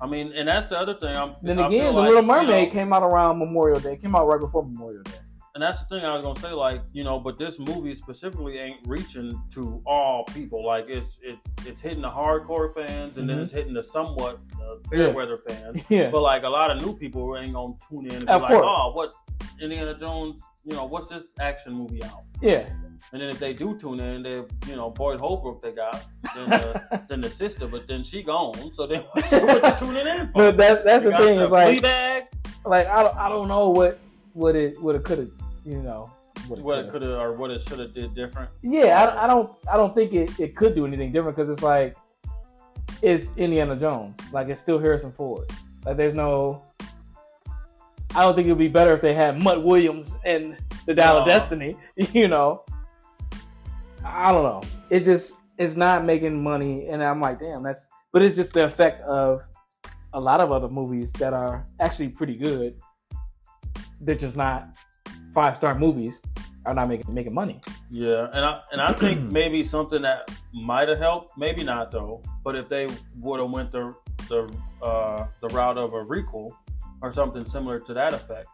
[SPEAKER 2] I mean, and that's the other thing. I'm,
[SPEAKER 1] then
[SPEAKER 2] I
[SPEAKER 1] again,
[SPEAKER 2] feel
[SPEAKER 1] The
[SPEAKER 2] like,
[SPEAKER 1] Little
[SPEAKER 2] you know,
[SPEAKER 1] Mermaid came out around Memorial Day. It came out right before Memorial Day.
[SPEAKER 2] and that's the thing I was gonna say. Like, you know, but this movie specifically ain't reaching to all people. Like, it's it's it's hitting the hardcore fans, and then
[SPEAKER 1] Mhm.
[SPEAKER 2] it's hitting the somewhat uh,
[SPEAKER 1] Yeah.
[SPEAKER 2] fair weather fans.
[SPEAKER 1] yeah,
[SPEAKER 2] But like a lot of new people ain't gonna tune in and be
[SPEAKER 1] Of
[SPEAKER 2] like,
[SPEAKER 1] course.
[SPEAKER 2] oh, what Indiana Jones? You know, what's this action movie out?
[SPEAKER 1] yeah.
[SPEAKER 2] And then if they do tune in, they you know Boyd Holbrook they got, then the, then the sister, but then she gone. So then what you tuning in for?
[SPEAKER 1] But that's that's
[SPEAKER 2] You
[SPEAKER 1] the
[SPEAKER 2] got
[SPEAKER 1] thing.
[SPEAKER 2] your
[SPEAKER 1] Is like
[SPEAKER 2] Fleabag,
[SPEAKER 1] like I don't, I don't know what what it what it could have you know
[SPEAKER 2] what it
[SPEAKER 1] coulda-
[SPEAKER 2] could have or what it should have did different.
[SPEAKER 1] yeah I, I don't I don't think it, it could do anything different because it's like it's Indiana Jones like it's still Harrison Ford like there's no I don't think it'd be better if they had Mutt Williams and the Dial of
[SPEAKER 2] No.
[SPEAKER 1] Destiny you know I don't know it just it's not making money and I'm like damn that's but it's just the effect of a lot of other movies that are actually pretty good they're just not five star movies are not making making money.
[SPEAKER 2] Yeah, and I and I think maybe something that might have helped, maybe not though. But if they would have went the the uh, the route of a recall or something similar to that effect,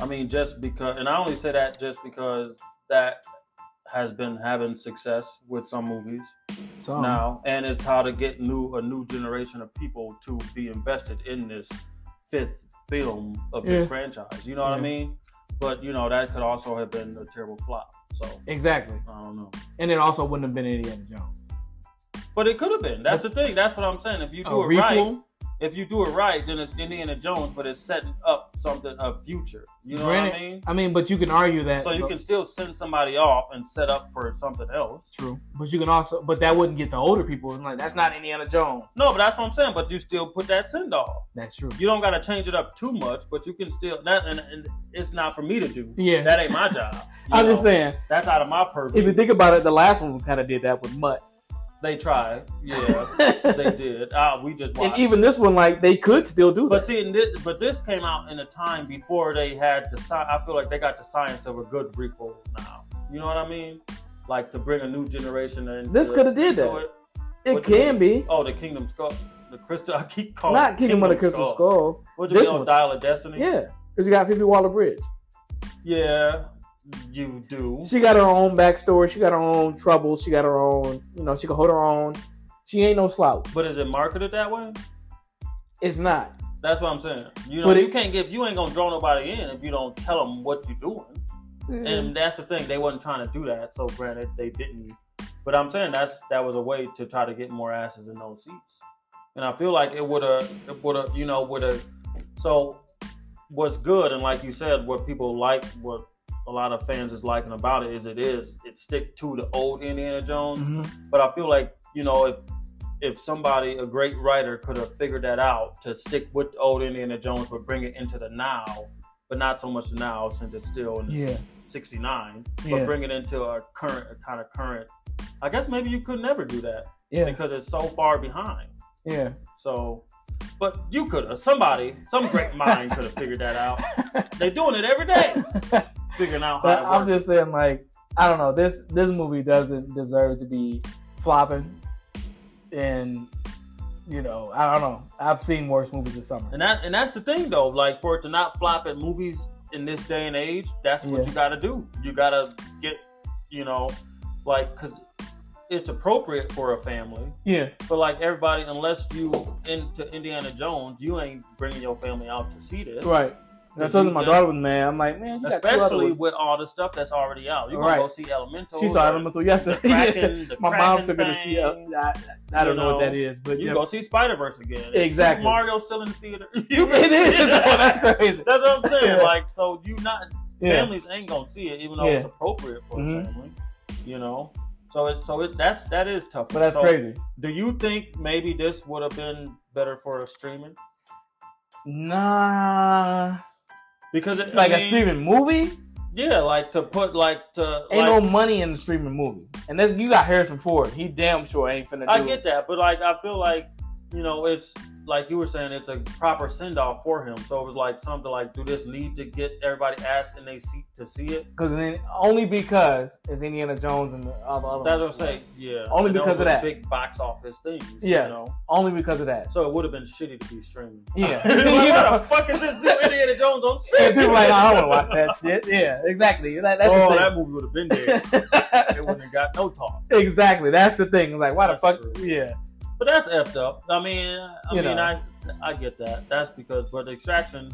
[SPEAKER 2] I mean, just because, and I only say that just because that has been having success with some movies
[SPEAKER 1] So
[SPEAKER 2] now, and it's how to get new a new generation of people to be invested in this fifth film of this
[SPEAKER 1] Yeah.
[SPEAKER 2] franchise. You know what I
[SPEAKER 1] Yeah.
[SPEAKER 2] mean? But you know that could also have been a terrible flop. So.
[SPEAKER 1] exactly,
[SPEAKER 2] I don't know.
[SPEAKER 1] and it also wouldn't have been Indiana Jones.
[SPEAKER 2] But it could have been. That's the thing. That's what I'm saying. If you do
[SPEAKER 1] a
[SPEAKER 2] it right,
[SPEAKER 1] requel,
[SPEAKER 2] if you do it right, then it's Indiana Jones, but it's setting up something a future. You know what I
[SPEAKER 1] Granted,
[SPEAKER 2] mean?
[SPEAKER 1] I mean, but you can argue that.
[SPEAKER 2] So you
[SPEAKER 1] but-
[SPEAKER 2] can still send somebody off and set up for something else.
[SPEAKER 1] true, but you can also, but that wouldn't get the older people. and Like that's not Indiana Jones.
[SPEAKER 2] No, but that's what I'm saying. But you still put that send off.
[SPEAKER 1] That's true.
[SPEAKER 2] You don't got to change it up too much, but you can still. That, and, and it's not for me to do.
[SPEAKER 1] Yeah.
[SPEAKER 2] that ain't my job. You
[SPEAKER 1] I'm just
[SPEAKER 2] know?
[SPEAKER 1] saying,
[SPEAKER 2] that's out of my purview.
[SPEAKER 1] if you think about it, the last one kind of did that with Mutt.
[SPEAKER 2] they tried. Yeah, they did. Ah, we just watched.
[SPEAKER 1] and even this one, like they could still do
[SPEAKER 2] But
[SPEAKER 1] that.
[SPEAKER 2] see, and this, but this came out in a time before they had the. sci- I feel like they got the science of a good prequel now. You know what I mean? Like to bring a new generation in.
[SPEAKER 1] This coulda did that. It
[SPEAKER 2] what
[SPEAKER 1] can be
[SPEAKER 2] Oh, the Kingdom Skull, the Crystal. I keep calling
[SPEAKER 1] not
[SPEAKER 2] it
[SPEAKER 1] Kingdom of the Crystal Skull.
[SPEAKER 2] What you
[SPEAKER 1] This
[SPEAKER 2] mean on
[SPEAKER 1] one.
[SPEAKER 2] Dial of Destiny?
[SPEAKER 1] Yeah, because you got Phoebe Waller Bridge.
[SPEAKER 2] yeah, you do.
[SPEAKER 1] She got her own backstory. She got her own troubles. She got her own. You know, she can hold her own. She ain't no slouch.
[SPEAKER 2] but is it marketed that way?
[SPEAKER 1] It's not.
[SPEAKER 2] That's what I'm saying. You know,
[SPEAKER 1] But
[SPEAKER 2] you
[SPEAKER 1] it-
[SPEAKER 2] can't give. You ain't gonna draw nobody in if you don't tell them what you're doing. and that's the thing they wasn't trying to do that so granted they didn't but i'm saying that's that was a way to try to get more asses in those seats and i feel like it would have it would have you know would have so what's good and like you said what people like what a lot of fans is liking about it is it is it stick to the old indiana jones
[SPEAKER 1] Mhm.
[SPEAKER 2] but i feel like you know if if somebody a great writer could have figured that out to stick with the old indiana jones but bring it into the now but not so much the now since it's still in the
[SPEAKER 1] Yeah.
[SPEAKER 2] 69
[SPEAKER 1] Yeah.
[SPEAKER 2] but bring it into a current a kind of current i guess maybe you could never do that
[SPEAKER 1] Yeah,
[SPEAKER 2] because it's so far behind
[SPEAKER 1] yeah.
[SPEAKER 2] so but you could have somebody some great mind could have figured that out they're doing it every day figuring out how
[SPEAKER 1] but
[SPEAKER 2] to
[SPEAKER 1] I'm
[SPEAKER 2] work.
[SPEAKER 1] just saying, like, I don't know. This this movie doesn't deserve to be flopping, and you know, I don't know. I've seen worse movies this summer.
[SPEAKER 2] and that and that's the thing though like for it to not flop at movies in this day and age that's what
[SPEAKER 1] Yeah.
[SPEAKER 2] you gotta do you gotta get you know like because it's appropriate for a family
[SPEAKER 1] Yeah,
[SPEAKER 2] But like everybody, unless you into Indiana Jones, you ain't bringing your family out to see this.
[SPEAKER 1] right. And I told my
[SPEAKER 2] Yeah.
[SPEAKER 1] daughter was mad. I'm like, man, you got two other
[SPEAKER 2] Especially
[SPEAKER 1] ones.
[SPEAKER 2] with all the stuff that's already out. You
[SPEAKER 1] Right.
[SPEAKER 2] gonna go see Elemental.
[SPEAKER 1] she saw
[SPEAKER 2] the-
[SPEAKER 1] Elemental
[SPEAKER 2] The
[SPEAKER 1] yesterday.
[SPEAKER 2] Kraken, the
[SPEAKER 1] my mom
[SPEAKER 2] Kraken
[SPEAKER 1] took her to see. Uh,
[SPEAKER 2] thing.
[SPEAKER 1] I, I don't
[SPEAKER 2] You
[SPEAKER 1] know, what
[SPEAKER 2] know,
[SPEAKER 1] that is, but
[SPEAKER 2] You
[SPEAKER 1] yeah.
[SPEAKER 2] go see Spider Verse again. Is
[SPEAKER 1] Exactly.
[SPEAKER 2] Super Mario still in the theater.
[SPEAKER 1] it is. though. that's crazy.
[SPEAKER 2] That's what I'm saying.
[SPEAKER 1] Yeah.
[SPEAKER 2] Like, so you not
[SPEAKER 1] Yeah.
[SPEAKER 2] families ain't gonna see it, even though
[SPEAKER 1] Yeah.
[SPEAKER 2] it's appropriate for
[SPEAKER 1] Mhm.
[SPEAKER 2] a family. You know, so it so it that's that is tough.
[SPEAKER 1] But that's
[SPEAKER 2] So
[SPEAKER 1] crazy.
[SPEAKER 2] Do you think maybe this would have been better for a streaming?
[SPEAKER 1] Nah,
[SPEAKER 2] Because it, I
[SPEAKER 1] like a
[SPEAKER 2] mean,
[SPEAKER 1] streaming movie.
[SPEAKER 2] yeah, like to put like to
[SPEAKER 1] Ain't
[SPEAKER 2] like,
[SPEAKER 1] no money in the streaming movies, and that's you got Harrison Ford. He damn sure ain't finna do.
[SPEAKER 2] I get that, but like I feel like you know it's like you were saying it's a proper send off for him. So it was like something like, do this need to get everybody asked in they seat to see it?
[SPEAKER 1] because then only because it's Indiana Jones and the other. other
[SPEAKER 2] That's what I'm
[SPEAKER 1] ones.
[SPEAKER 2] saying. Yeah,
[SPEAKER 1] Only
[SPEAKER 2] And those
[SPEAKER 1] because of
[SPEAKER 2] were
[SPEAKER 1] that.
[SPEAKER 2] big box office things.
[SPEAKER 1] Yes,
[SPEAKER 2] you know?
[SPEAKER 1] only because of that.
[SPEAKER 2] So it would have been shitty to be streaming.
[SPEAKER 1] Yeah.
[SPEAKER 2] Like,
[SPEAKER 1] Yeah.
[SPEAKER 2] Why the fuck is this new Indiana Jones on streaming?
[SPEAKER 1] And people like, oh, I don't want to watch that shit. Yeah, exactly. That- that's
[SPEAKER 2] oh,
[SPEAKER 1] the
[SPEAKER 2] that
[SPEAKER 1] thing.
[SPEAKER 2] movie would have been there. They wouldn't have got no talk.
[SPEAKER 1] exactly. That's the thing. It's like, why
[SPEAKER 2] That's
[SPEAKER 1] the fuck?
[SPEAKER 2] true.
[SPEAKER 1] Yeah,
[SPEAKER 2] But that's effed up. I mean, I
[SPEAKER 1] You
[SPEAKER 2] mean,
[SPEAKER 1] know.
[SPEAKER 2] I I get that. That's because, but Extraction,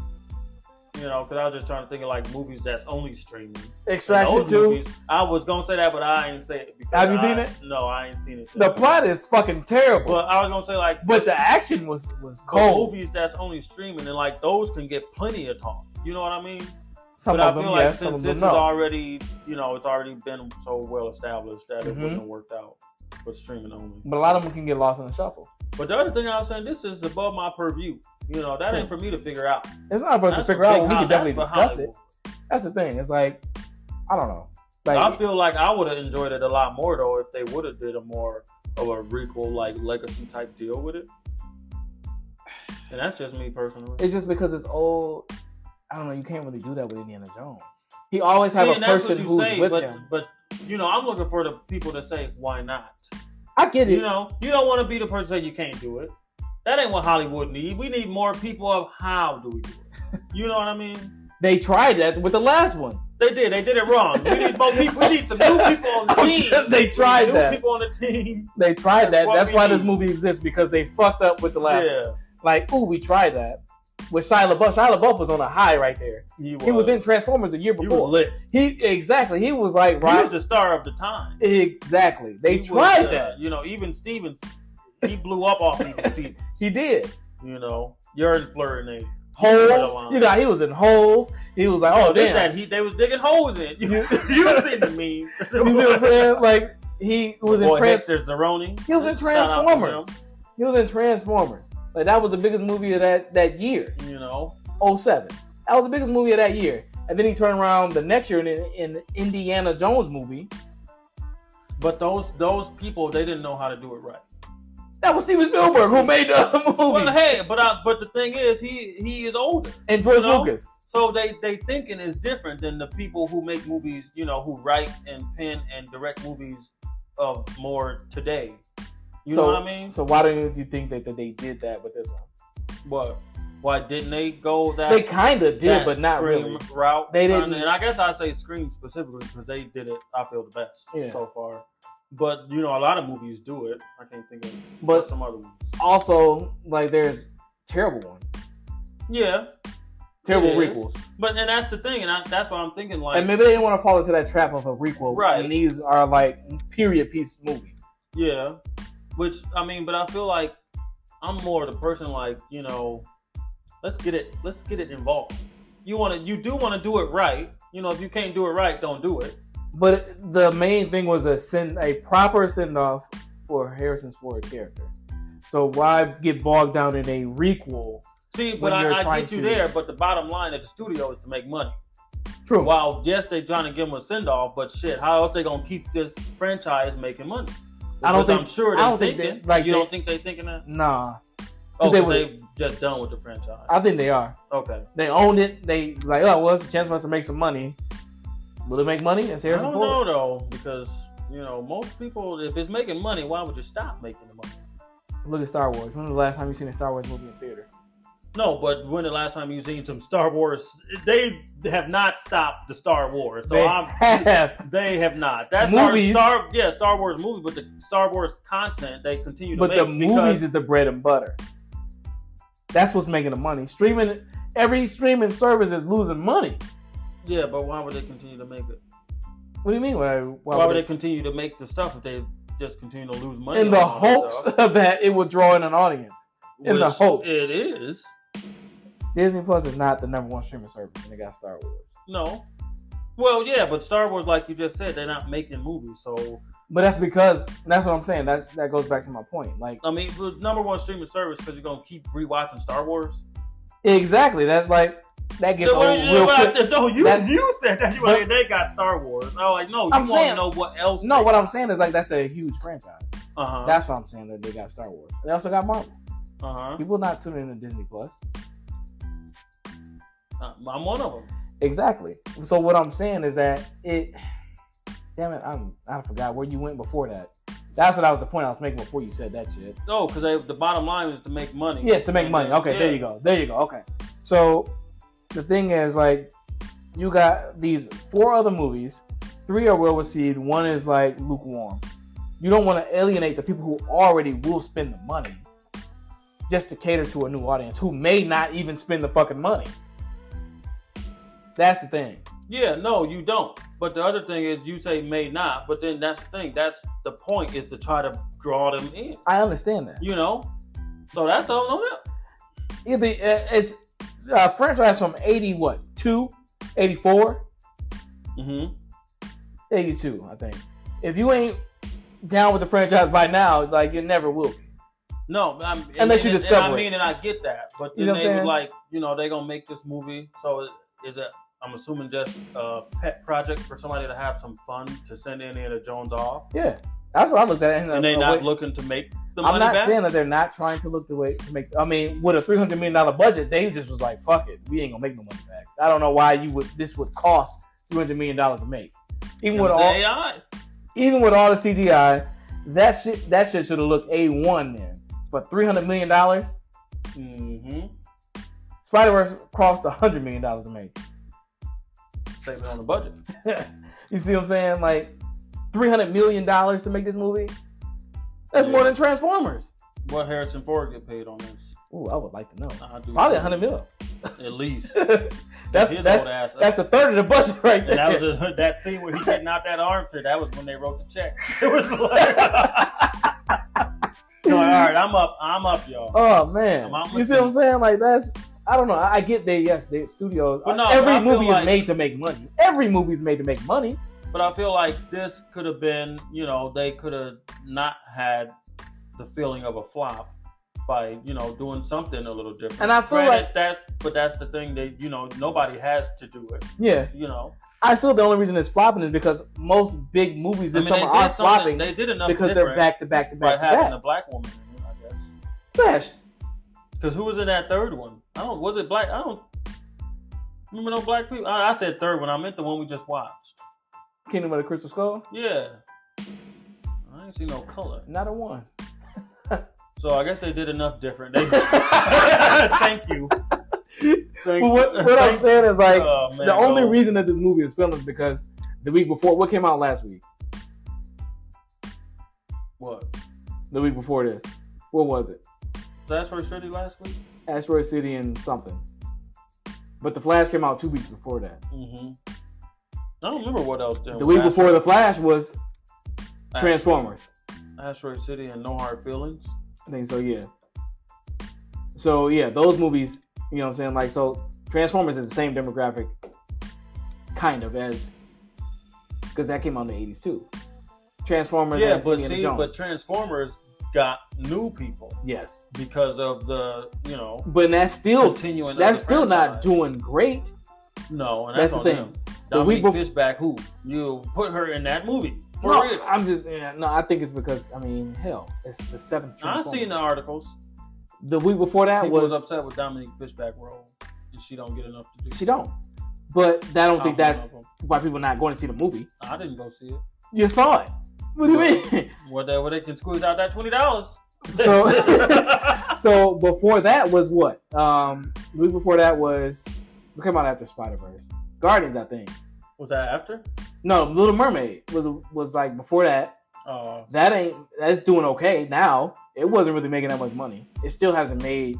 [SPEAKER 2] you know, because I was just trying to think of like movies that's only streaming.
[SPEAKER 1] Extraction
[SPEAKER 2] Those
[SPEAKER 1] Two.
[SPEAKER 2] movies- I was gonna say that, but I ain't say it. Because
[SPEAKER 1] Have you
[SPEAKER 2] I-
[SPEAKER 1] seen it?
[SPEAKER 2] No, I ain't seen it.
[SPEAKER 1] The plot is fucking terrible,
[SPEAKER 2] But I was gonna say like,
[SPEAKER 1] but the action was was
[SPEAKER 2] the
[SPEAKER 1] cold.
[SPEAKER 2] movies that's only streaming and like those can get plenty of talk. You know what I mean?
[SPEAKER 1] Some
[SPEAKER 2] but I
[SPEAKER 1] of them,
[SPEAKER 2] feel
[SPEAKER 1] yeah,
[SPEAKER 2] like
[SPEAKER 1] some of
[SPEAKER 2] since
[SPEAKER 1] them,
[SPEAKER 2] this is
[SPEAKER 1] no.
[SPEAKER 2] already, you know, it's already been so well established that it
[SPEAKER 1] Mhm.
[SPEAKER 2] wouldn't have worked out with streaming only.
[SPEAKER 1] but a lot of them can get lost in the shuffle.
[SPEAKER 2] But the other thing I was saying, this is above my purview. You know, that ain't for me to figure out.
[SPEAKER 1] It's not Hmm. for us to
[SPEAKER 2] That's
[SPEAKER 1] figure
[SPEAKER 2] for
[SPEAKER 1] out.
[SPEAKER 2] Big
[SPEAKER 1] but We
[SPEAKER 2] Hol-
[SPEAKER 1] can definitely
[SPEAKER 2] that's for
[SPEAKER 1] discuss it.
[SPEAKER 2] Hollywood.
[SPEAKER 1] That's the thing. It's like I don't know.
[SPEAKER 2] I
[SPEAKER 1] Like
[SPEAKER 2] feel like I would have enjoyed it a lot more though if they would have did a more of a requel like legacy type deal with it. And that's just me personally.
[SPEAKER 1] it's just because it's old. I don't know. You can't really do that with Indiana Jones. He always
[SPEAKER 2] See,
[SPEAKER 1] have a
[SPEAKER 2] and that's
[SPEAKER 1] person
[SPEAKER 2] what you
[SPEAKER 1] who's
[SPEAKER 2] say,
[SPEAKER 1] with
[SPEAKER 2] but
[SPEAKER 1] him.
[SPEAKER 2] but you know, I'm looking for the people to say why not.
[SPEAKER 1] I get it.
[SPEAKER 2] You know, you don't want to be the person say you can't do it. That ain't what Hollywood need. We need more people of how do we do it. You know what I mean?
[SPEAKER 1] they tried that with the last one.
[SPEAKER 2] They did. They did it wrong. We need more people. We need some new people on the team.
[SPEAKER 1] Oh, They tried
[SPEAKER 2] new
[SPEAKER 1] that.
[SPEAKER 2] people on the team.
[SPEAKER 1] They tried
[SPEAKER 2] That's
[SPEAKER 1] that.
[SPEAKER 2] what
[SPEAKER 1] That's
[SPEAKER 2] we
[SPEAKER 1] why this
[SPEAKER 2] need.
[SPEAKER 1] movie exists because they fucked up with the last. one.
[SPEAKER 2] yeah,
[SPEAKER 1] Like, ooh, we tried that with Shia LaBeouf. Shia LaBeouf was on a high right there. He was in Transformers a year
[SPEAKER 2] He was
[SPEAKER 1] before.
[SPEAKER 2] lit.
[SPEAKER 1] He, exactly. He was like
[SPEAKER 2] He
[SPEAKER 1] right.
[SPEAKER 2] was the star of the time.
[SPEAKER 1] exactly. They
[SPEAKER 2] He was,
[SPEAKER 1] tried
[SPEAKER 2] uh,
[SPEAKER 1] that.
[SPEAKER 2] You know, even Stevens, he blew up off even Stevens.
[SPEAKER 1] He did.
[SPEAKER 2] You know, you're in Florida.
[SPEAKER 1] Holes. You got. He was in holes. He was like, oh,
[SPEAKER 2] Oh, this
[SPEAKER 1] damn.
[SPEAKER 2] that he they was digging holes in. You, you seen the meme? You see
[SPEAKER 1] You see what I'm saying? Like he was in
[SPEAKER 2] Boy,
[SPEAKER 1] trans-
[SPEAKER 2] Hector Zeroni.
[SPEAKER 1] he was in
[SPEAKER 2] Shout out to
[SPEAKER 1] Transformers. He was in Transformers. Like that was the biggest movie of that that year,
[SPEAKER 2] him, You know,
[SPEAKER 1] 07. That was the biggest movie of that year. And then he turned around the next year in in Indiana Jones movie.
[SPEAKER 2] but those those people they didn't know how to do it right.
[SPEAKER 1] That was Steven Spielberg who made the movie
[SPEAKER 2] Well, hey, but I, but the thing is, he he is older,
[SPEAKER 1] and George
[SPEAKER 2] you know?
[SPEAKER 1] Lucas.
[SPEAKER 2] so they they thinking is different than the people who make movies. You know, who write and pen and direct movies of more today. You
[SPEAKER 1] So-
[SPEAKER 2] know what I mean?
[SPEAKER 1] So why do you think that, that they did that with this one?
[SPEAKER 2] What? Why didn't they go that?
[SPEAKER 1] They kind of did,
[SPEAKER 2] that
[SPEAKER 1] but not
[SPEAKER 2] Scream
[SPEAKER 1] really.
[SPEAKER 2] Route.
[SPEAKER 1] They
[SPEAKER 2] kinda,
[SPEAKER 1] didn't-
[SPEAKER 2] and I guess I say Scream specifically because they did it. I feel the best
[SPEAKER 1] Yeah.
[SPEAKER 2] so far. But you know, a lot of movies do it. I can't think of
[SPEAKER 1] But
[SPEAKER 2] some other ones.
[SPEAKER 1] also, like there's terrible ones,
[SPEAKER 2] Yeah,
[SPEAKER 1] terrible
[SPEAKER 2] It is.
[SPEAKER 1] requels,
[SPEAKER 2] but and that's the thing, and I, that's what I'm thinking. Like,
[SPEAKER 1] and maybe they didn't want to fall into that trap of a requel.
[SPEAKER 2] Right.
[SPEAKER 1] And these are like period piece movies.
[SPEAKER 2] yeah, which I mean, but I feel like I'm more the person like you know, let's get it, let's get it involved. You want to, you do want to do it right. You know, if you can't do it right, don't do it.
[SPEAKER 1] But the main thing was a send a proper send off for Harrison's Ford character. So why get bogged down in a requel?
[SPEAKER 2] See,
[SPEAKER 1] When
[SPEAKER 2] but
[SPEAKER 1] you're
[SPEAKER 2] I, I
[SPEAKER 1] trying
[SPEAKER 2] get you
[SPEAKER 1] to-
[SPEAKER 2] there. But the bottom line at the studio is to make money.
[SPEAKER 1] True.
[SPEAKER 2] While yes, they trying to give him a send off, but shit, how else they gonna keep this franchise making money?
[SPEAKER 1] I don't
[SPEAKER 2] Because
[SPEAKER 1] think-
[SPEAKER 2] I'm sure
[SPEAKER 1] I
[SPEAKER 2] they
[SPEAKER 1] don't think
[SPEAKER 2] thinking.
[SPEAKER 1] they- like,
[SPEAKER 2] you
[SPEAKER 1] they-
[SPEAKER 2] don't think they thinking that?
[SPEAKER 1] Nah,
[SPEAKER 2] Oh,
[SPEAKER 1] they
[SPEAKER 2] they
[SPEAKER 1] would-
[SPEAKER 2] they just done with the franchise.
[SPEAKER 1] I think they are.
[SPEAKER 2] okay.
[SPEAKER 1] They owned it. They like, oh, well, it's a chance for us to make some money. Will it make money? It's
[SPEAKER 2] I
[SPEAKER 1] Harrison
[SPEAKER 2] don't
[SPEAKER 1] Ford.
[SPEAKER 2] know though, because you know most people, if it's making money, why would you stop making the money?
[SPEAKER 1] Look at Star Wars. When was the last time you seen a Star Wars movie in theater?
[SPEAKER 2] No, but when the last time you seen some Star Wars? They have not stopped the Star Wars, so
[SPEAKER 1] they
[SPEAKER 2] I'm.
[SPEAKER 1] have,
[SPEAKER 2] They have not. That's
[SPEAKER 1] Movies.
[SPEAKER 2] Star, Star, yeah, Star Wars movies, but the Star Wars content they continue to
[SPEAKER 1] but
[SPEAKER 2] make
[SPEAKER 1] the
[SPEAKER 2] because
[SPEAKER 1] movies is the bread and butter. That's what's making the money. Streaming Every streaming service is losing money.
[SPEAKER 2] Yeah, but why would they continue to make it?
[SPEAKER 1] What do you mean? Why,
[SPEAKER 2] Why, would they continue to make the stuff if they just continue to lose money?
[SPEAKER 1] in
[SPEAKER 2] on
[SPEAKER 1] the
[SPEAKER 2] all that
[SPEAKER 1] hopes
[SPEAKER 2] stuff?
[SPEAKER 1] that it would draw in an audience. in the
[SPEAKER 2] Which
[SPEAKER 1] hopes.
[SPEAKER 2] It is.
[SPEAKER 1] Disney Plus is not the number one streaming service, and they got Star Wars.
[SPEAKER 2] No. Well, yeah, but Star Wars, like you just said, they're not making movies. So,
[SPEAKER 1] But that's because that's what I'm saying. That's that goes back to my point. Like
[SPEAKER 2] I mean, the number one streaming service because you're going to keep rewatching Star Wars.
[SPEAKER 1] exactly. That's like that gets
[SPEAKER 2] No, what-
[SPEAKER 1] old real
[SPEAKER 2] what I-
[SPEAKER 1] quick.
[SPEAKER 2] no, you,
[SPEAKER 1] That's-
[SPEAKER 2] you said that. You were like, they got Star Wars. I was like, no, you
[SPEAKER 1] I'm
[SPEAKER 2] want to
[SPEAKER 1] saying-
[SPEAKER 2] know what else.
[SPEAKER 1] No, what I'm saying is like that's a huge franchise.
[SPEAKER 2] Uh huh.
[SPEAKER 1] That's what I'm saying that they got Star Wars. They also got Marvel.
[SPEAKER 2] Uh
[SPEAKER 1] People not tuning in to Disney Plus.
[SPEAKER 2] huh. I'm one of them.
[SPEAKER 1] Exactly. So what I'm saying is that it. Damn it! I'm I forgot where you went before that. That's what I was the point I was making before you said that shit.
[SPEAKER 2] No, because the bottom line is to make money.
[SPEAKER 1] Yes, to make
[SPEAKER 2] And
[SPEAKER 1] money.
[SPEAKER 2] then-
[SPEAKER 1] Okay, there you go. There you go. Okay. So the thing is, like, you got these four other movies. Three are well received. One is like lukewarm. You don't want to alienate the people who already will spend the money just to cater to a new audience who may not even spend the fucking money. That's the thing.
[SPEAKER 2] Yeah, no, you don't. But the other thing is, you say may not, but then that's the thing. That's the point is to try to draw them in.
[SPEAKER 1] I understand that.
[SPEAKER 2] You know, so that's all. No, no.
[SPEAKER 1] Either uh, it's uh, franchise from 80, what, 2, 84?
[SPEAKER 2] Mm-hmm.
[SPEAKER 1] 82, I think. If you ain't down with the franchise by now, like you never will. be.
[SPEAKER 2] No, but I'm, and-
[SPEAKER 1] Unless you
[SPEAKER 2] and-
[SPEAKER 1] discover
[SPEAKER 2] And I
[SPEAKER 1] it.
[SPEAKER 2] mean, and I get that, but
[SPEAKER 1] You
[SPEAKER 2] then
[SPEAKER 1] know what I'm
[SPEAKER 2] they was
[SPEAKER 1] saying?
[SPEAKER 2] like, you know, they're gonna make this movie. So is it? I'm assuming just a pet project for somebody to have some fun to send Indiana Jones off,
[SPEAKER 1] Yeah, that's what I looked at.
[SPEAKER 2] and they
[SPEAKER 1] uh,
[SPEAKER 2] not
[SPEAKER 1] wait-
[SPEAKER 2] looking to make the money
[SPEAKER 1] I'm not
[SPEAKER 2] back.
[SPEAKER 1] saying that they're not trying to look the way to make. I mean, with a 300 million dollar budget, they just was like, "Fuck it, we ain't gonna make no money back." I don't know why you would. This would cost 300 million dollars to make, even
[SPEAKER 2] And
[SPEAKER 1] with
[SPEAKER 2] they
[SPEAKER 1] all,
[SPEAKER 2] are.
[SPEAKER 1] even with all the CGI. That shit, that shit should have looked a one then. But 300 million dollars,
[SPEAKER 2] Mhm.
[SPEAKER 1] Spider Verse cost 100 million dollars to make.
[SPEAKER 2] Saving on the budget.
[SPEAKER 1] you see what I'm saying? Like three hundred million dollars to make this movie. That's
[SPEAKER 2] Yeah.
[SPEAKER 1] more than Transformers.
[SPEAKER 2] What Harrison Ford get paid on this?
[SPEAKER 1] Ooh, I would like to know.
[SPEAKER 2] I do
[SPEAKER 1] Probably a hundred mil.
[SPEAKER 2] At least.
[SPEAKER 1] that's
[SPEAKER 2] His old
[SPEAKER 1] that's
[SPEAKER 2] ass.
[SPEAKER 1] that's a third of the budget right
[SPEAKER 2] and
[SPEAKER 1] there.
[SPEAKER 2] that was a, that scene where he getting out that armchair. That was when they wrote the check. It was like, no, all right, I'm up, I'm up, y'all.
[SPEAKER 1] oh man,
[SPEAKER 2] I'm out
[SPEAKER 1] you see what I'm
[SPEAKER 2] listening.
[SPEAKER 1] saying? Like that's I don't know. I, I get that. Yes, the studios.
[SPEAKER 2] But no, but I
[SPEAKER 1] every
[SPEAKER 2] feel
[SPEAKER 1] movie
[SPEAKER 2] like-
[SPEAKER 1] is made to make money. Every movie is made to make money.
[SPEAKER 2] But I feel like this could have been, you know, they could have not had the feeling of a flop by, you know, doing something a little different.
[SPEAKER 1] And I feel
[SPEAKER 2] Granted,
[SPEAKER 1] like-
[SPEAKER 2] that's, but that's the thing that you know nobody has to do it.
[SPEAKER 1] Yeah,
[SPEAKER 2] You know,
[SPEAKER 1] I feel the only reason it's flopping is because most big movies this summer
[SPEAKER 2] they
[SPEAKER 1] are
[SPEAKER 2] did something.
[SPEAKER 1] flopping
[SPEAKER 2] They did enough
[SPEAKER 1] because they're
[SPEAKER 2] different
[SPEAKER 1] back to back to
[SPEAKER 2] by
[SPEAKER 1] back to
[SPEAKER 2] having
[SPEAKER 1] back.
[SPEAKER 2] a black woman. in it, I guess.
[SPEAKER 1] Flash,
[SPEAKER 2] Because who was in that third one? I don't. Was it black? I don't remember no black people. I, I said third one. I meant the one we just watched.
[SPEAKER 1] Kingdom of the Crystal Skull,
[SPEAKER 2] Yeah. I ain't see no color.
[SPEAKER 1] not a one.
[SPEAKER 2] So I guess they did enough different. They, thank you. Thanks.
[SPEAKER 1] Well, what, what I'm
[SPEAKER 2] Thanks.
[SPEAKER 1] saying is like
[SPEAKER 2] Oh, man,
[SPEAKER 1] the only
[SPEAKER 2] no.
[SPEAKER 1] reason that this movie is filmed is because the week before what came out last week,
[SPEAKER 2] What?
[SPEAKER 1] the week before this, what was it?
[SPEAKER 2] So that's where Shirley last week.
[SPEAKER 1] Asteroid City and something. But the Flash came out two weeks before that.
[SPEAKER 2] Mm-hmm. I don't remember what else. then
[SPEAKER 1] The
[SPEAKER 2] was
[SPEAKER 1] week before the Flash was
[SPEAKER 2] Asteroid-
[SPEAKER 1] Transformers.
[SPEAKER 2] Asteroid City and No Hard Feelings.
[SPEAKER 1] I think so, yeah. So yeah, those movies, you know what I'm saying? Like so Transformers is the same demographic kind of as because that came out in the 80s too. Transformers
[SPEAKER 2] Yeah,
[SPEAKER 1] and
[SPEAKER 2] but
[SPEAKER 1] Indiana
[SPEAKER 2] see,
[SPEAKER 1] Jones.
[SPEAKER 2] but Transformers got new people
[SPEAKER 1] yes.
[SPEAKER 2] because of the you know
[SPEAKER 1] But that's still
[SPEAKER 2] continuing. of
[SPEAKER 1] that's
[SPEAKER 2] the
[SPEAKER 1] still not
[SPEAKER 2] franchise.
[SPEAKER 1] doing great.
[SPEAKER 2] No, and that's,
[SPEAKER 1] That's
[SPEAKER 2] on
[SPEAKER 1] the
[SPEAKER 2] Them.
[SPEAKER 1] thing. The
[SPEAKER 2] Dominique
[SPEAKER 1] week bef-
[SPEAKER 2] Fishback, who you put her in that movie for
[SPEAKER 1] no,
[SPEAKER 2] real?
[SPEAKER 1] I'm just yeah, no. I think it's because I mean, hell, it's the seventh.
[SPEAKER 2] I seen
[SPEAKER 1] Transformer.
[SPEAKER 2] the articles.
[SPEAKER 1] the week before that
[SPEAKER 2] People was,
[SPEAKER 1] was
[SPEAKER 2] upset with Dominique Fishback role, and she don't get enough to do.
[SPEAKER 1] she don't. But that don't think that's
[SPEAKER 2] don't know.
[SPEAKER 1] why people not going to see the movie.
[SPEAKER 2] I didn't go see it.
[SPEAKER 1] You saw it. What do you mean?
[SPEAKER 2] Well, they, well, they can squeeze out that twenty dollars.
[SPEAKER 1] So, so before that was what? Um, the week before that was what came out after Spider Verse, Guardians, I think.
[SPEAKER 2] was that after?
[SPEAKER 1] No, Little Mermaid was was like before that.
[SPEAKER 2] Uh,
[SPEAKER 1] that ain't that's doing okay now. It wasn't really making that much money. It still hasn't made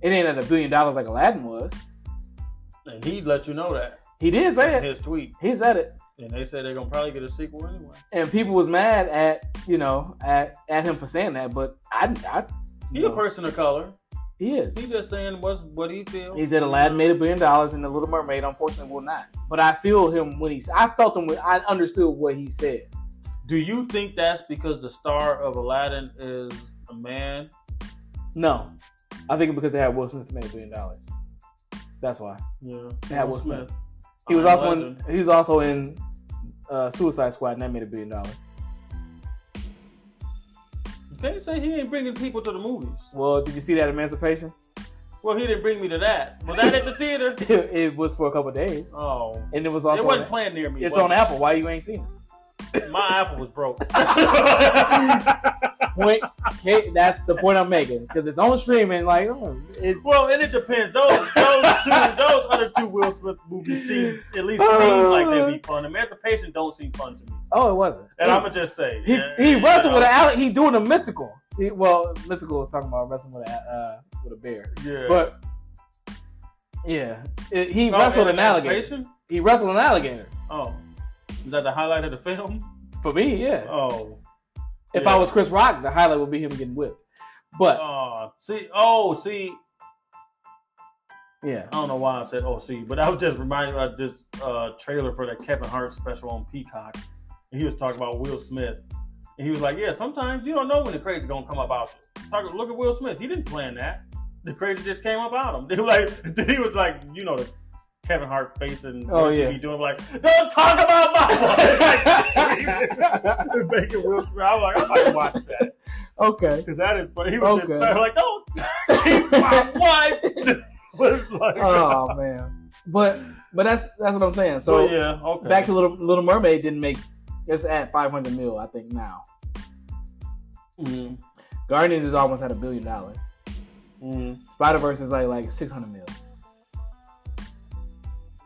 [SPEAKER 1] it ain't at a billion dollars like Aladdin was.
[SPEAKER 2] and he let you know that
[SPEAKER 1] He did say
[SPEAKER 2] in
[SPEAKER 1] it.
[SPEAKER 2] his tweet.
[SPEAKER 1] He said it.
[SPEAKER 2] And they said they're gonna probably get a sequel anyway.
[SPEAKER 1] And people was mad at you know at, at him for saying that, but I, I you
[SPEAKER 2] He a
[SPEAKER 1] know,
[SPEAKER 2] person of color.
[SPEAKER 1] he is.
[SPEAKER 2] He just saying what's what he feels.
[SPEAKER 1] He said Aladdin made a billion dollars, and The Little Mermaid, unfortunately, will not. But I feel him when he's. I felt him when I understood what he said.
[SPEAKER 2] Do you think that's because the star of Aladdin is a man?
[SPEAKER 1] No, I think because they had Will Smith made a billion dollars. That's why
[SPEAKER 2] Yeah.
[SPEAKER 1] they had Will Smith. He
[SPEAKER 2] Uh,
[SPEAKER 1] was also in. He was also in uh, Suicide Squad, and that made a billion dollars.
[SPEAKER 2] You can't say he ain't bringing people to the movies.
[SPEAKER 1] Well, did you see that Emancipation?
[SPEAKER 2] Well, he didn't bring me to that. Was that at the theater?
[SPEAKER 1] it, it was for a couple of days,
[SPEAKER 2] Oh,
[SPEAKER 1] and it was
[SPEAKER 2] it
[SPEAKER 1] also.
[SPEAKER 2] wasn't
[SPEAKER 1] on,
[SPEAKER 2] playing near me.
[SPEAKER 1] it's
[SPEAKER 2] was
[SPEAKER 1] on
[SPEAKER 2] it?
[SPEAKER 1] Apple. Why you ain't seen it?
[SPEAKER 2] My Apple was broke.
[SPEAKER 1] point. okay, That's the point I'm making because it's on streaming. Like, oh, it's
[SPEAKER 2] Well, and it depends. Those those two, those other two Will Smith movies seem at least seem like they'd be fun. Emancipation don't seem fun to me.
[SPEAKER 1] oh, it wasn't.
[SPEAKER 2] And I'ma just say
[SPEAKER 1] he
[SPEAKER 2] eh,
[SPEAKER 1] he
[SPEAKER 2] you
[SPEAKER 1] wrestled
[SPEAKER 2] know,
[SPEAKER 1] with an ale- he doing a mystical. He, well, mystical is talking about wrestling with a uh, with a bear,
[SPEAKER 2] Yeah.
[SPEAKER 1] but yeah, it- he
[SPEAKER 2] Oh,
[SPEAKER 1] wrestled
[SPEAKER 2] and
[SPEAKER 1] an alligator.
[SPEAKER 2] Emancipation?
[SPEAKER 1] He wrestled an alligator
[SPEAKER 2] Oh, is that the highlight of the film?
[SPEAKER 1] for me. Yeah,
[SPEAKER 2] Oh,
[SPEAKER 1] if
[SPEAKER 2] yeah.
[SPEAKER 1] I was Chris Rock, the highlight would be him getting whipped. But
[SPEAKER 2] oh, see, oh, see,
[SPEAKER 1] yeah,
[SPEAKER 2] I don't know why I said oh, see, but I was just reminded about this uh, trailer for that Kevin Hart special on Peacock. And he was talking about Will Smith, and he was like, "Yeah, sometimes you don't know when the crazy gonna come up out you." Talk, look at Will Smith; he didn't plan that. The crazy just came up out him. They were like, then he was like, you know, the Kevin Hart face and
[SPEAKER 1] Oh,
[SPEAKER 2] Will Smith
[SPEAKER 1] yeah.
[SPEAKER 2] be doing like, "Don't talk about my boy." Making Will Smith, I was like, I might watch that.
[SPEAKER 1] okay.
[SPEAKER 2] Because that is funny. He was just
[SPEAKER 1] Okay.
[SPEAKER 2] so like, "Oh, don't keep my wife. but it's like,
[SPEAKER 1] Oh man, but but that's that's what I'm saying. So
[SPEAKER 2] so yeah, okay.
[SPEAKER 1] back to Little Little Mermaid didn't make it's at 500 mil I think now.
[SPEAKER 2] Mhm.
[SPEAKER 1] Guardians is almost at a billion dollars.
[SPEAKER 2] Mhm.
[SPEAKER 1] Spider Verse is like like six hundred mil.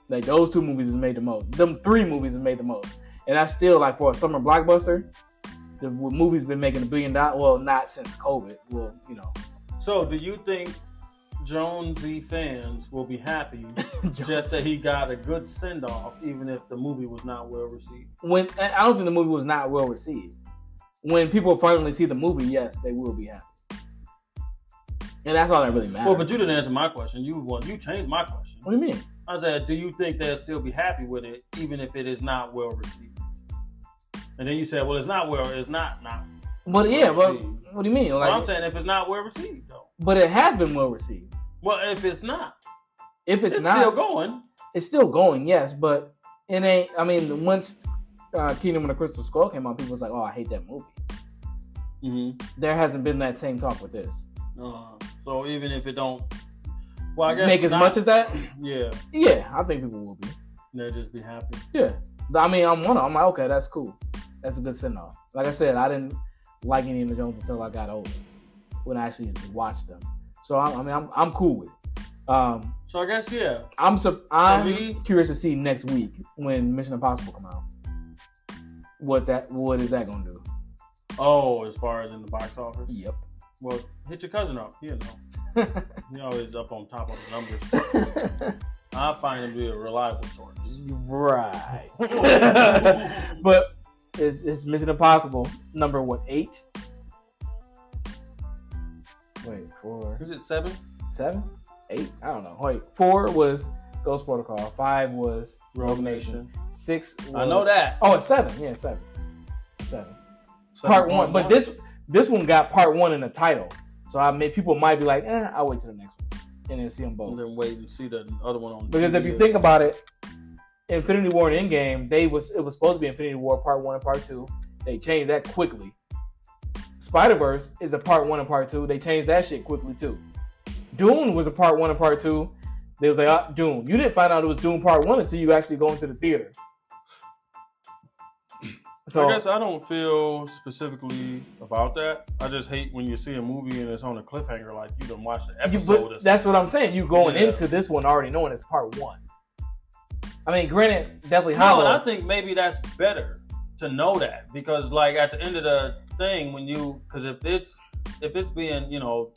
[SPEAKER 1] Like those two movies is made the most. Them three movies is made the most, and that's still like for a summer blockbuster. The w- movie's been making a billion dollars. Well, not since COVID. Well, you know,
[SPEAKER 2] So do you think Jonesy fans will be happy just that he got a good send off, even if the movie was not well received?
[SPEAKER 1] when I I don't think the movie was not well received. When people finally see the movie, yes, they will be happy. And that's all that really matters.
[SPEAKER 2] Well, but you didn't answer my question. You well, you changed my question.
[SPEAKER 1] what do you mean?
[SPEAKER 2] I said, do you think they'll still be happy with it, even if it is not well received? And then you said, well, it's not well, it's not not.
[SPEAKER 1] But yeah, but
[SPEAKER 2] Received.
[SPEAKER 1] what do you mean?
[SPEAKER 2] Well, I'm
[SPEAKER 1] Like,
[SPEAKER 2] saying if it's not well received, though.
[SPEAKER 1] but it has been well received.
[SPEAKER 2] Well, if it's not,
[SPEAKER 1] If it's,
[SPEAKER 2] it's
[SPEAKER 1] not,
[SPEAKER 2] still going.
[SPEAKER 1] it's still going, yes, but it ain't. I mean, once uh, Kingdom of the Crystal Skull came out, people was like, "Oh, I hate that movie."
[SPEAKER 2] Mm-hmm.
[SPEAKER 1] There hasn't been that same talk with this.
[SPEAKER 2] Uh, so even if it don't, well, I guess
[SPEAKER 1] Make as
[SPEAKER 2] not-
[SPEAKER 1] much as that?
[SPEAKER 2] yeah,
[SPEAKER 1] Yeah, I think people will be.
[SPEAKER 2] they'll just be happy.
[SPEAKER 1] Yeah, But, I mean, I'm one. of 'em. I'm like, okay, that's cool. That's a good send off. Like I said, I didn't like Indiana Jones until I got older when I actually watched them. So I, I mean, I'm I'm cool with it. Um,
[SPEAKER 2] So I guess yeah,
[SPEAKER 1] I'm sur- I'm
[SPEAKER 2] we-
[SPEAKER 1] curious to see next week when Mission Impossible come out. What that what is that gonna do?
[SPEAKER 2] Oh, as far as in the box office,
[SPEAKER 1] Yep.
[SPEAKER 2] well, hit your cousin up. You know, he always up on top of the numbers. I find him to be a reliable source.
[SPEAKER 1] Right. but it's, it's Mission Impossible number what eight? Wait, four,
[SPEAKER 2] Is it seven?
[SPEAKER 1] seven, eight? I don't know. Wait, four was Ghost Protocol. Five was
[SPEAKER 2] Rogue
[SPEAKER 1] Nation. six. Was,
[SPEAKER 2] I know that.
[SPEAKER 1] Oh, it's seven. Yeah, seven. Seven.
[SPEAKER 2] Seven
[SPEAKER 1] Part one.
[SPEAKER 2] point
[SPEAKER 1] But this this one got part one in the title, so I mean people might be like, eh, I'll wait till the next one and then see them both.
[SPEAKER 2] And then wait and see the other one on.
[SPEAKER 1] Because if you
[SPEAKER 2] TV.
[SPEAKER 1] think about it, Infinity War and Endgame, they was it was supposed to be Infinity War Part One and Part Two. They changed that quickly. Spider Verse is a Part One and Part Two. They changed that shit quickly too. Dune was a Part One and Part Two. They was like ah, Dune. You didn't find out it was Dune Part One until you actually go into the theater. So
[SPEAKER 2] I guess I don't feel specifically about that. I just hate when you see a movie and it's on a cliffhanger, like you done watched the
[SPEAKER 1] you,
[SPEAKER 2] episode.
[SPEAKER 1] but that's what I'm saying. You going
[SPEAKER 2] Yeah.
[SPEAKER 1] into this one already knowing it's Part One. I mean, granted, Deathly
[SPEAKER 2] no, and I
[SPEAKER 1] Hollows.
[SPEAKER 2] think maybe that's better to know that because, like, at the end of the thing, when you because if it's if it's being you know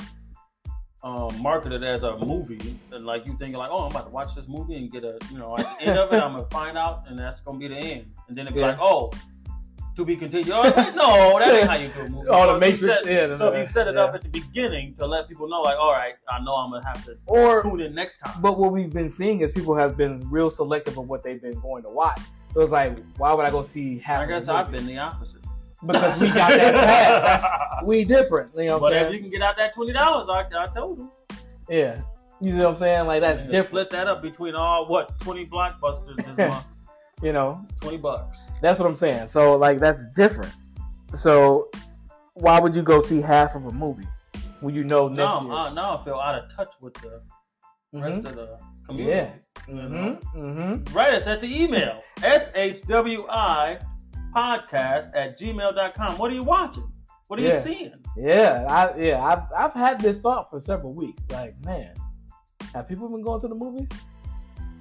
[SPEAKER 2] um, marketed as a movie, and like you thinking like, oh, I'm about to watch this movie and get a, you know, at the end of it, I'm gonna find out, and that's gonna be the end. And then it'd be
[SPEAKER 1] Yeah.
[SPEAKER 2] like, oh, to be continued. Oh, no, that ain't how you do a movie.
[SPEAKER 1] Oh,
[SPEAKER 2] So
[SPEAKER 1] the
[SPEAKER 2] if you
[SPEAKER 1] Matrix.
[SPEAKER 2] set-
[SPEAKER 1] yeah,
[SPEAKER 2] so if you set it up
[SPEAKER 1] yeah.
[SPEAKER 2] at the beginning to let people know, like, all right, I know I'm gonna have to
[SPEAKER 1] or
[SPEAKER 2] tune in next time.
[SPEAKER 1] But what we've been seeing is people have been real selective of what they've been going to watch. So it's like, why would I go see half?
[SPEAKER 2] I
[SPEAKER 1] of
[SPEAKER 2] guess
[SPEAKER 1] the
[SPEAKER 2] I've
[SPEAKER 1] movie?
[SPEAKER 2] been the opposite.
[SPEAKER 1] because we got that pass. That's, we different. You know
[SPEAKER 2] but
[SPEAKER 1] what I'm
[SPEAKER 2] if
[SPEAKER 1] saying?
[SPEAKER 2] you can get out that twenty dollars, I, I told you.
[SPEAKER 1] yeah, you know what I'm saying? Like that's
[SPEAKER 2] You can
[SPEAKER 1] different.
[SPEAKER 2] Split that up between all what twenty blockbusters this month,
[SPEAKER 1] You know,
[SPEAKER 2] twenty bucks.
[SPEAKER 1] that's what I'm saying. So like that's different. So why would you go see half of a movie when you know next
[SPEAKER 2] Now, I'm-
[SPEAKER 1] year?
[SPEAKER 2] I, now I feel out of touch with the uh, rest
[SPEAKER 1] Mhm.
[SPEAKER 2] of the community.
[SPEAKER 1] Yeah.
[SPEAKER 2] you know?
[SPEAKER 1] Mm-hmm. Mm-hmm.
[SPEAKER 2] Write us at the email shwi podcast at gmail.com. What are you watching? What are you
[SPEAKER 1] Yeah.
[SPEAKER 2] seeing?
[SPEAKER 1] Yeah, I yeah, I've I've had this thought for several weeks. Like, man, have people been going to the movies?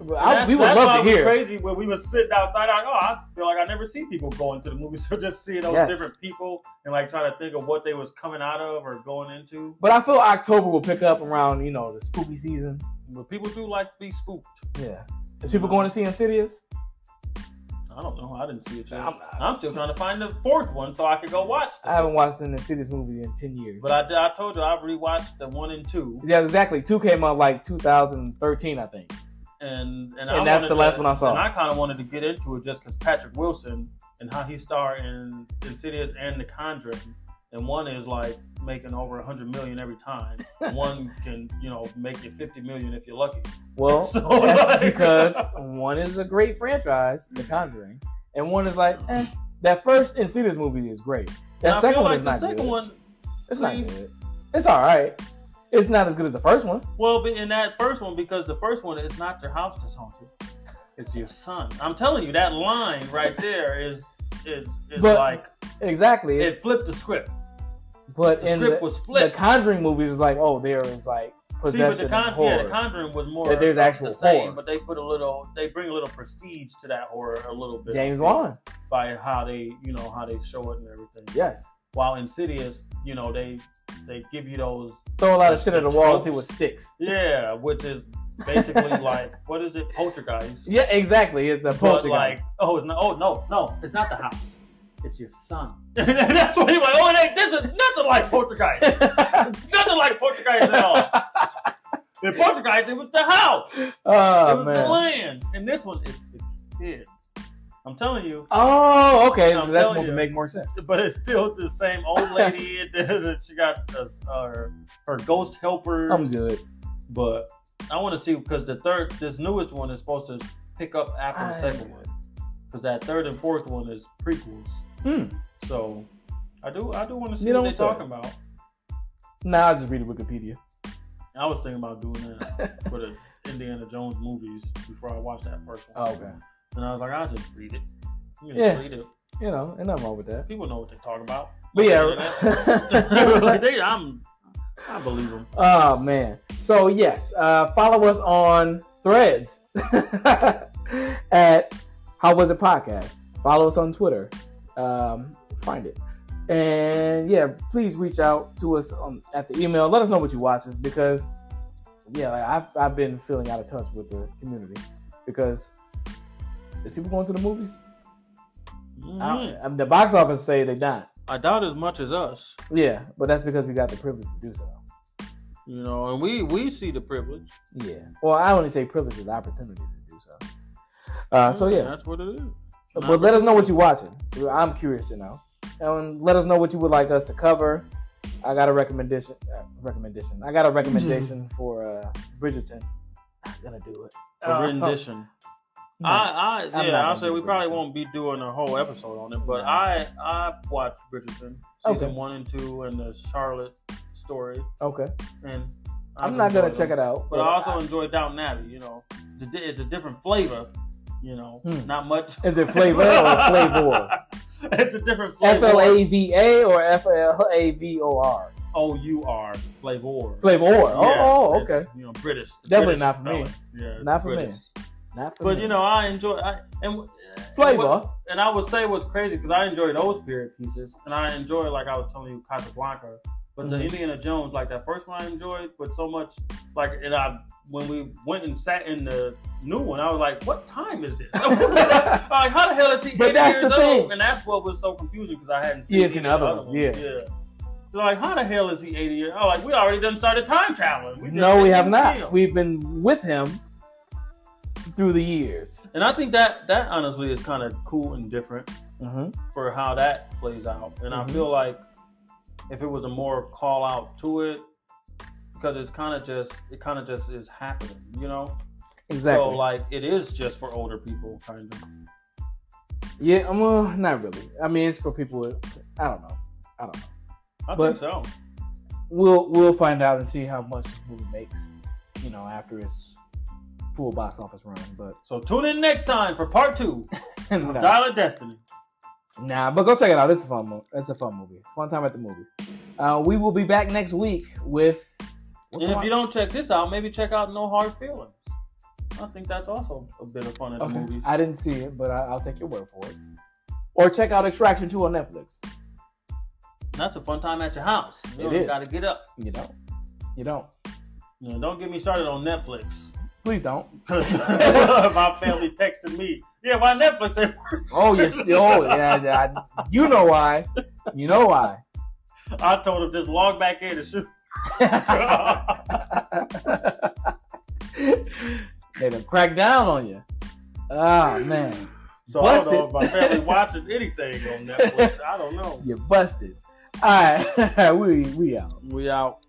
[SPEAKER 1] Well, I,
[SPEAKER 2] That's-
[SPEAKER 1] we would
[SPEAKER 2] that's why
[SPEAKER 1] love to
[SPEAKER 2] it was
[SPEAKER 1] hear.
[SPEAKER 2] Crazy when we was sitting outside. Like, oh, I feel like I never see people going to the movies. So just seeing those
[SPEAKER 1] Yes.
[SPEAKER 2] different people and like trying to think of what they was coming out of or going into.
[SPEAKER 1] But I feel October will pick up around, you know, the spooky season.
[SPEAKER 2] But people do like to be spooked.
[SPEAKER 1] Yeah. Is
[SPEAKER 2] Mm-hmm.
[SPEAKER 1] people going to see Insidious?
[SPEAKER 2] I don't know. I didn't see it yet. I'm,
[SPEAKER 1] I'm-
[SPEAKER 2] still trying to find the fourth one so I could go watch.
[SPEAKER 1] I haven't watched an Insidious movie in 10 years.
[SPEAKER 2] But I, did- I told you I rewatched the one and two,
[SPEAKER 1] yeah, exactly. Two came out like 2013, I think.
[SPEAKER 2] and and, I
[SPEAKER 1] And that's
[SPEAKER 2] wanted
[SPEAKER 1] the last one I saw.
[SPEAKER 2] And I kind of wanted to get into it just because Patrick Wilson and how he starred in Insidious and The Conjuring, and one is like making over hundred million every time. one can you know make you fifty million if you're lucky.
[SPEAKER 1] Well,
[SPEAKER 2] So,
[SPEAKER 1] that's
[SPEAKER 2] like-
[SPEAKER 1] because one is a great franchise, The Conjuring, and one is like, eh. That first Insidious movie is great.
[SPEAKER 2] And
[SPEAKER 1] That
[SPEAKER 2] I
[SPEAKER 1] second
[SPEAKER 2] feel
[SPEAKER 1] one
[SPEAKER 2] like
[SPEAKER 1] is
[SPEAKER 2] the
[SPEAKER 1] not
[SPEAKER 2] second
[SPEAKER 1] good.
[SPEAKER 2] one.
[SPEAKER 1] it's not
[SPEAKER 2] see-
[SPEAKER 1] good. It's all right. It's not as good as the first one.
[SPEAKER 2] Well, but in that first one, because the first one, it's not your house that's haunted; it's your son. I'm telling you, that line right there is is is
[SPEAKER 1] But-
[SPEAKER 2] like
[SPEAKER 1] Exactly. It's,
[SPEAKER 2] it flipped the script.
[SPEAKER 1] but
[SPEAKER 2] The
[SPEAKER 1] in
[SPEAKER 2] script
[SPEAKER 1] the,
[SPEAKER 2] was
[SPEAKER 1] the
[SPEAKER 2] flipped.
[SPEAKER 1] Conjuring movies, is like, oh, there is like
[SPEAKER 2] See, but
[SPEAKER 1] possession
[SPEAKER 2] the
[SPEAKER 1] and
[SPEAKER 2] con-
[SPEAKER 1] horror.
[SPEAKER 2] yeah, the Conjuring was more
[SPEAKER 1] That there's
[SPEAKER 2] of
[SPEAKER 1] actual
[SPEAKER 2] the same,
[SPEAKER 1] horror.
[SPEAKER 2] but they put a little, they bring a little prestige to that horror a little bit.
[SPEAKER 1] James Wan.
[SPEAKER 2] by how they, you know, how they show it and everything.
[SPEAKER 1] Yes.
[SPEAKER 2] While Insidious, you know, they they give you those,
[SPEAKER 1] Throw a lot of shit at the wall and see what
[SPEAKER 2] Tropes.
[SPEAKER 1] sticks.
[SPEAKER 2] yeah, which is basically like what is it, Poltergeist?
[SPEAKER 1] Yeah, exactly. It's a
[SPEAKER 2] But like,
[SPEAKER 1] poltergeist.
[SPEAKER 2] oh, it's not. Oh no, no, it's not the house. It's your son. That's what he like. Oh, it ain't, this is nothing like Poltergeist. nothing like Poltergeist at all. In Poltergeist, it was the house. it
[SPEAKER 1] oh
[SPEAKER 2] was
[SPEAKER 1] man.
[SPEAKER 2] the land. And this one, it's the kid. I'm telling you.
[SPEAKER 1] Oh, okay.
[SPEAKER 2] I'm
[SPEAKER 1] That's
[SPEAKER 2] telling
[SPEAKER 1] going to
[SPEAKER 2] you.
[SPEAKER 1] make more sense.
[SPEAKER 2] But it's still the same old lady. and then that she got us, uh, her ghost helpers.
[SPEAKER 1] I'm good.
[SPEAKER 2] But I want to see because the third, this newest one is supposed to pick up after the
[SPEAKER 1] I-
[SPEAKER 2] second one. Because that third and fourth one is prequels.
[SPEAKER 1] Hmm.
[SPEAKER 2] So I do, I do want to see
[SPEAKER 1] You
[SPEAKER 2] what
[SPEAKER 1] don't
[SPEAKER 2] they're
[SPEAKER 1] say.
[SPEAKER 2] talking about.
[SPEAKER 1] Nah, I'll just read the Wikipedia.
[SPEAKER 2] I was thinking about doing that for the Indiana Jones movies before I watched that first one.
[SPEAKER 1] Oh, okay.
[SPEAKER 2] And I was like, I'll just read it. You know,
[SPEAKER 1] Yeah.
[SPEAKER 2] read it.
[SPEAKER 1] You know, ain't nothing wrong with that.
[SPEAKER 2] People know what they talk about.
[SPEAKER 1] But
[SPEAKER 2] Like,
[SPEAKER 1] yeah.
[SPEAKER 2] they- I'm, I believe them.
[SPEAKER 1] oh, man. So, yes, uh, follow us on threads at How Was It Podcast. Follow us on Twitter. Um, find it. And yeah, please reach out to us on, at the email. Let us know what you're watching because, yeah, like I've, I've been feeling out of touch with the community because is people going to the movies? I
[SPEAKER 2] Mm-hmm.
[SPEAKER 1] don't- I mean, the box office say they not.
[SPEAKER 2] I doubt as much as us,
[SPEAKER 1] Yeah, but that's because we got the privilege to do so.
[SPEAKER 2] you know, and we we see the privilege.
[SPEAKER 1] Yeah. Well, I only say privilege is opportunity to do so. Uh, so yeah, Uh,
[SPEAKER 2] that's what it is.
[SPEAKER 1] but let us know what you're watching. I'm curious to know, and let us know what you would like us to cover. I got a recommendation. Uh, recommendation. I got a recommendation for uh, Bridgerton. Not gonna do it.
[SPEAKER 2] Mm-hmm. A
[SPEAKER 1] Uh,
[SPEAKER 2] rendition.
[SPEAKER 1] no.
[SPEAKER 2] I, I
[SPEAKER 1] not
[SPEAKER 2] yeah, I'll
[SPEAKER 1] gonna
[SPEAKER 2] say
[SPEAKER 1] do
[SPEAKER 2] we probably
[SPEAKER 1] Bridgerton.
[SPEAKER 2] won't be doing a whole episode on it, but
[SPEAKER 1] No.
[SPEAKER 2] I I watched Bridgerton season
[SPEAKER 1] Okay.
[SPEAKER 2] one and two and the Charlotte story,
[SPEAKER 1] okay.
[SPEAKER 2] and
[SPEAKER 1] I'm not gonna
[SPEAKER 2] check
[SPEAKER 1] check it
[SPEAKER 2] it out.
[SPEAKER 1] out.
[SPEAKER 2] But I also enjoy Downton Abbey. You know, it's a, di- it's a different flavor. You know,
[SPEAKER 1] Hmm.
[SPEAKER 2] not much.
[SPEAKER 1] is it flavor or flavor?
[SPEAKER 2] It's a different
[SPEAKER 1] F
[SPEAKER 2] flavor.
[SPEAKER 1] L A V A or F L A V O R?
[SPEAKER 2] O U R flavor.
[SPEAKER 1] Flavor. Oh,
[SPEAKER 2] Yeah,
[SPEAKER 1] oh,
[SPEAKER 2] it's,
[SPEAKER 1] okay.
[SPEAKER 2] You know, British.
[SPEAKER 1] Definitely
[SPEAKER 2] British
[SPEAKER 1] not for me.
[SPEAKER 2] spelling. Yeah, it's
[SPEAKER 1] Not for me.
[SPEAKER 2] British.
[SPEAKER 1] Not for
[SPEAKER 2] But
[SPEAKER 1] me.
[SPEAKER 2] you know, I enjoy I, and And, what-
[SPEAKER 1] flavor.
[SPEAKER 2] and I would say what's crazy because I enjoy those period pieces, and I enjoy like I was telling you Casablanca. But the
[SPEAKER 1] Mhm.
[SPEAKER 2] Indiana Jones, like that first one, I enjoyed, but so much like, and I when we went and sat in the new one, I was like, "What time is this?" like, how the hell is he?
[SPEAKER 1] But
[SPEAKER 2] 80
[SPEAKER 1] that's the
[SPEAKER 2] years
[SPEAKER 1] thing.
[SPEAKER 2] Old? And that's what was so confusing because I hadn't seen
[SPEAKER 1] Yes,
[SPEAKER 2] any
[SPEAKER 1] in
[SPEAKER 2] of the
[SPEAKER 1] other ones, yeah.
[SPEAKER 2] So like, how the hell is he eighty years? Oh, like we already done started time traveling. just
[SPEAKER 1] no, we
[SPEAKER 2] didn't
[SPEAKER 1] have not.
[SPEAKER 2] feel.
[SPEAKER 1] We've been with him through the years.
[SPEAKER 2] and I think that that honestly is kind of cool and different.
[SPEAKER 1] Mm-hmm.
[SPEAKER 2] for how that plays out. And
[SPEAKER 1] Mhm.
[SPEAKER 2] I feel like if it was a more call out to it, because it's kind of just it kind of just is happening, you know.
[SPEAKER 1] Exactly.
[SPEAKER 2] So like it is just for older people, kind of.
[SPEAKER 1] yeah, I'm uh, not really. I mean, it's for people. With, I don't know. I don't know.
[SPEAKER 2] I
[SPEAKER 1] But-
[SPEAKER 2] think so.
[SPEAKER 1] We'll we'll find out and see how much this movie makes. You know, after its full box office run. But
[SPEAKER 2] So tune in next time for part two of
[SPEAKER 1] no.
[SPEAKER 2] Dial of Destiny.
[SPEAKER 1] Nah, but go check it out. It's a fun. Mo- it's a fun movie. It's a fun time at the movies. Uh, we will be back next week with.
[SPEAKER 2] and if you don't check this out, maybe check out No Hard Feelings. I think that's also a bit of fun at the
[SPEAKER 1] okay.
[SPEAKER 2] movies.
[SPEAKER 1] I didn't see it, but I, I'll take your word for it. Or check out Extraction Two on Netflix.
[SPEAKER 2] that's a fun time at your house.
[SPEAKER 1] It
[SPEAKER 2] You don't
[SPEAKER 1] is.
[SPEAKER 2] gotta get up.
[SPEAKER 1] You don't. You don't.
[SPEAKER 2] You know, don't get me started on Netflix.
[SPEAKER 1] Please don't.
[SPEAKER 2] Because my family texted me, yeah, my Netflix ain't
[SPEAKER 1] Oh, you're still. Oh, yeah, yeah. I- You know why. You know why.
[SPEAKER 2] I told him just log back in and shoot.
[SPEAKER 1] they done crack down on you. Oh man,
[SPEAKER 2] so I don't know if my family watching anything on Netflix. I don't know.
[SPEAKER 1] you're busted. All right, we we out.
[SPEAKER 2] We out.